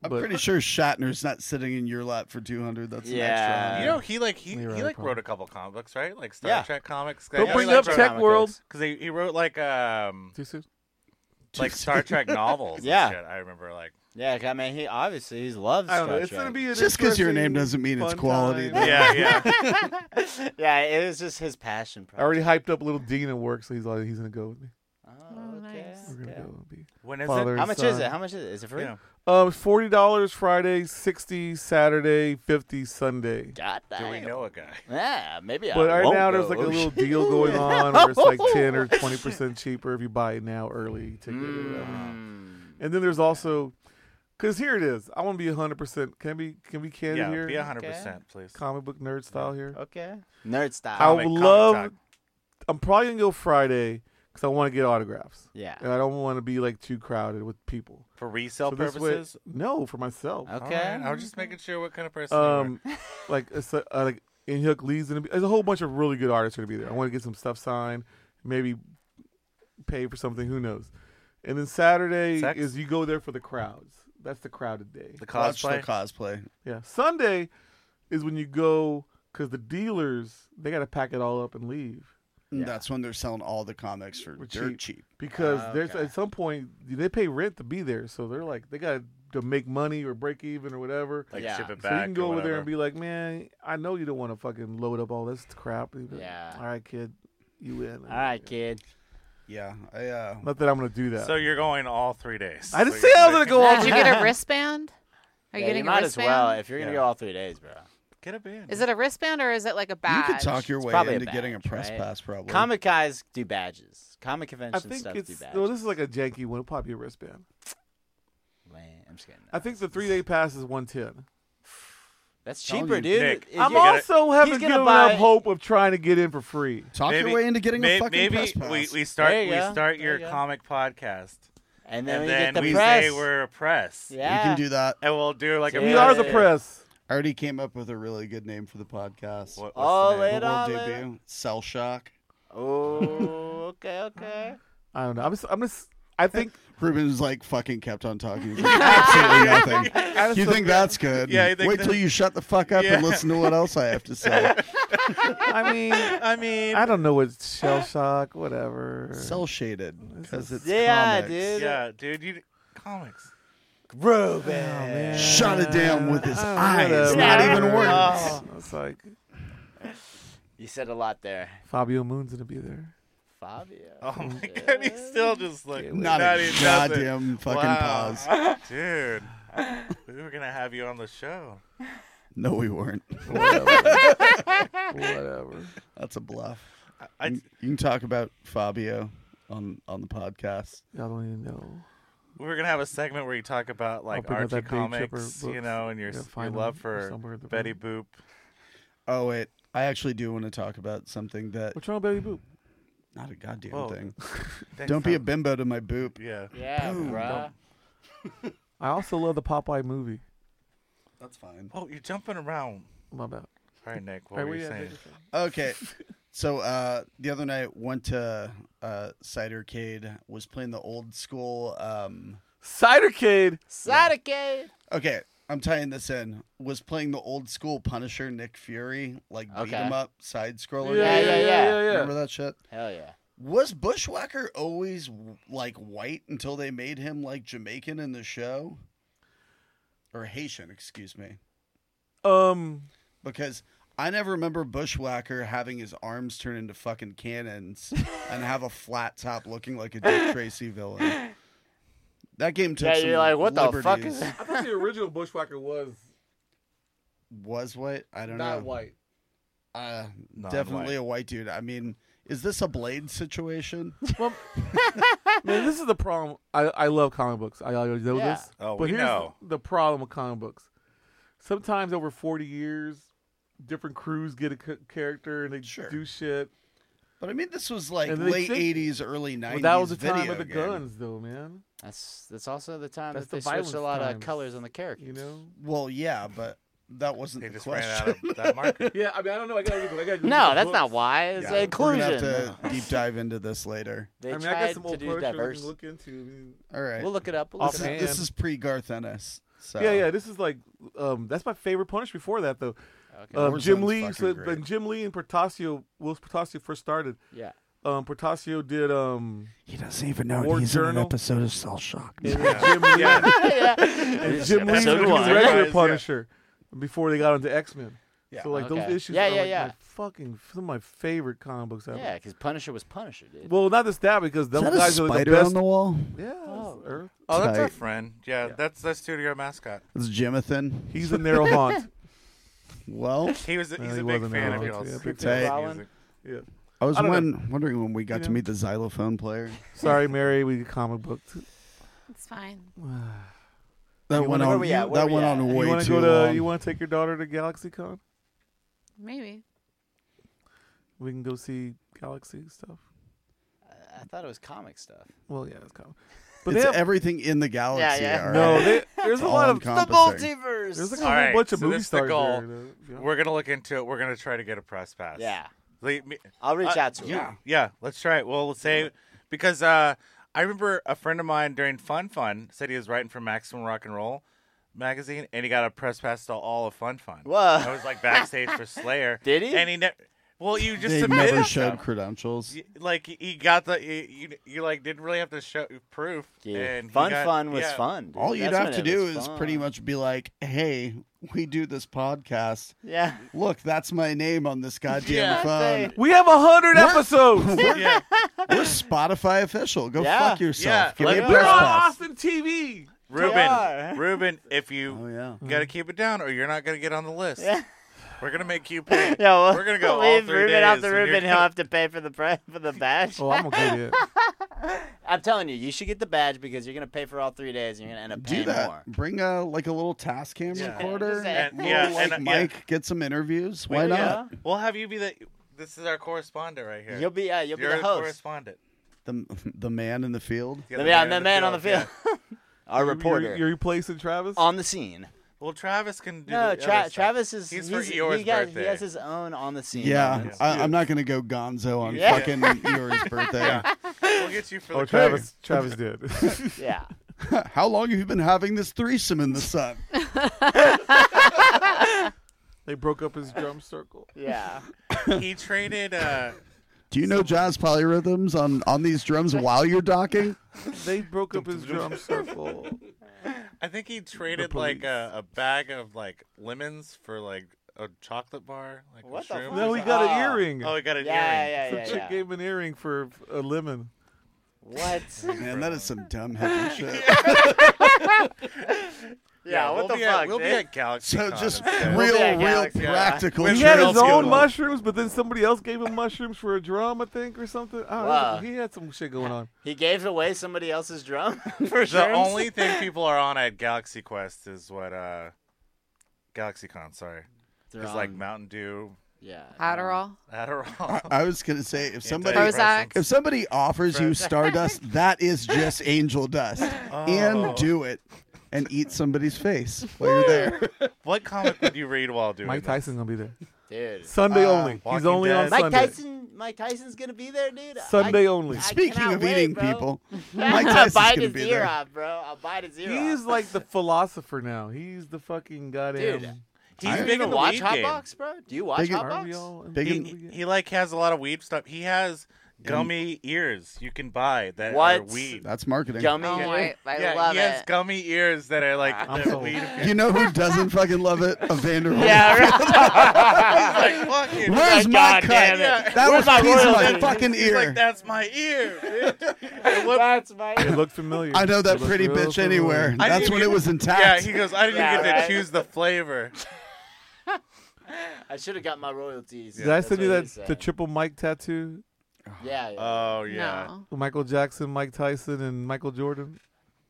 [SPEAKER 5] I'm
[SPEAKER 1] but-
[SPEAKER 5] pretty sure Shatner's not sitting in your lap for two hundred. That's an
[SPEAKER 4] Yeah.
[SPEAKER 5] extra.
[SPEAKER 3] You know, he like he,
[SPEAKER 1] You're
[SPEAKER 3] he
[SPEAKER 1] right,
[SPEAKER 3] like
[SPEAKER 1] probably.
[SPEAKER 3] wrote a couple comic books, right? Like Star
[SPEAKER 4] Yeah.
[SPEAKER 3] Trek comics.
[SPEAKER 1] Don't
[SPEAKER 4] Yeah,
[SPEAKER 1] bring
[SPEAKER 4] we
[SPEAKER 1] up
[SPEAKER 4] like
[SPEAKER 1] Tech
[SPEAKER 4] Roman
[SPEAKER 1] World.
[SPEAKER 4] Reigns.
[SPEAKER 3] because he, he wrote like um
[SPEAKER 1] Too soon.
[SPEAKER 5] (laughs)
[SPEAKER 3] like Star Trek novels.
[SPEAKER 4] (laughs) Yeah.
[SPEAKER 3] and shit, I remember like
[SPEAKER 4] Yeah, I mean, he obviously he's loves.
[SPEAKER 1] I don't know.
[SPEAKER 4] Star
[SPEAKER 1] It's gonna
[SPEAKER 4] Trek.
[SPEAKER 1] be an
[SPEAKER 5] Just 'cause your
[SPEAKER 1] interesting,
[SPEAKER 5] name doesn't mean it's
[SPEAKER 1] fun
[SPEAKER 5] quality,
[SPEAKER 1] time.
[SPEAKER 3] yeah yeah.
[SPEAKER 4] (laughs) yeah, it was just his passion.
[SPEAKER 1] I already hyped up little Dean at work, so he's like, he's gonna go with me.
[SPEAKER 4] Oh,
[SPEAKER 2] Oh,
[SPEAKER 4] okay.
[SPEAKER 2] nice.
[SPEAKER 1] We're gonna
[SPEAKER 4] okay.
[SPEAKER 1] go. uh, and Be.
[SPEAKER 3] When is
[SPEAKER 1] Father.
[SPEAKER 3] it?
[SPEAKER 4] How much is
[SPEAKER 1] Son.
[SPEAKER 4] it? How much is it? Is it free?
[SPEAKER 3] Yeah.
[SPEAKER 1] Um, forty dollars Friday, sixty Saturday, fifty Sunday.
[SPEAKER 4] God
[SPEAKER 3] Do we
[SPEAKER 4] damn.
[SPEAKER 3] know a guy?
[SPEAKER 4] Yeah, maybe.
[SPEAKER 1] But
[SPEAKER 4] I
[SPEAKER 1] right
[SPEAKER 4] won't
[SPEAKER 1] now
[SPEAKER 4] go.
[SPEAKER 1] there's like a little
[SPEAKER 3] (laughs)
[SPEAKER 1] deal going on where it's like ten or
[SPEAKER 4] (laughs)
[SPEAKER 1] twenty percent cheaper if you buy it now early ticket.
[SPEAKER 4] Hmm.
[SPEAKER 1] or whatever.
[SPEAKER 4] Mm.
[SPEAKER 1] And then there's also, cause here it is. I want to be hundred percent. Can we can we candid
[SPEAKER 3] Yeah,
[SPEAKER 1] here?
[SPEAKER 3] be hundred percent, Uh, please.
[SPEAKER 1] Comic book nerd style here.
[SPEAKER 4] Okay. Nerd style.
[SPEAKER 1] I would
[SPEAKER 3] Comic- comic
[SPEAKER 1] love-
[SPEAKER 3] talk.
[SPEAKER 1] I'm probably gonna go Friday because I want to get autographs
[SPEAKER 4] yeah.
[SPEAKER 1] and I don't want to be like too crowded with people.
[SPEAKER 3] for resale
[SPEAKER 1] So this way-
[SPEAKER 3] purposes.
[SPEAKER 1] No, for myself.
[SPEAKER 4] Okay.
[SPEAKER 3] Alright, I was just making sure what kind of person.
[SPEAKER 1] um,
[SPEAKER 3] (laughs)
[SPEAKER 1] like it's a, uh, like in Hook Lee's gonna be. There's a whole bunch of really good artists gonna be there. I want to get some stuff signed, maybe pay for something. Who knows? And then Saturday
[SPEAKER 3] Sex?
[SPEAKER 1] is you go there for the crowds. That's the crowded day.
[SPEAKER 3] you were. the
[SPEAKER 5] Watch the
[SPEAKER 3] cosplay.
[SPEAKER 5] cosplay.
[SPEAKER 1] Yeah. Sunday is when you go because the dealers they gotta pack it all up and leave
[SPEAKER 5] And That's when they're selling all the comics for
[SPEAKER 1] We're
[SPEAKER 5] dirt cheap.
[SPEAKER 1] because
[SPEAKER 3] Oh,
[SPEAKER 4] Ah,
[SPEAKER 1] there's
[SPEAKER 4] okay.
[SPEAKER 1] at some point they pay rent to be there, so they're like they gotta to make money or break even or whatever.
[SPEAKER 3] like
[SPEAKER 4] Yeah.
[SPEAKER 3] ship it
[SPEAKER 1] So
[SPEAKER 3] back.
[SPEAKER 1] you can go
[SPEAKER 3] or
[SPEAKER 1] over there
[SPEAKER 3] whatever.
[SPEAKER 1] and be like, man, I know you don't want to fucking load up all this crap. You'd be like,
[SPEAKER 4] Yeah.
[SPEAKER 1] All right, kid, you win.
[SPEAKER 4] All right, kid.
[SPEAKER 5] Yeah, I uh,
[SPEAKER 1] Not that I'm gonna do that.
[SPEAKER 3] So you're going all three days.
[SPEAKER 1] I didn't
[SPEAKER 3] So
[SPEAKER 1] say
[SPEAKER 3] you're
[SPEAKER 1] I was gonna
[SPEAKER 3] like,
[SPEAKER 1] go all.
[SPEAKER 2] Did you get a wristband? Are you
[SPEAKER 4] Yeah,
[SPEAKER 2] getting a
[SPEAKER 4] might as
[SPEAKER 2] wristband?
[SPEAKER 4] well if you're gonna
[SPEAKER 3] Yeah.
[SPEAKER 4] go all three days, bro.
[SPEAKER 3] Get a band.
[SPEAKER 2] Is it a wristband or is it like a
[SPEAKER 5] you
[SPEAKER 2] badge?
[SPEAKER 5] could talk your way
[SPEAKER 4] probably a
[SPEAKER 5] into getting a
[SPEAKER 4] badge,
[SPEAKER 5] press
[SPEAKER 4] right?
[SPEAKER 5] pass, probably.
[SPEAKER 4] Comic guys do badges. Comic
[SPEAKER 1] I
[SPEAKER 4] convention
[SPEAKER 1] think
[SPEAKER 4] stuff
[SPEAKER 1] it's
[SPEAKER 4] do badges.
[SPEAKER 1] well. This is like a janky one. It'll probably be a wristband.
[SPEAKER 4] Lame. I'm just kidding.
[SPEAKER 1] I think the three day pass is one ten.
[SPEAKER 4] That's
[SPEAKER 5] Telling
[SPEAKER 4] cheaper,
[SPEAKER 5] you,
[SPEAKER 4] dude.
[SPEAKER 3] Nick.
[SPEAKER 4] If
[SPEAKER 1] I'm
[SPEAKER 4] you-
[SPEAKER 3] all- gotta-
[SPEAKER 1] also having
[SPEAKER 4] he's
[SPEAKER 1] given
[SPEAKER 4] gonna buy-
[SPEAKER 1] up hope of trying to get in for free.
[SPEAKER 5] Talk
[SPEAKER 3] maybe,
[SPEAKER 5] your way into getting
[SPEAKER 3] may-
[SPEAKER 5] a fucking
[SPEAKER 3] maybe
[SPEAKER 5] press pass.
[SPEAKER 3] we, we start
[SPEAKER 4] There you
[SPEAKER 3] we
[SPEAKER 4] go.
[SPEAKER 3] start
[SPEAKER 4] There
[SPEAKER 3] your
[SPEAKER 4] you go.
[SPEAKER 3] comic podcast,
[SPEAKER 4] and then
[SPEAKER 3] and
[SPEAKER 4] we get
[SPEAKER 3] then
[SPEAKER 4] the
[SPEAKER 3] we
[SPEAKER 4] press.
[SPEAKER 3] say we're a press.
[SPEAKER 4] yeah.
[SPEAKER 5] You can do that.
[SPEAKER 3] and we'll do like a
[SPEAKER 1] We
[SPEAKER 4] Yeah.
[SPEAKER 1] are
[SPEAKER 3] press.
[SPEAKER 1] the press.
[SPEAKER 5] I already came up with a really good name for the podcast.
[SPEAKER 3] What, what's
[SPEAKER 4] Oh,
[SPEAKER 3] the name?
[SPEAKER 4] later.
[SPEAKER 5] What we'll
[SPEAKER 4] Later.
[SPEAKER 5] debut? Cell Shock.
[SPEAKER 4] Oh, okay, okay.
[SPEAKER 1] I don't know. I'm just. I'm just. I
[SPEAKER 4] (laughs)
[SPEAKER 1] think.
[SPEAKER 5] Ruben's like fucking kept on talking. for
[SPEAKER 4] (laughs)
[SPEAKER 5] absolutely nothing.
[SPEAKER 1] honestly,
[SPEAKER 5] You think that's good?
[SPEAKER 3] Yeah, I think
[SPEAKER 5] Wait
[SPEAKER 3] that-
[SPEAKER 5] till you shut the fuck up and
[SPEAKER 3] Yeah.
[SPEAKER 5] listen to what else I have
[SPEAKER 3] (laughs)
[SPEAKER 5] to say.
[SPEAKER 1] I mean.
[SPEAKER 3] I mean,
[SPEAKER 1] I don't know what shell shock, whatever.
[SPEAKER 5] Cell shaded because it's
[SPEAKER 4] Yeah,
[SPEAKER 5] comics.
[SPEAKER 4] dude.
[SPEAKER 3] yeah, dude, you comics.
[SPEAKER 4] Ruben.
[SPEAKER 5] Shot it down with his
[SPEAKER 1] Oh,
[SPEAKER 5] eyes.
[SPEAKER 1] whatever.
[SPEAKER 5] Not even
[SPEAKER 1] Yeah.
[SPEAKER 5] words.
[SPEAKER 4] Oh.
[SPEAKER 1] It's like
[SPEAKER 4] You said a lot there,
[SPEAKER 1] Fabio Moon's gonna
[SPEAKER 4] (laughs)
[SPEAKER 1] be there.
[SPEAKER 4] Fabio.
[SPEAKER 3] Oh my god, he's still just like
[SPEAKER 5] Not, a
[SPEAKER 3] even nothing.
[SPEAKER 5] goddamn fucking
[SPEAKER 3] Wow.
[SPEAKER 5] pause.
[SPEAKER 3] dude.
[SPEAKER 1] (laughs)
[SPEAKER 3] We were gonna have you on the show.
[SPEAKER 5] No,
[SPEAKER 3] (laughs)
[SPEAKER 5] we weren't.
[SPEAKER 1] Whatever. Whatever.
[SPEAKER 5] That's a bluff.
[SPEAKER 3] I, I,
[SPEAKER 5] you you can talk about Fabio on on the podcast.
[SPEAKER 1] Y'all don't even know.
[SPEAKER 3] we were gonna have a segment where you talk about like
[SPEAKER 1] pick up
[SPEAKER 3] Archie
[SPEAKER 1] that Big Chipper
[SPEAKER 3] comics, you
[SPEAKER 1] books.
[SPEAKER 3] know, and your,
[SPEAKER 1] Yeah,
[SPEAKER 3] your
[SPEAKER 1] find
[SPEAKER 3] love
[SPEAKER 1] them
[SPEAKER 3] for
[SPEAKER 1] somewhere at the
[SPEAKER 3] Betty
[SPEAKER 1] back.
[SPEAKER 3] Boop.
[SPEAKER 5] Oh wait, I actually do want to talk about something that
[SPEAKER 1] What's wrong with Betty Boop?
[SPEAKER 5] not a goddamn
[SPEAKER 3] Whoa.
[SPEAKER 5] thing.
[SPEAKER 3] Thanks,
[SPEAKER 5] Don't be a
[SPEAKER 3] Tom.
[SPEAKER 5] bimbo to my boop.
[SPEAKER 3] yeah.
[SPEAKER 4] Yeah,
[SPEAKER 5] Boom.
[SPEAKER 4] bruh.
[SPEAKER 1] I also love the Popeye movie.
[SPEAKER 5] That's fine.
[SPEAKER 3] Oh, you're jumping around.
[SPEAKER 1] My bad.
[SPEAKER 3] All right, Nick. What
[SPEAKER 1] All right,
[SPEAKER 3] were
[SPEAKER 1] we
[SPEAKER 3] you
[SPEAKER 1] had
[SPEAKER 3] saying?
[SPEAKER 1] different-
[SPEAKER 5] Okay. (laughs) So uh, the other night went to uh, Cidercade, was playing the old school. Um,
[SPEAKER 1] Cidercade.
[SPEAKER 4] Sadicate.
[SPEAKER 5] okay, I'm tying this in. Was playing the old school Punisher, Nick Fury, like beat
[SPEAKER 4] Okay.
[SPEAKER 5] him up side
[SPEAKER 1] Yeah,
[SPEAKER 5] scroller.
[SPEAKER 1] yeah,
[SPEAKER 4] yeah,
[SPEAKER 1] yeah,
[SPEAKER 4] yeah.
[SPEAKER 1] yeah. yeah,
[SPEAKER 5] Remember that shit?
[SPEAKER 4] Hell yeah.
[SPEAKER 5] Was Bushwhacker always like white until they made him like Jamaican in the show? Or Haitian, excuse me.
[SPEAKER 1] Um,
[SPEAKER 5] Because I never remember Bushwhacker having his arms turn into fucking cannons and have a flat top looking like
[SPEAKER 4] (laughs)
[SPEAKER 5] a Dick Tracy villain. That game took
[SPEAKER 4] Yeah,
[SPEAKER 5] some
[SPEAKER 4] you're like, what the fuck is
[SPEAKER 5] liberties.
[SPEAKER 4] that?
[SPEAKER 1] I thought the original Bushwhacker was
[SPEAKER 5] Was white? I don't know.
[SPEAKER 1] white.
[SPEAKER 5] Uh,
[SPEAKER 3] Non-white.
[SPEAKER 5] definitely a white dude. I mean, is this a blade situation?
[SPEAKER 1] Man, this is the problem. I, I love comic books. I already know
[SPEAKER 4] Yeah.
[SPEAKER 1] this.
[SPEAKER 3] Oh,
[SPEAKER 1] but
[SPEAKER 3] we
[SPEAKER 1] here's
[SPEAKER 3] know.
[SPEAKER 1] the problem with comic books. Sometimes over 40 years, different crews get a c- character and they
[SPEAKER 5] Sure.
[SPEAKER 1] do shit.
[SPEAKER 5] But I mean, this was like
[SPEAKER 1] And they
[SPEAKER 5] late
[SPEAKER 1] think-
[SPEAKER 5] '80s, early '90s.
[SPEAKER 1] But that was the time
[SPEAKER 5] video
[SPEAKER 1] of the
[SPEAKER 5] game.
[SPEAKER 1] guns, though, man.
[SPEAKER 4] That's that's also the time
[SPEAKER 1] That's
[SPEAKER 4] that they
[SPEAKER 1] the
[SPEAKER 4] switched a
[SPEAKER 1] violence
[SPEAKER 4] lot of
[SPEAKER 1] times,
[SPEAKER 4] colors on the characters.
[SPEAKER 1] You know?
[SPEAKER 5] Well, yeah, but that wasn't
[SPEAKER 3] They
[SPEAKER 5] the
[SPEAKER 3] just
[SPEAKER 5] question.
[SPEAKER 3] ran out
[SPEAKER 5] (laughs)
[SPEAKER 3] of that market.
[SPEAKER 1] Yeah, I mean, I don't know. I gotta, I gotta
[SPEAKER 4] No, that's not why. It's
[SPEAKER 3] Yeah.
[SPEAKER 4] an
[SPEAKER 3] We're
[SPEAKER 5] We're gonna
[SPEAKER 4] inclusion.
[SPEAKER 5] have to deep dive into this later.
[SPEAKER 4] They
[SPEAKER 1] I mean,
[SPEAKER 4] tried
[SPEAKER 1] I got some
[SPEAKER 4] to
[SPEAKER 1] old
[SPEAKER 4] do
[SPEAKER 1] poetry we
[SPEAKER 4] diverse.
[SPEAKER 1] can look into. I mean,
[SPEAKER 5] All right.
[SPEAKER 4] We'll look it up. We'll look
[SPEAKER 5] this,
[SPEAKER 4] it
[SPEAKER 5] is,
[SPEAKER 4] up.
[SPEAKER 1] Offhand.
[SPEAKER 5] this is pre Garth Ennis. So.
[SPEAKER 1] Yeah, yeah. This is like, um, that's my favorite Punisher. Before that, though,
[SPEAKER 4] Okay.
[SPEAKER 1] um, Jim
[SPEAKER 5] Warzone's
[SPEAKER 1] Lee.
[SPEAKER 5] fucking
[SPEAKER 1] So,
[SPEAKER 5] great.
[SPEAKER 1] when Jim Lee and Portasio, Will's Portasio first started.
[SPEAKER 4] yeah.
[SPEAKER 1] Um, Portasio did
[SPEAKER 5] (laughs)
[SPEAKER 1] um,
[SPEAKER 5] He doesn't even know
[SPEAKER 1] War
[SPEAKER 5] he's in
[SPEAKER 1] Journal.
[SPEAKER 5] an episode of Cell Shock.
[SPEAKER 1] and Jim Lee.
[SPEAKER 4] (laughs)
[SPEAKER 1] and
[SPEAKER 4] This
[SPEAKER 1] Jim Lee was
[SPEAKER 4] episode
[SPEAKER 1] doing
[SPEAKER 4] one.
[SPEAKER 1] regular
[SPEAKER 3] Yeah.
[SPEAKER 1] Punisher before they got onto X Men.
[SPEAKER 5] Yeah.
[SPEAKER 1] So like
[SPEAKER 4] Okay.
[SPEAKER 1] those issues
[SPEAKER 4] Yeah,
[SPEAKER 1] are
[SPEAKER 4] yeah,
[SPEAKER 1] like
[SPEAKER 4] yeah.
[SPEAKER 1] my fucking some of my favorite comic books ever.
[SPEAKER 4] Yeah, because Punisher was Punisher, dude.
[SPEAKER 1] Well, not just that because
[SPEAKER 5] Is
[SPEAKER 1] those
[SPEAKER 5] that a
[SPEAKER 1] guys are
[SPEAKER 5] spider
[SPEAKER 1] like the best.
[SPEAKER 5] on the wall?
[SPEAKER 1] yeah, it's
[SPEAKER 4] Oh.
[SPEAKER 1] Earth.
[SPEAKER 3] Oh, that's our
[SPEAKER 5] Tight.
[SPEAKER 3] friend. Yeah,
[SPEAKER 4] Yeah.
[SPEAKER 3] that's the studio mascot.
[SPEAKER 5] It's Jonathan.
[SPEAKER 1] He's a
[SPEAKER 4] (laughs)
[SPEAKER 1] narrow haunt.
[SPEAKER 5] (laughs) Well,
[SPEAKER 3] He was. He's
[SPEAKER 1] he
[SPEAKER 3] a big
[SPEAKER 1] wasn't
[SPEAKER 3] fan
[SPEAKER 1] around.
[SPEAKER 3] of y'all's.
[SPEAKER 1] Yeah,
[SPEAKER 5] Tight.
[SPEAKER 3] music.
[SPEAKER 1] Yeah.
[SPEAKER 5] I was
[SPEAKER 1] I don't
[SPEAKER 5] won- wondering when we got
[SPEAKER 1] You
[SPEAKER 5] to
[SPEAKER 1] know?
[SPEAKER 5] meet the xylophone player.
[SPEAKER 1] Sorry, Mary. We comic booked.
[SPEAKER 2] It's fine.
[SPEAKER 5] That
[SPEAKER 1] You
[SPEAKER 5] went
[SPEAKER 1] wanna-
[SPEAKER 5] on.
[SPEAKER 4] where we at? Where
[SPEAKER 5] that
[SPEAKER 4] we
[SPEAKER 5] went
[SPEAKER 4] at?
[SPEAKER 5] on
[SPEAKER 4] You
[SPEAKER 5] way
[SPEAKER 1] you want
[SPEAKER 5] too
[SPEAKER 1] to go to?
[SPEAKER 5] long.
[SPEAKER 1] You want to take your daughter to GalaxyCon?
[SPEAKER 2] Maybe.
[SPEAKER 1] We can go see Galaxy stuff.
[SPEAKER 4] I thought it was comic stuff.
[SPEAKER 1] Well, yeah, it's comic.
[SPEAKER 5] it's everything in the galaxy.
[SPEAKER 4] yeah.
[SPEAKER 5] all
[SPEAKER 1] no.
[SPEAKER 5] right?
[SPEAKER 1] They, there's a
[SPEAKER 5] All
[SPEAKER 1] lot of
[SPEAKER 5] encompassing.
[SPEAKER 4] multiverse.
[SPEAKER 1] there's like a
[SPEAKER 3] All
[SPEAKER 1] whole
[SPEAKER 3] right,
[SPEAKER 1] bunch of
[SPEAKER 3] so
[SPEAKER 1] movie
[SPEAKER 3] this is the
[SPEAKER 1] stars. there,
[SPEAKER 3] goal.
[SPEAKER 1] though. Yeah.
[SPEAKER 3] We're gonna look into it. We're gonna try to get a press pass.
[SPEAKER 4] yeah,
[SPEAKER 3] Like, me-
[SPEAKER 4] I'll reach
[SPEAKER 3] Uh,
[SPEAKER 4] out to him.
[SPEAKER 5] Yeah.
[SPEAKER 3] Yeah, let's try it. Well, let's say because uh, I remember a friend of mine during Fun Fun said he was writing for Maximum Rock and Roll magazine, and he got a press pass to all of Fun Fun.
[SPEAKER 4] Whoa.
[SPEAKER 3] I was like backstage for Slayer.
[SPEAKER 4] (laughs) Did he?
[SPEAKER 3] And he never. Well, you just
[SPEAKER 5] They
[SPEAKER 3] submitted
[SPEAKER 5] never showed
[SPEAKER 3] stuff.
[SPEAKER 5] credentials.
[SPEAKER 3] Y- Like he got the you, you, you like didn't really have to show proof.
[SPEAKER 4] Dude,
[SPEAKER 3] And he
[SPEAKER 4] fun,
[SPEAKER 3] got-
[SPEAKER 4] fun was
[SPEAKER 3] yeah.
[SPEAKER 4] fun. Dude.
[SPEAKER 5] All you'd
[SPEAKER 4] That's
[SPEAKER 5] have
[SPEAKER 4] when
[SPEAKER 5] to
[SPEAKER 4] it
[SPEAKER 5] do
[SPEAKER 4] was
[SPEAKER 5] is pretty
[SPEAKER 4] fun.
[SPEAKER 5] much be like, "Hey, we do this podcast.
[SPEAKER 4] Yeah,
[SPEAKER 5] Look, that's my name
[SPEAKER 1] (laughs)
[SPEAKER 5] on this goddamn
[SPEAKER 4] Yeah,
[SPEAKER 5] phone.
[SPEAKER 1] We have a hundred
[SPEAKER 5] We're-
[SPEAKER 1] episodes.
[SPEAKER 4] (laughs)
[SPEAKER 3] Yeah,
[SPEAKER 5] We're Spotify official. Go
[SPEAKER 4] Yeah.
[SPEAKER 5] fuck yourself.
[SPEAKER 3] Yeah,
[SPEAKER 5] Give me
[SPEAKER 3] like-
[SPEAKER 5] a
[SPEAKER 3] We're
[SPEAKER 1] We're
[SPEAKER 5] press
[SPEAKER 1] on
[SPEAKER 5] pass.
[SPEAKER 1] Austin TV.
[SPEAKER 4] Yeah.
[SPEAKER 3] Ruben, Ruben, if you
[SPEAKER 5] Oh yeah.
[SPEAKER 3] got to keep it down, or you're not gonna get on the list.
[SPEAKER 4] yeah.
[SPEAKER 3] We're gonna make you pay.
[SPEAKER 4] (laughs) yeah well,
[SPEAKER 3] We're gonna go all
[SPEAKER 4] leave
[SPEAKER 3] three
[SPEAKER 4] Ruben out
[SPEAKER 3] days,
[SPEAKER 4] to
[SPEAKER 3] and you're
[SPEAKER 4] Ruben. He'll
[SPEAKER 3] gonna-
[SPEAKER 4] have to pay for the pre- for the badge.
[SPEAKER 1] Oh, I'm okay (laughs) with it.
[SPEAKER 4] I'm telling you, you should get the badge because you're gonna pay for all three days, and you're gonna end up
[SPEAKER 5] Do
[SPEAKER 4] paying
[SPEAKER 5] that.
[SPEAKER 4] more.
[SPEAKER 5] Bring a like a little task cam
[SPEAKER 3] Yeah.
[SPEAKER 5] recorder.
[SPEAKER 4] Just
[SPEAKER 3] And-
[SPEAKER 5] little,
[SPEAKER 3] yeah,
[SPEAKER 5] like
[SPEAKER 3] and, uh, yeah.
[SPEAKER 5] Mike, get some interviews. Why
[SPEAKER 4] Yeah.
[SPEAKER 5] not?
[SPEAKER 3] We'll have you be the. This is our correspondent right here.
[SPEAKER 4] You'll be uh, you'll
[SPEAKER 3] You're
[SPEAKER 4] be
[SPEAKER 3] a
[SPEAKER 4] the host.
[SPEAKER 3] correspondent.
[SPEAKER 5] The the man in the field.
[SPEAKER 3] Yeah,
[SPEAKER 4] yeah, the man on the field.
[SPEAKER 3] yeah.
[SPEAKER 4] (laughs) Our
[SPEAKER 1] You're-
[SPEAKER 4] reporter
[SPEAKER 1] You're, you're replacing Travis.
[SPEAKER 4] on the scene.
[SPEAKER 3] Well, Travis can do.
[SPEAKER 4] No,
[SPEAKER 3] the other
[SPEAKER 4] Tra-
[SPEAKER 3] stuff.
[SPEAKER 4] Travis is
[SPEAKER 3] He's,
[SPEAKER 4] he's
[SPEAKER 3] for Eeyore's
[SPEAKER 4] he, got,
[SPEAKER 3] birthday.
[SPEAKER 4] he has his own on the scene.
[SPEAKER 5] Yeah,
[SPEAKER 4] moments.
[SPEAKER 5] I, I'm not gonna go Gonzo on
[SPEAKER 4] Yeah.
[SPEAKER 5] fucking Yuri's birthday.
[SPEAKER 3] Yeah. (laughs)
[SPEAKER 4] (laughs)
[SPEAKER 3] we'll get you for the
[SPEAKER 1] oh,
[SPEAKER 3] credit.
[SPEAKER 1] Travis. Travis did.
[SPEAKER 4] (laughs) yeah.
[SPEAKER 5] (laughs) How long have you been having this threesome in the sun?
[SPEAKER 1] they broke up his drum circle.
[SPEAKER 3] (laughs)
[SPEAKER 4] Yeah.
[SPEAKER 1] (laughs)
[SPEAKER 3] He traded. Uh,
[SPEAKER 5] Do you know jazz polyrhythms on on these drums while you're docking?
[SPEAKER 1] They broke up his drum circle.
[SPEAKER 3] I think he traded
[SPEAKER 1] police.
[SPEAKER 3] like a, a bag of like lemons for like a chocolate bar. Like a
[SPEAKER 4] What the
[SPEAKER 3] shroom.
[SPEAKER 4] fuck?
[SPEAKER 1] No, he got an
[SPEAKER 4] Oh.
[SPEAKER 1] earring.
[SPEAKER 3] Oh, he got
[SPEAKER 4] Yeah,
[SPEAKER 3] an earring.
[SPEAKER 4] yeah,
[SPEAKER 1] Some
[SPEAKER 4] yeah,
[SPEAKER 1] chick
[SPEAKER 4] yeah.
[SPEAKER 1] gave him an earring for a lemon.
[SPEAKER 4] What?
[SPEAKER 3] (laughs)
[SPEAKER 4] (laughs)
[SPEAKER 5] Man, that is some dumb hippie shit.
[SPEAKER 4] yeah, what
[SPEAKER 3] we'll
[SPEAKER 4] the
[SPEAKER 3] be
[SPEAKER 4] fuck?
[SPEAKER 3] At, we'll
[SPEAKER 4] dude?
[SPEAKER 3] be at
[SPEAKER 1] (laughs)
[SPEAKER 3] Galaxy.
[SPEAKER 5] So just
[SPEAKER 4] We'll
[SPEAKER 5] real,
[SPEAKER 4] be at
[SPEAKER 5] real
[SPEAKER 4] Galaxy, yeah.
[SPEAKER 5] practical.
[SPEAKER 1] He had his
[SPEAKER 5] drills
[SPEAKER 1] own
[SPEAKER 5] going on.
[SPEAKER 1] mushrooms, but then somebody else gave him mushrooms for a drum, I think, or something. I don't
[SPEAKER 4] Wow.
[SPEAKER 1] know. He had some shit going on.
[SPEAKER 4] He gave away somebody else's drum (laughs) for sure.
[SPEAKER 3] The only
[SPEAKER 4] (laughs)
[SPEAKER 3] thing people are on at Galaxy Quest is what uh, GalaxyCon. Sorry, it's like Mountain Dew,
[SPEAKER 4] yeah.
[SPEAKER 2] Adderall.
[SPEAKER 1] Uh,
[SPEAKER 3] Adderall.
[SPEAKER 1] (laughs)
[SPEAKER 5] I was gonna say if somebody
[SPEAKER 2] Prozac.
[SPEAKER 5] if somebody offers you stardust, that is
[SPEAKER 4] (laughs)
[SPEAKER 5] just angel dust,
[SPEAKER 3] Oh.
[SPEAKER 5] and do it, and eat somebody's face while you're there.
[SPEAKER 3] What comic would you read while doing
[SPEAKER 1] Mike
[SPEAKER 3] this?
[SPEAKER 1] Tyson gonna be there
[SPEAKER 4] Dude.
[SPEAKER 1] Sunday
[SPEAKER 5] Uh,
[SPEAKER 1] only. He's
[SPEAKER 3] Walking
[SPEAKER 1] only on
[SPEAKER 3] Dead.
[SPEAKER 4] Mike
[SPEAKER 1] Sunday.
[SPEAKER 4] Tyson Mike Tyson's gonna be there, dude.
[SPEAKER 1] Sunday
[SPEAKER 4] I, (laughs)
[SPEAKER 1] only.
[SPEAKER 4] I-
[SPEAKER 5] Speaking
[SPEAKER 4] cannot
[SPEAKER 5] of
[SPEAKER 4] wait,
[SPEAKER 5] eating
[SPEAKER 4] bro.
[SPEAKER 5] people,
[SPEAKER 4] I'll
[SPEAKER 5] Mike Tyson's
[SPEAKER 4] bite
[SPEAKER 5] gonna
[SPEAKER 4] his
[SPEAKER 5] be
[SPEAKER 4] ear
[SPEAKER 5] there.
[SPEAKER 4] off, bro. I'll bite his ear
[SPEAKER 1] He's
[SPEAKER 4] off.
[SPEAKER 1] like the philosopher now. He's the fucking goddamn.
[SPEAKER 4] Dude,
[SPEAKER 3] He's
[SPEAKER 5] I-
[SPEAKER 3] big
[SPEAKER 4] you
[SPEAKER 3] in the
[SPEAKER 4] watch
[SPEAKER 3] weed game.
[SPEAKER 4] Hotbox, bro? Do you watch
[SPEAKER 5] Big in-
[SPEAKER 1] Are we
[SPEAKER 4] Hotbox?
[SPEAKER 1] all?
[SPEAKER 5] Big in-
[SPEAKER 3] He, he like has a lot of weed stuff. He has gummy ears you can buy that are
[SPEAKER 4] What?
[SPEAKER 3] weed.
[SPEAKER 5] That's marketing.
[SPEAKER 4] Gummy.
[SPEAKER 2] Oh, I, I
[SPEAKER 3] yeah,
[SPEAKER 2] love
[SPEAKER 3] he has
[SPEAKER 2] it.
[SPEAKER 3] gummy ears that are like
[SPEAKER 1] I'm
[SPEAKER 3] the
[SPEAKER 1] sold. (laughs)
[SPEAKER 3] weed.
[SPEAKER 5] You know who doesn't fucking love it? A
[SPEAKER 4] (laughs)
[SPEAKER 5] Vanderbilt.
[SPEAKER 4] Yeah,
[SPEAKER 3] He's like, fuck it.
[SPEAKER 5] Where's
[SPEAKER 4] God
[SPEAKER 5] my cut?
[SPEAKER 4] damn it.
[SPEAKER 5] That
[SPEAKER 4] Where's
[SPEAKER 5] was
[SPEAKER 4] my
[SPEAKER 5] a piece of my
[SPEAKER 4] royalty? (laughs)
[SPEAKER 5] fucking
[SPEAKER 3] He's
[SPEAKER 5] ear.
[SPEAKER 3] like, that's my ear. bitch." And what-
[SPEAKER 4] That's my
[SPEAKER 1] It looked familiar.
[SPEAKER 5] (laughs) I know that
[SPEAKER 1] It looked
[SPEAKER 5] pretty
[SPEAKER 1] real
[SPEAKER 5] bitch
[SPEAKER 1] familiar.
[SPEAKER 5] (laughs) anywhere.
[SPEAKER 3] I
[SPEAKER 5] That's
[SPEAKER 3] didn't
[SPEAKER 5] when it
[SPEAKER 3] even-
[SPEAKER 5] was
[SPEAKER 3] yeah,
[SPEAKER 5] intact.
[SPEAKER 3] he goes, I didn't
[SPEAKER 4] Yeah,
[SPEAKER 2] (laughs)
[SPEAKER 3] even get
[SPEAKER 4] right.
[SPEAKER 3] to choose the flavor.
[SPEAKER 4] (laughs) I should have got my royalties.
[SPEAKER 1] Did I
[SPEAKER 4] That's
[SPEAKER 1] send you
[SPEAKER 4] what
[SPEAKER 1] that
[SPEAKER 4] he said.
[SPEAKER 1] the triple Mike tattoo?
[SPEAKER 4] Yeah, yeah.
[SPEAKER 3] Oh yeah.
[SPEAKER 2] No.
[SPEAKER 1] Michael Jackson, Mike Tyson, and Michael Jordan.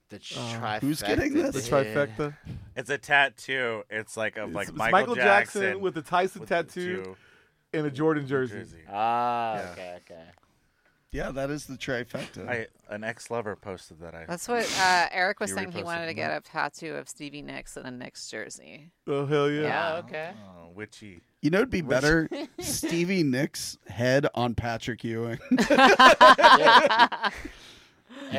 [SPEAKER 4] the
[SPEAKER 1] uh,
[SPEAKER 4] trifecta.
[SPEAKER 5] who's getting this?
[SPEAKER 1] The
[SPEAKER 4] dude.
[SPEAKER 1] trifecta.
[SPEAKER 3] It's a tattoo. It's like of
[SPEAKER 1] It's-
[SPEAKER 3] like
[SPEAKER 1] it's
[SPEAKER 3] Michael, Jackson,
[SPEAKER 1] with the Tyson
[SPEAKER 3] with the
[SPEAKER 1] tattoo and a Jordan jersey.
[SPEAKER 4] Ah,
[SPEAKER 3] Yeah.
[SPEAKER 4] okay, okay.
[SPEAKER 5] Yeah, that is the trifecta.
[SPEAKER 3] I an ex lover posted that I
[SPEAKER 2] That's what uh, Eric was
[SPEAKER 3] You
[SPEAKER 2] saying. He
[SPEAKER 3] reposted
[SPEAKER 2] wanted to
[SPEAKER 3] them
[SPEAKER 2] get a tattoo of Stevie Nicks in a Knicks jersey.
[SPEAKER 1] Oh hell yeah!
[SPEAKER 2] Yeah.
[SPEAKER 4] Ah, okay.
[SPEAKER 3] oh, witchy.
[SPEAKER 5] you know, it'd
[SPEAKER 4] (laughs)
[SPEAKER 5] be better Stevie Nicks' head on Patrick Ewing.
[SPEAKER 4] Eric's gonna
[SPEAKER 1] Oh,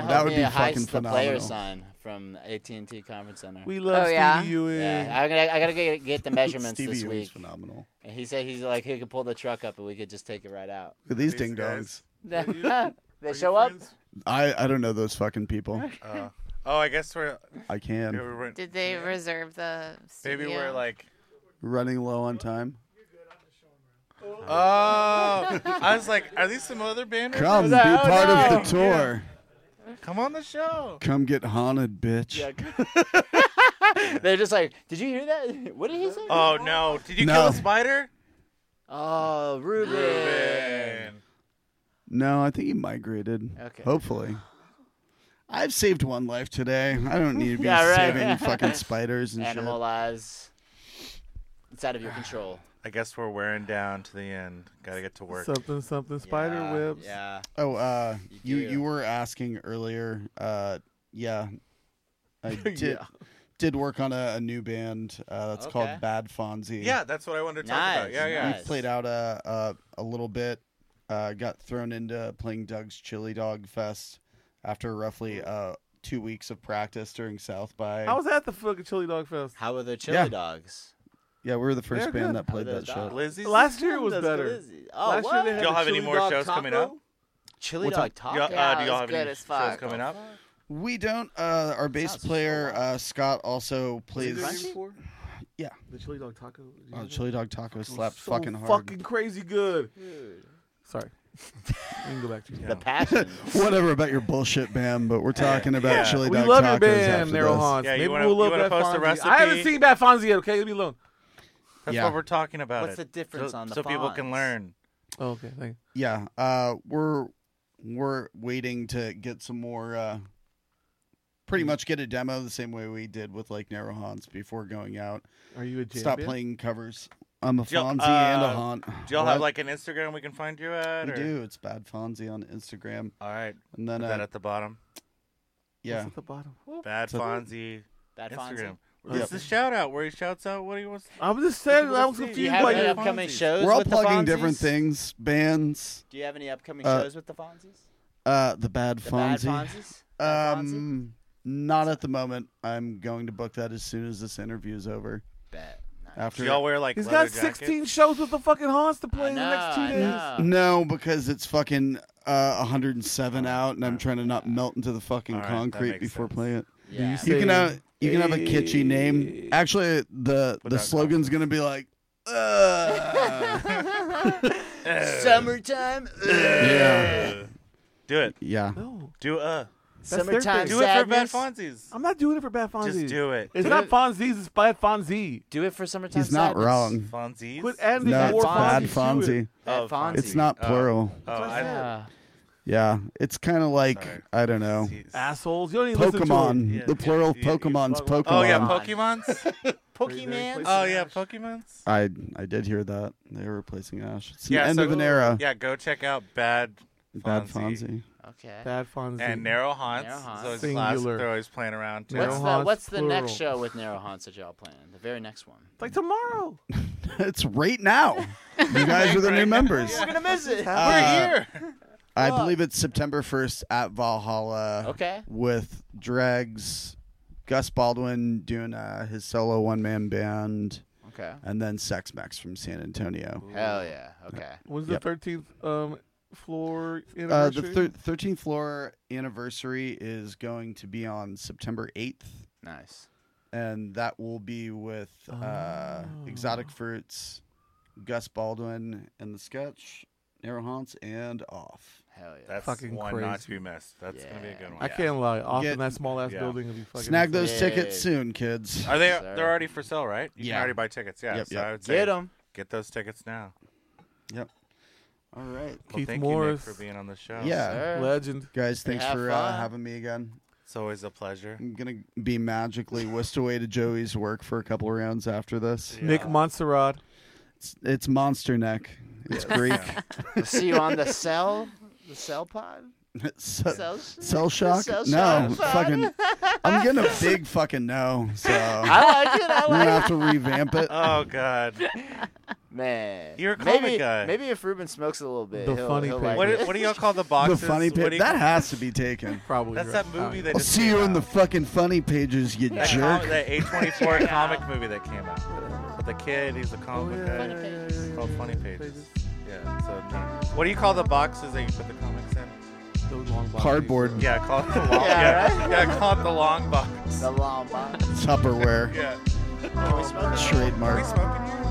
[SPEAKER 4] help
[SPEAKER 5] that would
[SPEAKER 4] me
[SPEAKER 5] be
[SPEAKER 4] heist
[SPEAKER 5] fucking
[SPEAKER 4] the player
[SPEAKER 5] phenomenal.
[SPEAKER 4] sign from AT and T Conference Center.
[SPEAKER 1] We love
[SPEAKER 2] Oh, yeah?
[SPEAKER 1] Stevie Ewing.
[SPEAKER 4] yeah, I gotta, I gotta get, get
[SPEAKER 1] (laughs)
[SPEAKER 4] the (laughs) measurements
[SPEAKER 5] Stevie
[SPEAKER 4] this
[SPEAKER 5] Ewing's
[SPEAKER 4] week.
[SPEAKER 5] phenomenal.
[SPEAKER 4] And he said he's like he could pull the truck up and we could just take it right out.
[SPEAKER 5] Look at these,
[SPEAKER 3] These
[SPEAKER 5] ding dongs.
[SPEAKER 3] guys.
[SPEAKER 4] (laughs) they
[SPEAKER 1] you- (laughs) are Are you
[SPEAKER 4] show up.
[SPEAKER 1] friends?
[SPEAKER 5] I, I don't know those fucking people.
[SPEAKER 4] (laughs)
[SPEAKER 3] Uh, oh, I guess we're
[SPEAKER 5] I
[SPEAKER 3] maybe
[SPEAKER 5] can.
[SPEAKER 3] we're,
[SPEAKER 2] Did they reserve the studio?
[SPEAKER 3] maybe we're like
[SPEAKER 5] Running low on time.
[SPEAKER 3] oh I was like are these some other band? members?
[SPEAKER 5] Come be
[SPEAKER 4] that- oh,
[SPEAKER 5] part
[SPEAKER 4] no.
[SPEAKER 5] of the tour.
[SPEAKER 3] Come on the show.
[SPEAKER 5] Come get haunted, bitch.
[SPEAKER 4] (laughs) They're just like, did you hear that? (laughs) What did he say?
[SPEAKER 1] Uh,
[SPEAKER 3] Oh no! Did you
[SPEAKER 5] No.
[SPEAKER 3] kill a spider?
[SPEAKER 4] oh, Ruben.
[SPEAKER 3] Man.
[SPEAKER 5] No, I think he migrated.
[SPEAKER 4] Okay.
[SPEAKER 5] Hopefully. I've saved one life today. I don't need to
[SPEAKER 4] (laughs)
[SPEAKER 5] be
[SPEAKER 4] Yeah, right.
[SPEAKER 5] saving fucking spiders and
[SPEAKER 4] Animal lives. It's out of your control.
[SPEAKER 3] I guess we're wearing down to the end. Gotta get to work.
[SPEAKER 1] Something, something. (sighs) Spider
[SPEAKER 4] yeah,
[SPEAKER 1] whips.
[SPEAKER 4] Yeah.
[SPEAKER 5] shit. Oh, uh, you
[SPEAKER 4] do.
[SPEAKER 5] you were asking earlier. Uh, yeah,
[SPEAKER 4] (laughs)
[SPEAKER 5] I did
[SPEAKER 1] Yeah.
[SPEAKER 5] did work on a, a new band. Uh, that's
[SPEAKER 4] Okay.
[SPEAKER 5] called Bad Fonzie.
[SPEAKER 3] yeah, that's what I wanted to talk about.
[SPEAKER 4] Nice,
[SPEAKER 3] Yeah, yeah.
[SPEAKER 5] we
[SPEAKER 4] nice.
[SPEAKER 5] played out a a, a little bit. Uh, got thrown into playing Doug's Chili Dog Fest after roughly uh two weeks of practice during South by.
[SPEAKER 1] I was at the fucking Chili Dog Fest.
[SPEAKER 4] How were the chili
[SPEAKER 5] Yeah.
[SPEAKER 4] dogs?
[SPEAKER 5] yeah, we were the first
[SPEAKER 1] They're
[SPEAKER 5] band
[SPEAKER 1] good.
[SPEAKER 5] that played
[SPEAKER 4] How were
[SPEAKER 5] that
[SPEAKER 4] those
[SPEAKER 5] show.
[SPEAKER 4] dogs?
[SPEAKER 3] Lizzie's
[SPEAKER 1] Last year was
[SPEAKER 4] That's
[SPEAKER 1] better.
[SPEAKER 4] crazy. Oh,
[SPEAKER 1] Last
[SPEAKER 4] what?
[SPEAKER 1] year they had
[SPEAKER 3] Do y'all
[SPEAKER 1] the
[SPEAKER 3] have any
[SPEAKER 1] chili
[SPEAKER 3] more
[SPEAKER 1] dog
[SPEAKER 3] shows coming
[SPEAKER 1] taco.
[SPEAKER 3] up?
[SPEAKER 4] chili
[SPEAKER 5] What's
[SPEAKER 4] dog
[SPEAKER 5] up?
[SPEAKER 4] taco.
[SPEAKER 3] Yeah,
[SPEAKER 2] Yeah,
[SPEAKER 3] uh, do
[SPEAKER 2] it
[SPEAKER 3] y'all
[SPEAKER 2] was
[SPEAKER 3] have
[SPEAKER 2] good
[SPEAKER 3] any
[SPEAKER 2] as
[SPEAKER 3] shows
[SPEAKER 2] fuck.
[SPEAKER 3] coming up?
[SPEAKER 5] We don't. Uh, our bass
[SPEAKER 4] Sounds so
[SPEAKER 5] player
[SPEAKER 4] loud.
[SPEAKER 5] uh, Scott also
[SPEAKER 1] Did you do
[SPEAKER 5] plays.
[SPEAKER 1] it before?
[SPEAKER 5] Yeah.
[SPEAKER 1] The chili dog taco. did you
[SPEAKER 5] Oh,
[SPEAKER 1] have that?
[SPEAKER 5] chili dog taco
[SPEAKER 1] It was
[SPEAKER 5] slapped
[SPEAKER 1] so
[SPEAKER 5] fucking hard.
[SPEAKER 1] Fucking crazy good.
[SPEAKER 4] Dude.
[SPEAKER 1] Sorry. we can go back to
[SPEAKER 4] (laughs)
[SPEAKER 1] you.
[SPEAKER 4] The
[SPEAKER 3] (laughs)
[SPEAKER 4] passion.
[SPEAKER 5] (laughs) Whatever about your bullshit, Bam, but we're talking about
[SPEAKER 3] Yeah.
[SPEAKER 5] chili
[SPEAKER 1] We
[SPEAKER 5] dog
[SPEAKER 1] love
[SPEAKER 5] tacos
[SPEAKER 1] your band,
[SPEAKER 5] after
[SPEAKER 1] Nero
[SPEAKER 5] this.
[SPEAKER 1] Hans.
[SPEAKER 3] Yeah, you
[SPEAKER 1] Maybe
[SPEAKER 3] wanna-
[SPEAKER 1] we'll love
[SPEAKER 3] you wanna
[SPEAKER 1] Bad
[SPEAKER 3] post a
[SPEAKER 1] Fonzie. I haven't
[SPEAKER 3] recipe?
[SPEAKER 1] seen Bad Fonzie yet. Okay, leave me alone.
[SPEAKER 3] That's
[SPEAKER 5] Yeah.
[SPEAKER 3] what we're talking about.
[SPEAKER 4] What's
[SPEAKER 3] it.
[SPEAKER 4] the difference
[SPEAKER 3] so,
[SPEAKER 4] on the
[SPEAKER 3] so people can
[SPEAKER 4] fonts?
[SPEAKER 3] learn?
[SPEAKER 1] Oh, okay, thank you.
[SPEAKER 5] Yeah, uh, we're we're waiting to get some more. Uh,
[SPEAKER 1] Mm.
[SPEAKER 5] pretty much get a demo the same way we did with like Nero Hans before going out.
[SPEAKER 1] Are you a jam
[SPEAKER 5] Stop
[SPEAKER 1] band?
[SPEAKER 5] playing covers. I'm a
[SPEAKER 3] Do y'all-
[SPEAKER 5] Fonzie and a
[SPEAKER 3] uh,
[SPEAKER 5] Haunt.
[SPEAKER 3] Do y'all have
[SPEAKER 5] What?
[SPEAKER 3] like an Instagram we can find you at?
[SPEAKER 5] We
[SPEAKER 3] or-
[SPEAKER 5] do. It's Bad Fonzie on Instagram,
[SPEAKER 3] All right.
[SPEAKER 5] and then
[SPEAKER 3] Put that
[SPEAKER 5] uh,
[SPEAKER 3] at the bottom.
[SPEAKER 5] yeah,
[SPEAKER 1] What's at the bottom? Whoop.
[SPEAKER 3] Bad
[SPEAKER 5] So-
[SPEAKER 3] Fonzie
[SPEAKER 4] Bad Fonzie.
[SPEAKER 3] Instagram. This is a shout out where he shouts out what he wants.
[SPEAKER 1] I'm just saying. I was
[SPEAKER 3] Do you
[SPEAKER 4] Do you
[SPEAKER 1] confused
[SPEAKER 4] have
[SPEAKER 1] by
[SPEAKER 4] any
[SPEAKER 1] your.
[SPEAKER 3] Bad
[SPEAKER 4] upcoming
[SPEAKER 3] Fonzies.
[SPEAKER 4] shows?
[SPEAKER 5] we're all
[SPEAKER 4] with the
[SPEAKER 5] plugging
[SPEAKER 4] Fonzies?
[SPEAKER 5] different things, bands.
[SPEAKER 4] Do you have any upcoming
[SPEAKER 5] Uh,
[SPEAKER 4] shows with the Fonzies?
[SPEAKER 5] Uh, the Bad
[SPEAKER 4] The
[SPEAKER 5] Fonzie.
[SPEAKER 4] Bad Fonzies? Bad Fonzie?
[SPEAKER 5] Um, not at the moment. I'm going to book that as soon as this interview is over.
[SPEAKER 4] Bet. Nice.
[SPEAKER 5] After
[SPEAKER 3] Do y'all wear like
[SPEAKER 1] He's
[SPEAKER 3] leather
[SPEAKER 1] got
[SPEAKER 3] jackets?
[SPEAKER 1] 16 shows with the fucking Hans to play
[SPEAKER 4] I
[SPEAKER 1] in
[SPEAKER 4] know,
[SPEAKER 1] the next two
[SPEAKER 4] I
[SPEAKER 1] days.
[SPEAKER 4] know.
[SPEAKER 5] no, because it's fucking uh, 107 out, and I'm trying to not melt into the fucking
[SPEAKER 3] All right, that
[SPEAKER 5] concrete
[SPEAKER 3] makes
[SPEAKER 5] before
[SPEAKER 3] sense.
[SPEAKER 5] playing it.
[SPEAKER 4] Yeah.
[SPEAKER 1] see-
[SPEAKER 5] You can
[SPEAKER 1] Same.
[SPEAKER 5] have you can have a kitschy name. Actually, the the
[SPEAKER 3] Without
[SPEAKER 5] slogan's gonna be like. "Ugh." (laughs)
[SPEAKER 4] Summertime.
[SPEAKER 5] yeah.
[SPEAKER 3] Do it.
[SPEAKER 5] Yeah.
[SPEAKER 1] No,
[SPEAKER 3] Do uh.
[SPEAKER 1] their
[SPEAKER 4] Summertime.
[SPEAKER 1] thing.
[SPEAKER 3] Do it for Bad
[SPEAKER 4] sadness.
[SPEAKER 3] Fonzies.
[SPEAKER 1] I'm not doing it for Bad
[SPEAKER 5] Oh,
[SPEAKER 1] Fonzie.
[SPEAKER 3] Just do it.
[SPEAKER 1] It's
[SPEAKER 3] Do
[SPEAKER 1] not
[SPEAKER 3] it.
[SPEAKER 1] Fonzie's. It's Bad Fonzie.
[SPEAKER 4] Do it for summertime.
[SPEAKER 5] He's not
[SPEAKER 4] sadness.
[SPEAKER 5] wrong.
[SPEAKER 3] Fonzies.
[SPEAKER 1] Quit adding
[SPEAKER 5] No,
[SPEAKER 1] more
[SPEAKER 5] it's
[SPEAKER 1] Fonzies
[SPEAKER 5] bad
[SPEAKER 1] to
[SPEAKER 5] Fonzie.
[SPEAKER 1] it.
[SPEAKER 4] Bad
[SPEAKER 3] Oh,
[SPEAKER 4] Fonzie.
[SPEAKER 5] It's not
[SPEAKER 3] Oh.
[SPEAKER 5] plural.
[SPEAKER 3] Oh,
[SPEAKER 1] That's what I
[SPEAKER 3] I-
[SPEAKER 1] said.
[SPEAKER 4] Yeah.
[SPEAKER 5] Yeah. It's kind of like
[SPEAKER 3] Sorry.
[SPEAKER 5] I don't know.
[SPEAKER 3] Jeez.
[SPEAKER 1] Assholes. You don't even listen to him.
[SPEAKER 5] Pokemon.
[SPEAKER 3] Yeah,
[SPEAKER 5] the
[SPEAKER 3] yeah,
[SPEAKER 5] plural of
[SPEAKER 3] yeah, yeah.
[SPEAKER 5] Pokemon's Pokemon.
[SPEAKER 1] Pokemon.
[SPEAKER 3] Oh yeah,
[SPEAKER 4] Pokemon.
[SPEAKER 3] Pokemons.
[SPEAKER 5] (laughs)
[SPEAKER 1] Pokemon.
[SPEAKER 3] oh yeah, Pokemons.
[SPEAKER 5] I I did hear that they were replacing Ash. Uh, It's the
[SPEAKER 3] Yeah,
[SPEAKER 5] end
[SPEAKER 3] so-
[SPEAKER 5] of an era.
[SPEAKER 3] Yeah, go check out Bad
[SPEAKER 5] Bad
[SPEAKER 3] Fonzie.
[SPEAKER 5] Fonzie. (laughs)
[SPEAKER 4] Okay.
[SPEAKER 1] Bad Fonzie.
[SPEAKER 3] and Narrow Haunts.
[SPEAKER 4] Narrow Haunts.
[SPEAKER 3] is always a classic.
[SPEAKER 1] Singular.
[SPEAKER 3] They're always playing around. Too.
[SPEAKER 1] Narrow
[SPEAKER 4] What's the
[SPEAKER 1] Haunts,
[SPEAKER 4] What's the next
[SPEAKER 1] plural.
[SPEAKER 4] show with Narrow Haunts that y'all playing? The very next one.
[SPEAKER 1] like tomorrow.
[SPEAKER 5] it's right now. You guys are the
[SPEAKER 3] (laughs)
[SPEAKER 5] new members.
[SPEAKER 4] We're gonna miss
[SPEAKER 5] (laughs)
[SPEAKER 4] it.
[SPEAKER 1] Uh,
[SPEAKER 3] We're here.
[SPEAKER 5] I believe it's September first at Valhalla.
[SPEAKER 4] Okay.
[SPEAKER 5] With Dregs, Gus Baldwin doing uh, his solo one man band,
[SPEAKER 4] Okay.
[SPEAKER 5] and then Sex Max from San Antonio.
[SPEAKER 4] Hell yeah. Okay.
[SPEAKER 1] When's the
[SPEAKER 5] Yep.
[SPEAKER 1] 13th um, floor
[SPEAKER 5] Uh, the
[SPEAKER 1] anniversary?
[SPEAKER 5] thirteenth floor anniversary is going to be on September eighth.
[SPEAKER 4] Nice.
[SPEAKER 5] and that will be with uh,
[SPEAKER 1] Oh.
[SPEAKER 5] Exotic Fruits, Gus Baldwin, and the sketch, Narrow Haunts, and Off.
[SPEAKER 4] Hell yeah.
[SPEAKER 3] That's
[SPEAKER 1] Fucking
[SPEAKER 3] one not to
[SPEAKER 1] crazy.
[SPEAKER 3] be missed. That's gonna be a
[SPEAKER 4] Yeah.
[SPEAKER 3] good one.
[SPEAKER 1] I can't lie. Off
[SPEAKER 5] Get-
[SPEAKER 1] in that small ass
[SPEAKER 3] Oh, yeah.
[SPEAKER 1] building, it'd be fucking
[SPEAKER 5] Snag those
[SPEAKER 1] insane.
[SPEAKER 5] tickets soon, kids.
[SPEAKER 3] Are they?
[SPEAKER 4] Yes, sir.
[SPEAKER 3] They're already for sale, right? You
[SPEAKER 5] Yeah.
[SPEAKER 3] can already buy tickets. Yeah.
[SPEAKER 5] Yep,
[SPEAKER 3] so
[SPEAKER 5] yep.
[SPEAKER 3] I would say
[SPEAKER 4] Get them.
[SPEAKER 3] Get those tickets now.
[SPEAKER 5] Yep. All right.
[SPEAKER 3] Well,
[SPEAKER 1] Keith
[SPEAKER 3] thank
[SPEAKER 1] Morris.
[SPEAKER 3] you, Nick, for being on the show.
[SPEAKER 5] Yeah.
[SPEAKER 1] Legend.
[SPEAKER 5] Guys, thanks
[SPEAKER 4] Have
[SPEAKER 5] for uh,
[SPEAKER 4] fun.
[SPEAKER 5] having me again.
[SPEAKER 3] it's always a
[SPEAKER 5] (laughs)
[SPEAKER 3] pleasure.
[SPEAKER 5] I'm gonna be magically whisked away to Joey's work for a couple rounds after this.
[SPEAKER 1] Nick Montserrat.
[SPEAKER 5] It's, it's monster neck. It's Greek.
[SPEAKER 3] Yeah.
[SPEAKER 4] We'll (laughs) see you on the cell. The cell pod.
[SPEAKER 5] (laughs) So-
[SPEAKER 4] Cell.
[SPEAKER 5] Cell shock?
[SPEAKER 4] Cell
[SPEAKER 5] no,
[SPEAKER 4] shock pod?
[SPEAKER 5] fucking. I'm getting a
[SPEAKER 4] (laughs)
[SPEAKER 5] big fucking no. So I'm
[SPEAKER 4] I like it. I like
[SPEAKER 3] (laughs)
[SPEAKER 5] gonna have to revamp it.
[SPEAKER 3] Oh God.
[SPEAKER 4] it. Man,
[SPEAKER 3] You're a comic
[SPEAKER 4] maybe,
[SPEAKER 3] guy.
[SPEAKER 4] Maybe if Ruben smokes a little bit,
[SPEAKER 1] The
[SPEAKER 4] he'll,
[SPEAKER 1] funny
[SPEAKER 4] he'll
[SPEAKER 1] pig.
[SPEAKER 4] like
[SPEAKER 3] What,
[SPEAKER 4] it.
[SPEAKER 3] do- what do y'all call the boxes?
[SPEAKER 5] the funny
[SPEAKER 3] What do
[SPEAKER 5] page
[SPEAKER 3] you-
[SPEAKER 5] that has to be taken.
[SPEAKER 1] Probably.
[SPEAKER 3] That's
[SPEAKER 1] right. Oh,
[SPEAKER 3] that movie that
[SPEAKER 5] I'll
[SPEAKER 3] just
[SPEAKER 5] see
[SPEAKER 3] came
[SPEAKER 5] you in the
[SPEAKER 3] out.
[SPEAKER 5] fucking funny pages, you
[SPEAKER 3] that,
[SPEAKER 5] jerk.
[SPEAKER 3] com- that A24 comic movie that came out. With the kid, he's a
[SPEAKER 1] Oh,
[SPEAKER 3] comic
[SPEAKER 1] yeah,
[SPEAKER 3] book
[SPEAKER 1] yeah,
[SPEAKER 3] guy.
[SPEAKER 1] yeah, yeah,
[SPEAKER 3] It's
[SPEAKER 1] yeah,
[SPEAKER 3] called
[SPEAKER 1] yeah,
[SPEAKER 3] Funny
[SPEAKER 1] yeah,
[SPEAKER 3] Pages. Yeah. So no. What do you call the boxes that you put the comics in?
[SPEAKER 1] Those long boxes.
[SPEAKER 5] Cardboard
[SPEAKER 3] Yeah, call it the long.
[SPEAKER 4] Yeah,
[SPEAKER 3] yeah, yeah, call it the long
[SPEAKER 4] (laughs)
[SPEAKER 3] box.
[SPEAKER 4] The long box.
[SPEAKER 5] Tupperware
[SPEAKER 3] Yeah. (laughs)
[SPEAKER 4] Can we smoke it?
[SPEAKER 5] trademark.
[SPEAKER 3] Are we smoking here?